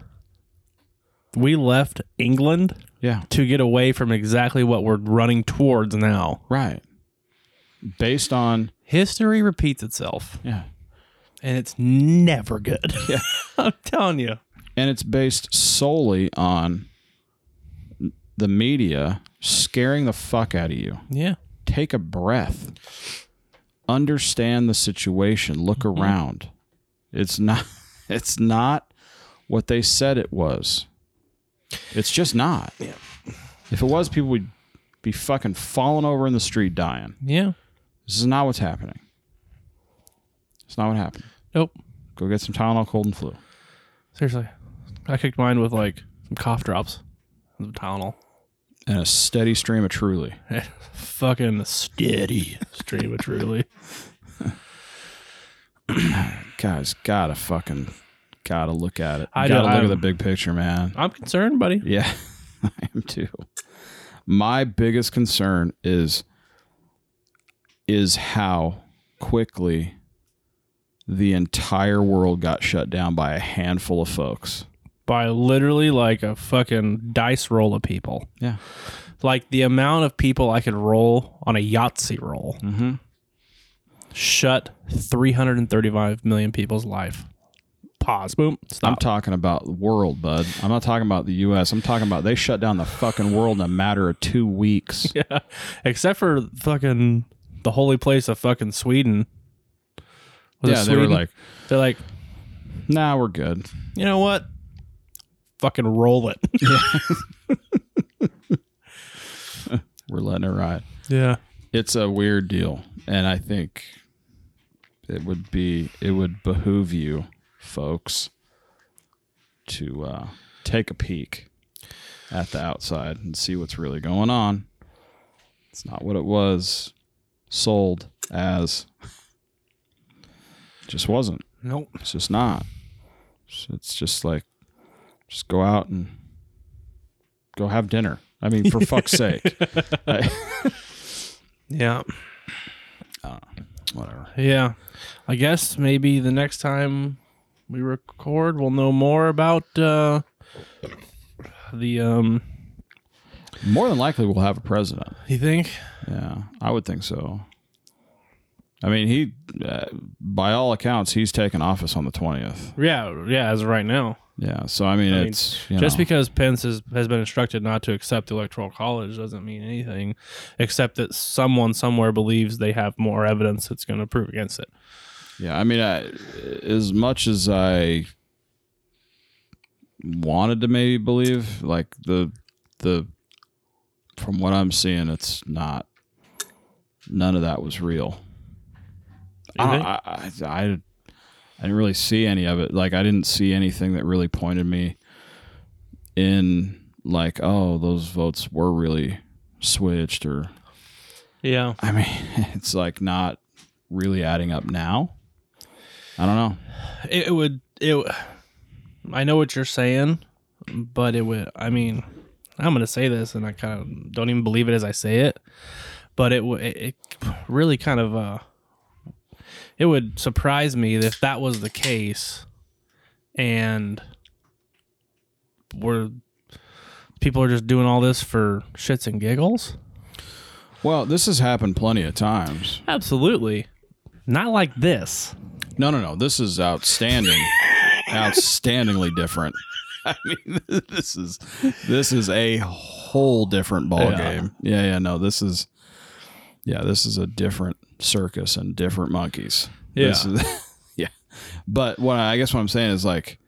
Speaker 1: We left England
Speaker 2: yeah,
Speaker 1: to get away from exactly what we're running towards now.
Speaker 2: right. Based on
Speaker 1: History repeats itself,
Speaker 2: yeah,
Speaker 1: and it's never
Speaker 3: [laughs]
Speaker 1: good.
Speaker 2: Yeah.
Speaker 1: [laughs] I'm telling you.
Speaker 2: and it's based solely on the media scaring the fuck out of you.
Speaker 1: Yeah,
Speaker 2: Take a breath. understand the situation. Look
Speaker 3: Mm-hmm.
Speaker 2: around. It's not [laughs] it's not what they said it was. It's just not. If it was, people would be fucking falling over in the street dying.
Speaker 3: Yeah.
Speaker 2: This is not what's happening. It's not what happened.
Speaker 3: Nope.
Speaker 2: Go get some Tylenol cold and flu.
Speaker 3: Seriously. I kicked mine with like some cough drops, some Tylenol. [laughs]
Speaker 2: And a steady stream of truly.
Speaker 3: Fucking steady stream of truly.
Speaker 2: Guys, gotta fucking gotta look at it.
Speaker 3: I
Speaker 2: gotta
Speaker 3: do-
Speaker 2: look
Speaker 3: I'm-
Speaker 2: at the big picture, man.
Speaker 3: I'm concerned, buddy.
Speaker 2: Yeah, [laughs] I am too. My biggest concern is is how quickly the entire world got shut down by a handful of folks.
Speaker 3: By literally like a fucking dice roll of people.
Speaker 2: Yeah.
Speaker 3: Like the amount of people I could roll on a Yahtzee roll
Speaker 2: Mhm.
Speaker 3: shut 335 million people's life. Pause. Boom.
Speaker 2: I'm
Speaker 3: Stop.
Speaker 2: talking about the world, bud. I'm not talking about the US. I'm talking about they shut down the fucking world in a matter of 2 weeks.
Speaker 3: yeah. Except for fucking the holy place of fucking Sweden. Was it
Speaker 2: yeah, they were
Speaker 3: Sweden?
Speaker 2: like,
Speaker 3: they're like,
Speaker 2: "Nah, we're good."
Speaker 3: you know what? Fucking roll it. [laughs]
Speaker 2: We're letting it ride.
Speaker 3: Yeah.
Speaker 2: it's a weird deal and i think it would be it would behoove you folks to uh, take a peek at the outside and see what's really going on it's not what it was sold as just wasn't
Speaker 3: Nope.
Speaker 2: it's just not it's, it's just like just go out and go have dinner i mean for fuck's sake I-
Speaker 3: Yeah.
Speaker 2: whatever
Speaker 3: Yeah. I guess maybe the next time we record, we'll know more about uh, the. um
Speaker 2: More than likely, we'll have a president.
Speaker 3: You think?
Speaker 2: Yeah, I would think so. I mean, he, uh, by all accounts, he's taking office on the twentieth.
Speaker 3: Yeah. Yeah. As of right now,
Speaker 2: Yeah, so I mean,
Speaker 3: I mean,
Speaker 2: it's you
Speaker 3: just
Speaker 2: know,
Speaker 3: because Pence has, has been instructed not to accept the electoral college doesn't mean anything, except that someone somewhere believes they have more evidence that's going to prove against it.
Speaker 2: yeah. I mean, I, as much as I wanted to maybe believe, like the the from what I'm seeing, it's not. None of that was real.
Speaker 3: You
Speaker 2: I,
Speaker 3: think?
Speaker 2: I, I, I I didn't really see any of it. Like I didn't see anything that really pointed me in like, oh, those votes were really switched or
Speaker 3: yeah.
Speaker 2: I mean, [laughs] it's like not really adding up now. I don't know.
Speaker 3: It, it would. It. w- I know what you're saying, but it would. I mean, I'm gonna say this, and I kind of don't even believe it as I say it, but it would. It, it really kind of. Uh, it would surprise me if that was the case, and we're people are just doing all this for shits and giggles.
Speaker 2: Well, this has happened plenty of times.
Speaker 3: Absolutely, not like this.
Speaker 2: No, no, no. This is [laughs] outstanding. outstandingly different. [laughs] I mean, [laughs] this is this is a whole different ball game. Yeah, yeah, no. This is yeah, this is a different circus and different monkeys. This
Speaker 3: Yeah.
Speaker 2: is- [laughs] yeah. But what I I guess what I'm saying is like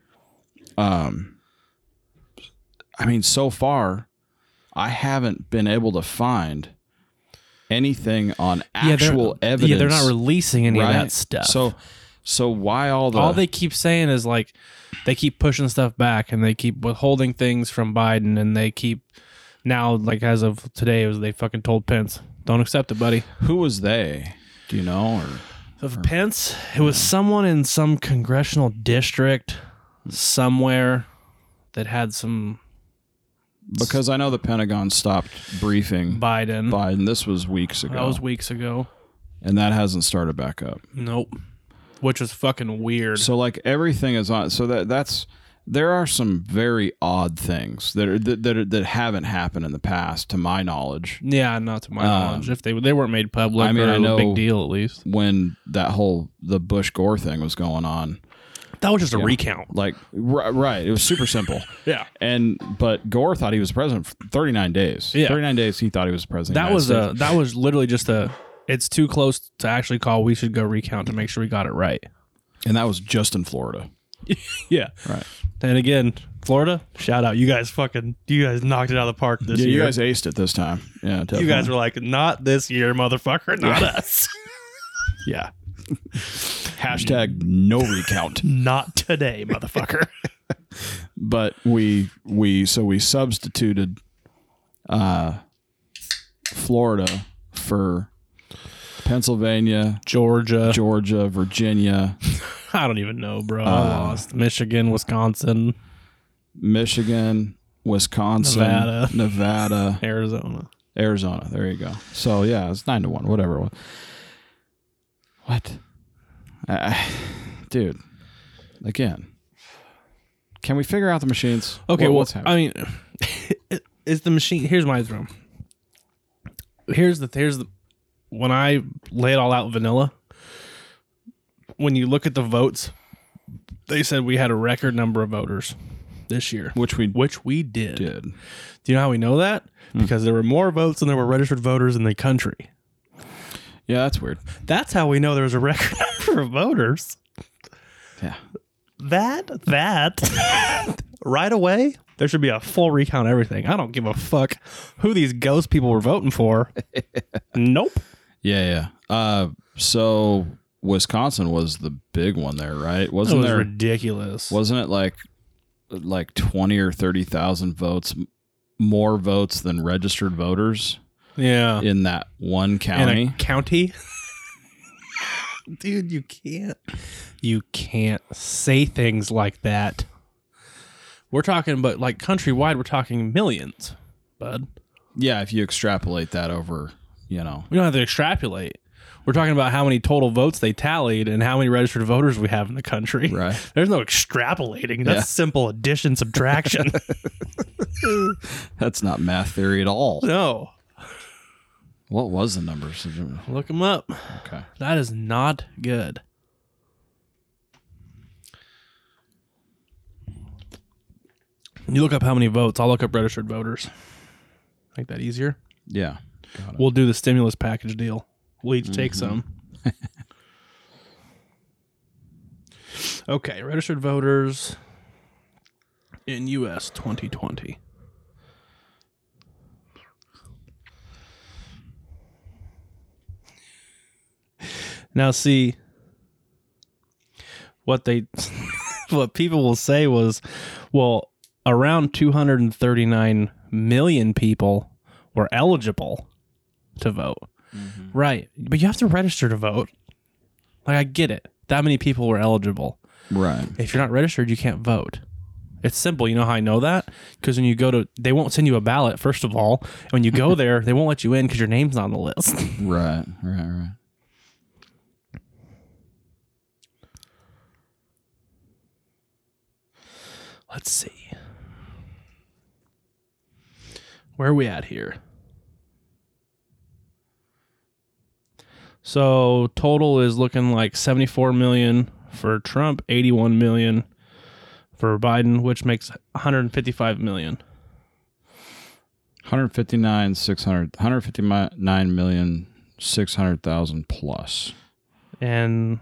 Speaker 2: um I mean, so far I haven't been able to find anything on actual
Speaker 3: yeah, they're,
Speaker 2: evidence.
Speaker 3: Yeah, they're not releasing any
Speaker 2: Right.
Speaker 3: of that stuff.
Speaker 2: So, so why all the
Speaker 3: all they keep saying is like they keep pushing stuff back and they keep withholding things from Biden and they keep now like as of today it was they fucking told Pence don't accept it buddy.
Speaker 2: who was they? Do you know? Or
Speaker 3: Of Pence, it was someone in some congressional district somewhere that had some
Speaker 2: because I know the Pentagon stopped briefing
Speaker 3: Biden.
Speaker 2: Biden. This was weeks ago,
Speaker 3: That was weeks ago.
Speaker 2: and that hasn't started back up.
Speaker 3: Nope. Which was fucking weird.
Speaker 2: So like everything is on. So that that's there are some very odd things that are, that that, are, that haven't happened in the past, to my knowledge.
Speaker 3: yeah, not to my
Speaker 2: Um,
Speaker 3: knowledge. If they they weren't made public,
Speaker 2: I mean,
Speaker 3: or
Speaker 2: I
Speaker 3: a
Speaker 2: know-
Speaker 3: big deal at least.
Speaker 2: When that whole the Bush Gore thing was going on,
Speaker 3: That was just a recount.
Speaker 2: like ri- right, it was super simple.
Speaker 3: [laughs] Yeah.
Speaker 2: And but Gore thought he was president for 39 days.
Speaker 3: Yeah.
Speaker 2: 39 days he thought he was president. of
Speaker 3: That
Speaker 2: the
Speaker 3: was
Speaker 2: United
Speaker 3: a that was literally just a It's too close to actually call. We should go recount to make sure we got it right.
Speaker 2: and that was just in Florida.
Speaker 3: Yeah.
Speaker 2: Right.
Speaker 3: And again, Florida, shout out. You
Speaker 1: You
Speaker 3: guys,
Speaker 1: guys fucking, you guys knocked it out of the park this
Speaker 2: yeah,
Speaker 1: year.
Speaker 2: you guys aced it this time. Yeah, definitely.
Speaker 1: You guys were like, not this year, motherfucker, not us.
Speaker 2: yeah. Hashtag no
Speaker 1: [laughs] [laughs]
Speaker 2: recount.
Speaker 1: not today, [laughs] motherfucker.
Speaker 2: but we we so we substituted uh Florida for Pennsylvania,
Speaker 3: Georgia.
Speaker 2: Georgia, Virginia,
Speaker 3: I don't even know, bro. I lost. Michigan, Wisconsin,
Speaker 2: Michigan, Wisconsin,
Speaker 3: Nevada.
Speaker 2: Nevada,
Speaker 3: Arizona.
Speaker 2: Arizona. There you go. So yeah, it's nine to one, whatever. it was. What? I, I- dude, again, can we figure out the machines?
Speaker 3: Okay,
Speaker 2: What-
Speaker 3: well,
Speaker 2: what's
Speaker 3: I
Speaker 2: happening?
Speaker 3: mean, [laughs] is the machine? Here's my drum. Here's the here's the when I lay it all out vanilla. When you look at the votes, they said we had a record number of voters this year,
Speaker 2: which we
Speaker 3: which we did.
Speaker 2: did.
Speaker 3: Do you know how we know that?
Speaker 2: Hmm.
Speaker 3: Because there were more votes than there were registered voters in the country.
Speaker 2: Yeah, that's weird.
Speaker 3: That's how we know there was a record [laughs] number of voters.
Speaker 2: Yeah.
Speaker 1: that, that.
Speaker 3: right away, there should be a full recount of everything. I don't give a fuck who these ghost people were voting for. nope.
Speaker 2: Yeah, yeah. Uh, so Wisconsin was the big one there, right?
Speaker 3: That
Speaker 2: Wasn't
Speaker 3: was
Speaker 2: there?
Speaker 3: ridiculous.
Speaker 2: Wasn't it like like twenty or thirty thousand votes, m- more votes than registered voters
Speaker 3: yeah.
Speaker 2: in that one
Speaker 3: In
Speaker 2: county?
Speaker 3: a county. [laughs] Dude, you can't you can't say things like that. We're talking but like countrywide, we're talking millions, bud.
Speaker 2: yeah, if you extrapolate that over, you know,
Speaker 3: We don't have to extrapolate. We're talking about how many total votes they tallied and how many registered voters we have in the country.
Speaker 2: right?
Speaker 3: There's no extrapolating.
Speaker 1: That's
Speaker 3: That's
Speaker 1: simple addition, subtraction.
Speaker 2: That's not math theory at all.
Speaker 3: no.
Speaker 2: What was the numbers?
Speaker 3: Look them up.
Speaker 2: Okay,
Speaker 3: That is not good. You look up how many votes. I'll look up registered voters. Make that easier.
Speaker 2: yeah.
Speaker 3: We'll do the stimulus package deal. We'll each take some. [laughs] okay, registered voters in U.S. 2020. Now, see what they, [laughs] what people will say was, well, around 239 million people were eligible to vote. Right. But you have to register to vote. Like, I get it. That many people were eligible.
Speaker 2: Right.
Speaker 3: If you're not registered, you can't vote. It's simple. You know how I know that? Because when you go to, they won't send you a ballot, first of all. And when you go there, they won't let you in because your name's not on the list.
Speaker 2: Right. Right. Right.
Speaker 3: Let's see. Where are we at here? So total is looking like 74 million for Trump, 81 million for Biden, which makes 155 million.
Speaker 2: 159 600 159 million 600,000 plus.
Speaker 3: And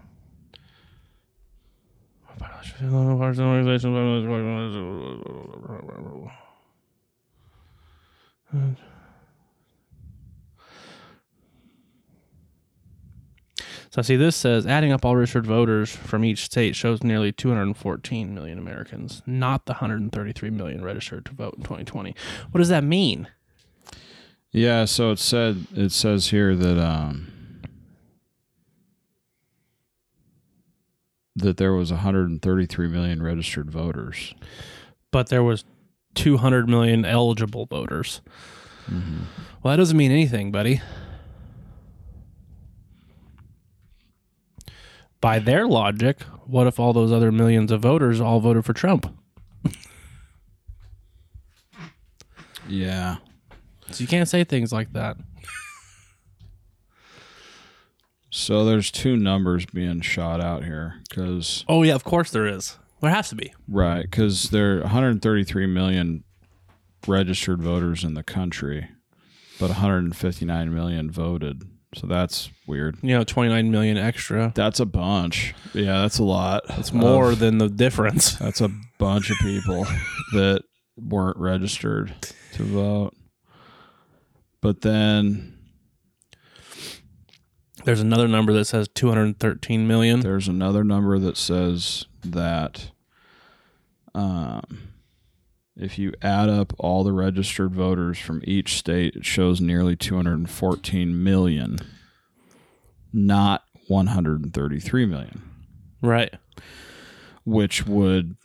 Speaker 3: So see this says adding up all registered voters from each state shows nearly 214 million Americans, not the 133 million registered to vote in 2020. What does that mean?
Speaker 2: Yeah, so it said it says here that um that there was 133 million registered voters.
Speaker 3: but there was 200 million eligible voters. Well, that doesn't mean anything, buddy. By their logic, what if all those other millions of voters all voted for Trump?
Speaker 2: Yeah.
Speaker 3: So you can't say things like that.
Speaker 2: So there's two numbers being shot out here cuz
Speaker 3: Oh yeah, of course there is. There has to be.
Speaker 2: right, cuz there're 133 million registered voters in the country, but 159 million voted So that's weird.
Speaker 3: You know, 29 million extra.
Speaker 2: That's a bunch. Yeah, that's a lot.
Speaker 3: That's more
Speaker 2: of-
Speaker 3: than the difference. [laughs]
Speaker 2: that's a bunch of [laughs] people that weren't registered to vote. But then
Speaker 3: There's another number that says 213
Speaker 2: [laughs]
Speaker 3: million.
Speaker 2: There's another number that says that um, if you add up all the registered voters from each state, it shows nearly 214 million, not 133 million,
Speaker 3: Right.
Speaker 2: which would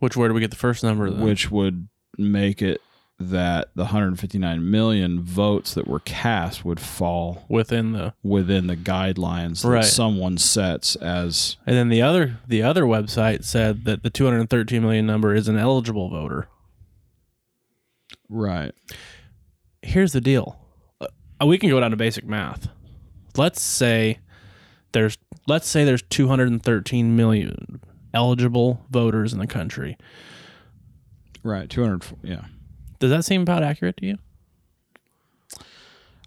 Speaker 3: Which, where do we get the first number then?
Speaker 2: which would make it that the 159 million votes that were cast would fall
Speaker 3: Within the.
Speaker 2: within the guidelines that
Speaker 3: Right.
Speaker 2: someone sets as
Speaker 3: And then the other the other website said that the 213 million number is an eligible voter.
Speaker 2: right.
Speaker 3: Here's the deal. Uh, we can go down to basic math. Let's say there's let's say there's 213 million eligible voters in the country.
Speaker 2: Right, 204 yeah.
Speaker 3: Does that seem about accurate to you?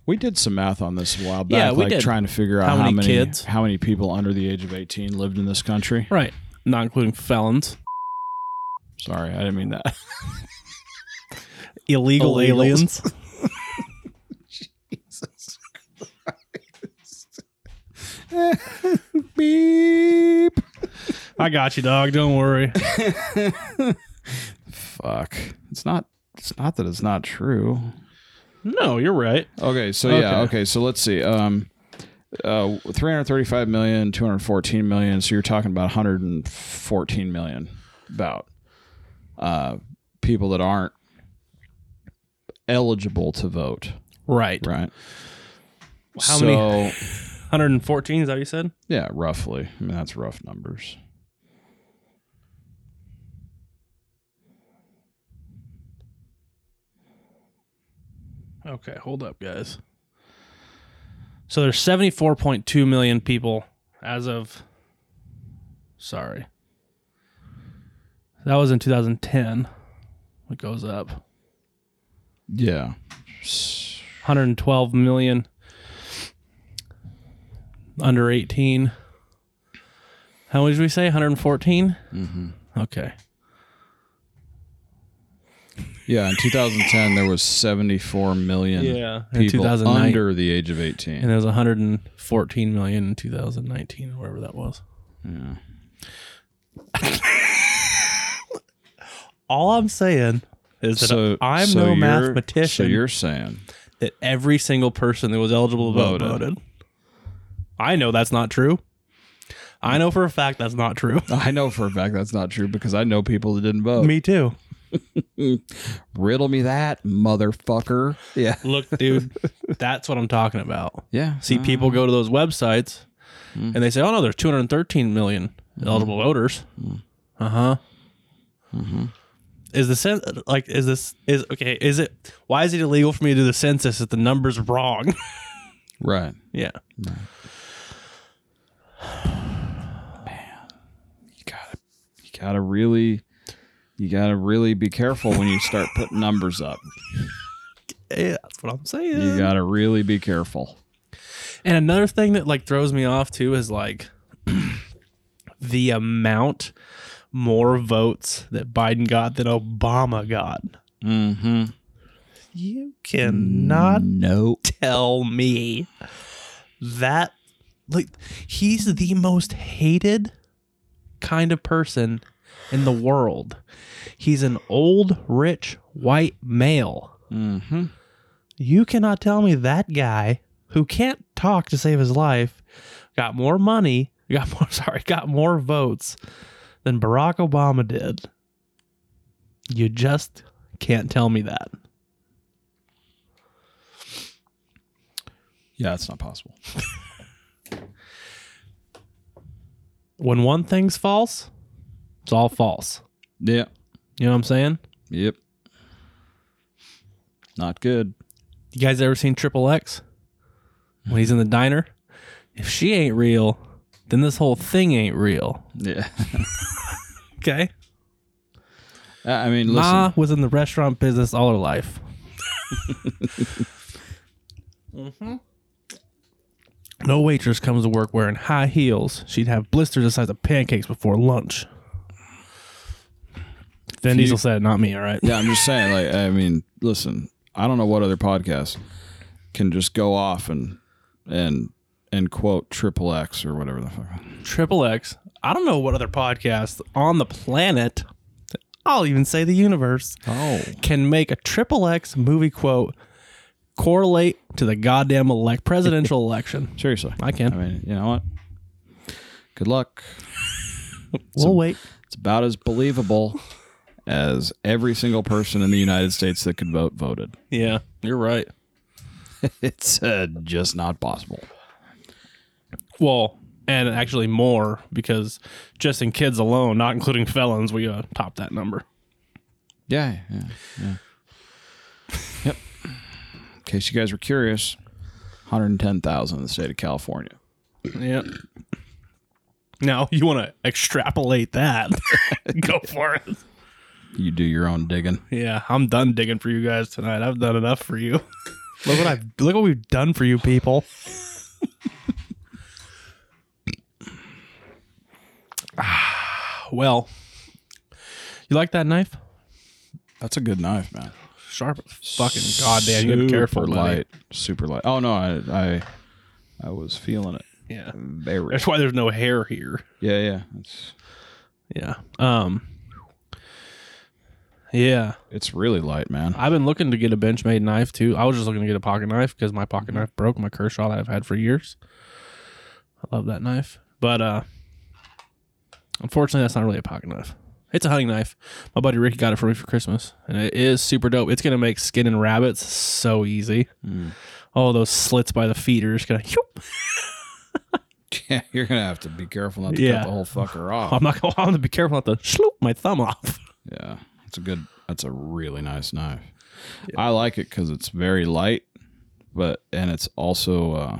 Speaker 2: We did some math on this a while back,
Speaker 3: Yeah, we
Speaker 2: like
Speaker 3: did.
Speaker 2: trying to figure out
Speaker 3: How
Speaker 2: how,
Speaker 3: many
Speaker 2: many,
Speaker 3: kids?
Speaker 2: how many people under the age of eighteen lived in this country.
Speaker 3: Right. Not including felons,
Speaker 2: Sorry, I didn't mean that. [laughs]
Speaker 3: illegal
Speaker 2: Illegals.
Speaker 3: aliens.
Speaker 2: Beep.
Speaker 3: [laughs] I got you, dog. Don't worry.
Speaker 2: Fuck. It's not. It's not that it's not true.
Speaker 3: [laughs] no, you're right.
Speaker 2: Okay, so yeah,
Speaker 3: Okay.
Speaker 2: okay, so let's see. Um, uh, three hundred thirty-five million, two hundred fourteen million. So you're talking about one hundred and fourteen million, about uh, people that aren't eligible to vote,
Speaker 3: Right.
Speaker 2: right?
Speaker 3: How
Speaker 2: so,
Speaker 3: many- 114 is that what you said?
Speaker 2: Yeah, roughly. I mean, that's rough numbers.
Speaker 3: Okay, hold up, guys. So there's 74.2 million people as of. Sorry. That was in 2010. It goes up.
Speaker 2: Yeah.
Speaker 3: 112 million under 18. How many did we say? 114? Mm-hmm. Okay.
Speaker 2: Yeah, in 2010 there was 74 million
Speaker 3: Yeah, in
Speaker 2: people
Speaker 3: 2009.
Speaker 2: under the age of 18.
Speaker 3: And there was 114 million in 2019 or wherever that was.
Speaker 2: yeah.
Speaker 1: All I'm saying is that
Speaker 2: So
Speaker 1: I'm
Speaker 2: so
Speaker 1: no
Speaker 2: you're-
Speaker 1: mathematician.
Speaker 2: So you're saying
Speaker 3: that every single person that was eligible to vote
Speaker 2: Voted.
Speaker 3: voted. I know that's not true. I know for a fact that's not true.
Speaker 2: I know for a fact that's not true because I know people that didn't vote.
Speaker 1: Me too.
Speaker 2: Riddle me that, motherfucker. Yeah.
Speaker 3: [laughs] Look, dude, that's what I'm talking about.
Speaker 2: Yeah.
Speaker 3: See, people go to those websites and they say, "Oh no, there's 213 million eligible voters." Uh huh. Is the sen- like is this is okay? Is it why is it illegal for me to do the census if the numbers wrong? [laughs]
Speaker 2: Right.
Speaker 3: yeah,
Speaker 2: You got to you got to really you got to really be careful when you start putting numbers up.
Speaker 3: yeah, that's what I'm saying.
Speaker 2: You got to really be careful.
Speaker 3: And another thing that like throws me off too is like [clears throat] the amount more votes that Biden got than Obama got.
Speaker 2: Mhm.
Speaker 1: You cannot
Speaker 2: Nope.
Speaker 1: tell me that like he's the most hated
Speaker 3: Kind of person in the world. He's an old, rich, white male.
Speaker 2: Mm-hmm.
Speaker 1: you cannot tell me that guy
Speaker 3: who can't talk to save his life got more money got more [laughs] sorry got more votes than barack obama did you just can't tell me that
Speaker 2: Yeah, it's not possible.
Speaker 3: when one thing's false it's all false
Speaker 2: Yeah.
Speaker 3: you know what i'm saying
Speaker 2: Yep. Not good.
Speaker 3: you guys ever seen triple x when he's in the diner if she ain't real then this whole thing ain't real
Speaker 2: Yeah.
Speaker 3: okay
Speaker 2: I I mean, listen.
Speaker 3: ma was in the restaurant [laughs] Mm-hmm. business all her life No waitress comes to work wearing high heels. She'd have blisters the size of pancakes before lunch. Vin
Speaker 2: Few-
Speaker 3: Diesel said, it, not me, all right?
Speaker 2: Yeah, I'm just saying. Like, I mean, listen, I don't know what other podcast can just go off and and and quote Triple X or whatever the fuck.
Speaker 3: Triple X. I don't know what other podcast on the planet, I'll even say the universe,
Speaker 2: Oh,
Speaker 3: can make a Triple X movie quote correlate to the goddamn elect [laughs] presidential election.
Speaker 2: seriously,
Speaker 3: I can.
Speaker 2: I mean, you know what? Good luck.
Speaker 3: We'll wait.
Speaker 2: It's about as believable as every single person in the United States that could vote voted.
Speaker 3: Yeah, you're right.
Speaker 2: [laughs] It's uh, just not possible.
Speaker 3: Well, and actually more because just in kids alone, not including felons, we uh, top that number.
Speaker 2: Yeah, yeah, yeah. yep. In case you guys were curious, 110,000 in the state of California.
Speaker 3: Yeah. Now [laughs] you want to extrapolate that? [laughs] Go for it.
Speaker 2: You do your own digging.
Speaker 3: Yeah, I'm done digging for you guys tonight. I've done enough for you. look what I've look what we've done for you people. Ah, well, you like that knife?
Speaker 2: That's a good knife, man.
Speaker 3: Sharp as fucking goddamn. You gotta be careful, buddy.
Speaker 2: light, super light. Oh no, I, I, I was feeling it.
Speaker 3: Yeah,
Speaker 2: Very.
Speaker 3: that's why there's no hair here.
Speaker 2: Yeah, yeah. It's
Speaker 3: Yeah. Um. Yeah.
Speaker 2: it's really light, man.
Speaker 3: I've been looking to get a Benchmade knife too. I was just looking to get a pocket knife because my pocket knife broke, my Kershaw that I've had for years. I love that knife, but uh, unfortunately, that's not really a pocket knife. It's a hunting knife. My buddy Ricky got it for me for Christmas, and it is super dope. It's gonna make skinning rabbits so easy.
Speaker 2: Mm.
Speaker 3: Oh, those slits by the feet are just gonna.
Speaker 2: [laughs] Yeah, you're gonna have to be careful not to
Speaker 3: Yeah.
Speaker 2: cut the whole
Speaker 3: [laughs]
Speaker 2: fucker off.
Speaker 3: I'm not gonna. I'm gonna be careful not to sloop my thumb off.
Speaker 2: Yeah, it's a good. That's a really nice knife. I like it because it's very light, but and it's also uh,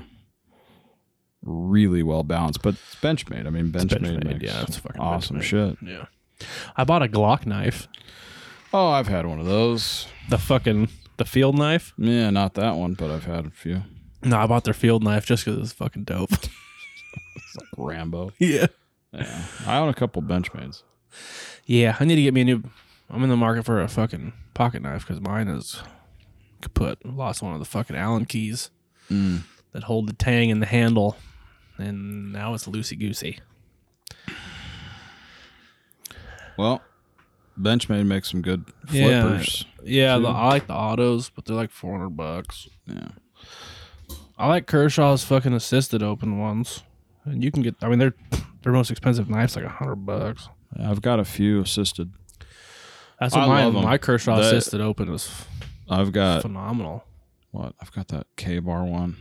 Speaker 2: really well balanced. But it's Benchmade. I mean, Benchmade,
Speaker 3: Benchmade,
Speaker 2: makes
Speaker 3: yeah, it's fucking
Speaker 2: awesome shit.
Speaker 3: Benchmade. Yeah, I bought a Glock knife,
Speaker 2: Oh, I've had one of those.
Speaker 3: the fucking the field knife.
Speaker 2: Yeah, not that one, but I've had a few.
Speaker 3: No, I bought their field knife just because it's fucking dope. [laughs]
Speaker 2: Rambo.
Speaker 3: yeah.
Speaker 2: Yeah, I own a couple Benchmades.
Speaker 3: Yeah, I need to get me a new. I'm in the market for a fucking pocket knife because mine is kaput. Lost one of the fucking Allen keys that hold the tang and the handle, and now it's loosey goosey.
Speaker 2: Well, Benchmade makes some good
Speaker 3: Yeah.
Speaker 2: flippers.
Speaker 3: Yeah, the,
Speaker 2: Two.
Speaker 3: I like the autos, but they're like 400 bucks.
Speaker 2: Yeah.
Speaker 3: I like Kershaw's fucking assisted open ones, and you can get. I mean, they're their most expensive knife's like 100 bucks.
Speaker 2: I've got a few assisted.
Speaker 3: That's what
Speaker 2: I
Speaker 3: my
Speaker 2: love 'em.
Speaker 3: my Kershaw
Speaker 2: That-
Speaker 3: assisted open is
Speaker 2: I've
Speaker 3: uh,
Speaker 2: got
Speaker 3: phenomenal.
Speaker 2: what? I've got that K bar one.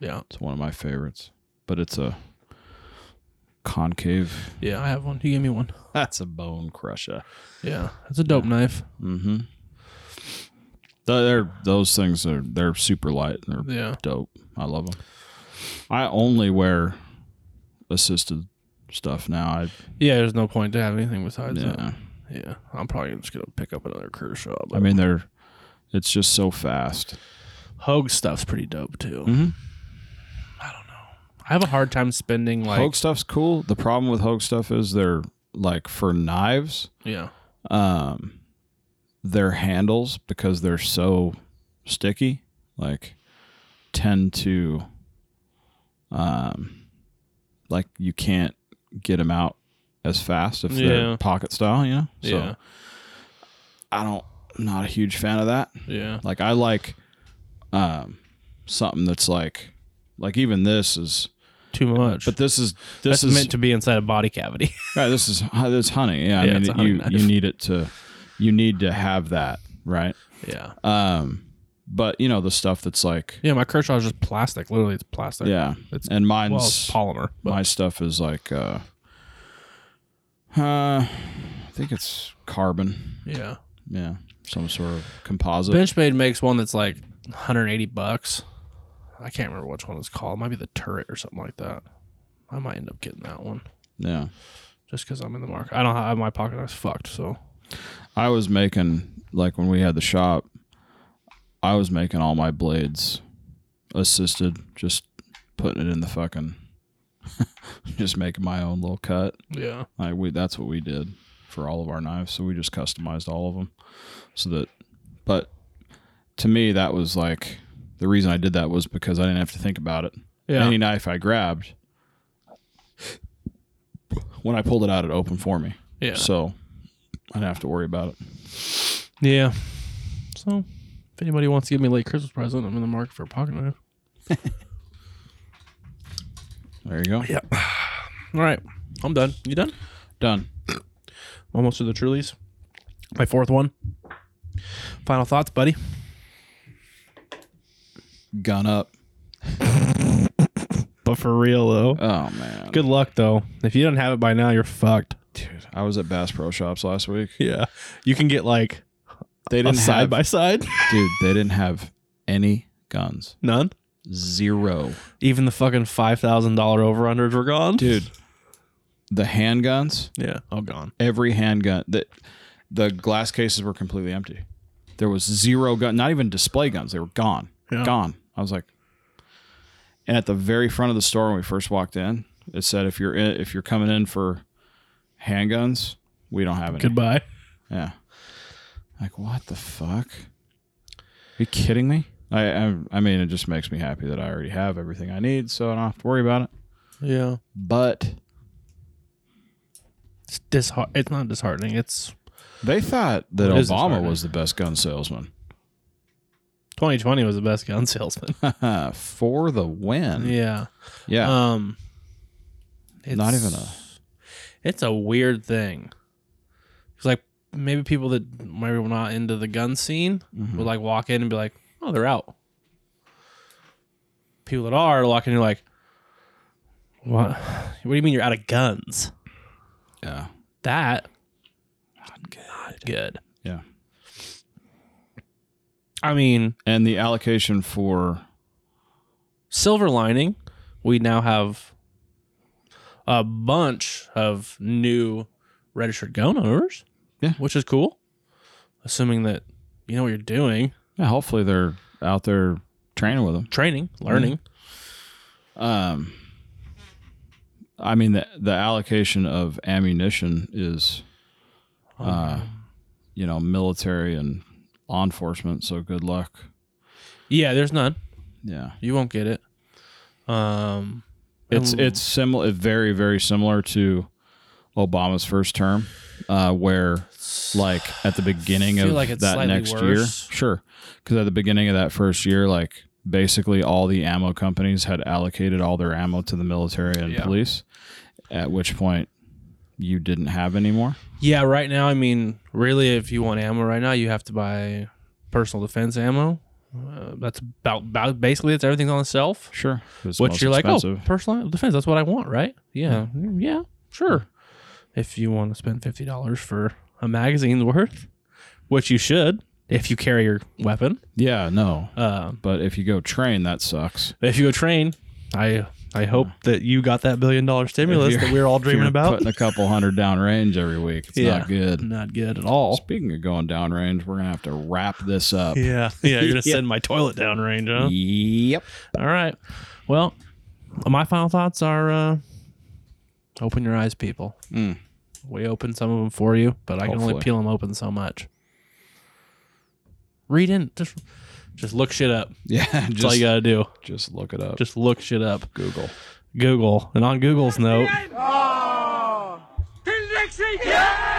Speaker 3: Yeah,
Speaker 2: It's one of my favorites, but it's a
Speaker 3: [laughs]
Speaker 2: concave.
Speaker 3: yeah, I have one. He gave me one.
Speaker 2: That's a bone crusher.
Speaker 3: Yeah, it's a dope knife.
Speaker 2: Mm-hmm. They're, those things are they're super light. They're
Speaker 3: Yeah.
Speaker 2: dope. I love them. I only wear assisted stuff now. I
Speaker 3: Yeah, there's no point to have anything besides
Speaker 2: yeah.
Speaker 3: that. Yeah, I'm probably just gonna pick up another Kershaw. But
Speaker 2: I mean they're. It's just so fast.
Speaker 3: Hogue stuff's pretty dope too.
Speaker 2: Mhm.
Speaker 3: I don't know. I have a hard time spending like
Speaker 2: Hogue stuff's cool. The problem with Hogue stuff is they're like for knives,
Speaker 3: yeah,
Speaker 2: um, their handles because they're so sticky, like tend to, um, like you can't get them out as fast if
Speaker 3: Yeah.
Speaker 2: they're pocket style, you know. So
Speaker 3: yeah,
Speaker 2: I don't, I'm not a huge fan of that.
Speaker 3: yeah,
Speaker 2: Like I like, um, something that's like, like even this is,
Speaker 3: too much.
Speaker 2: but this is this
Speaker 3: That's
Speaker 2: is
Speaker 3: meant to be inside a body cavity. [laughs]
Speaker 2: Right, this is this is honey. Yeah, I
Speaker 3: Yeah,
Speaker 2: mean,
Speaker 3: it's a honey
Speaker 2: you
Speaker 3: knife.
Speaker 2: you need it to, you need to have that, right?
Speaker 3: yeah,
Speaker 2: Um, but you know the stuff that's like,
Speaker 3: yeah. My Kershaw's just plastic. Literally, it's plastic.
Speaker 2: yeah,
Speaker 3: it's
Speaker 2: and mine's
Speaker 3: well, it's polymer. But
Speaker 2: my stuff is like, uh, uh, I think it's carbon.
Speaker 3: yeah,
Speaker 2: Yeah, some sort of composite.
Speaker 3: Benchmade makes one that's like 180 bucks. I can't remember which one it's called. It might be the turret or something like that. I might end up getting that one.
Speaker 2: Yeah,
Speaker 3: just because I'm in the market. I don't have my pocket knife fucked, so
Speaker 2: I was making like when we had the shop, I was making all my blades assisted, just putting it in the fucking, [laughs] just making my own little cut.
Speaker 3: Yeah.
Speaker 2: Like we, that's what we did for all of our knives. So we just customized all of them, so that. But to me, that was like the reason I did that was because I didn't have to think about it.
Speaker 3: Yeah.
Speaker 2: Any knife I grabbed, when I pulled it out, it opened for me.
Speaker 3: yeah.
Speaker 2: So I didn't have to worry about it.
Speaker 3: Yeah. So, if anybody wants to give me a late Christmas present, I'm in the market for a pocket knife.
Speaker 2: There you go.
Speaker 3: Yeah. All right. I'm done. You done?
Speaker 2: Done.
Speaker 3: Almost to the Trulies. My fourth one. Final thoughts, buddy.
Speaker 2: Gun up.
Speaker 3: But for real, though.
Speaker 2: Oh man.
Speaker 3: Good luck, though. If you don't have it by now, you're fucked.
Speaker 2: Dude, I was at Bass Pro Shops last week.
Speaker 3: Yeah. You can get like
Speaker 2: They
Speaker 3: a
Speaker 2: didn't
Speaker 3: side
Speaker 2: have,
Speaker 3: by side.
Speaker 2: dude. They didn't have any guns.
Speaker 3: None.
Speaker 2: Zero.
Speaker 3: Even the fucking $5,000 over unders were gone.
Speaker 2: Dude, the handguns.
Speaker 3: Yeah. All gone.
Speaker 2: Every handgun that the glass cases were completely empty. There was zero gun. Not even display guns. They were gone.
Speaker 3: Yeah.
Speaker 2: Gone. I was like, and at the very front of the store when we first walked in, it said if you're in, if you're coming in for handguns, we don't have any.
Speaker 3: Goodbye.
Speaker 2: Yeah. Like what the fuck? Are you kidding me? I, I I mean, it just makes me happy that I already have everything I need, so I don't have to worry about it.
Speaker 3: Yeah.
Speaker 2: But
Speaker 3: It's disheart- It's not disheartening. It's
Speaker 2: they thought that
Speaker 3: It
Speaker 2: Obama
Speaker 3: is disheartening.
Speaker 2: was the best gun salesman [laughs]
Speaker 3: 2020 was the best gun salesman. [laughs]
Speaker 2: for the win.
Speaker 3: yeah.
Speaker 2: Yeah.
Speaker 3: Um, it's,
Speaker 2: Not even a-
Speaker 3: It's a weird thing. Cause like maybe people that maybe were not into the gun scene
Speaker 2: Mhm.
Speaker 3: would like walk in and be like, "Oh, they're out." People that are walk in, you're like, "What? What do you mean you're out of guns?"
Speaker 2: yeah.
Speaker 3: That not good. good.
Speaker 2: Yeah.
Speaker 3: I mean,
Speaker 2: And the allocation for
Speaker 3: silver lining, we now have a bunch of new registered gun owners.
Speaker 2: Yeah.
Speaker 3: Which is cool. Assuming that you know what you're doing,
Speaker 2: yeah, hopefully they're out there training with them.
Speaker 3: training, learning.
Speaker 2: Mm-hmm. Um, I mean the the allocation of ammunition is,
Speaker 3: Um,
Speaker 2: uh, you know, military and law enforcement. So good luck.
Speaker 3: Yeah, there's none.
Speaker 2: Yeah,
Speaker 3: You won't get it. Um
Speaker 2: it's
Speaker 3: Um,
Speaker 2: it's similar, very very similar to Obama's first term, uh, where like at the beginning
Speaker 3: Feel
Speaker 2: of
Speaker 3: like it's
Speaker 2: that
Speaker 3: slightly
Speaker 2: next year,
Speaker 3: worse.
Speaker 2: sure, because at the beginning of that first year, like basically all the ammo companies had allocated all their ammo to the military and
Speaker 3: Yeah.
Speaker 2: police, at which point you didn't have any more.
Speaker 3: yeah, right now I mean, really if you want ammo right now, you have to buy personal defense ammo. Uh, that's about, about basically it's everything's on itself.
Speaker 2: Sure, it's
Speaker 3: Which
Speaker 2: most
Speaker 3: you're
Speaker 2: expensive.
Speaker 3: like, oh, personal defense. That's what I want, right? Yeah, Mm, yeah, sure. If you want to spend fifty dollars for a magazine's worth, which you should if you carry your weapon.
Speaker 2: yeah, no.
Speaker 3: Uh,
Speaker 2: But if you go train, that sucks.
Speaker 3: if you go train, I I hope that you got that billion dollar
Speaker 2: [laughs]
Speaker 3: stimulus
Speaker 2: If
Speaker 3: that
Speaker 2: you're-
Speaker 3: we are all dreaming
Speaker 2: You're
Speaker 3: about.
Speaker 2: putting a couple hundred down range every week. It's not good.
Speaker 3: Not good at all.
Speaker 2: Speaking of going down range, we're gonna have to wrap this up.
Speaker 3: [laughs] Yeah, [laughs] yeah. You're gonna send my toilet down range, huh?
Speaker 2: Yep. [laughs]
Speaker 3: All right. Well, my final thoughts are uh, open your eyes, people.
Speaker 2: Mm.
Speaker 3: We opened some of them for you, but I can only
Speaker 2: Hopefully.
Speaker 3: peel them open so much. Read in. Just, just look shit up.
Speaker 2: Yeah.
Speaker 3: That's all
Speaker 2: Just,
Speaker 3: you got to do.
Speaker 2: just look it up.
Speaker 3: Just look shit up.
Speaker 2: Google.
Speaker 3: Google. And on Google's note,
Speaker 6: President! President! Yeah!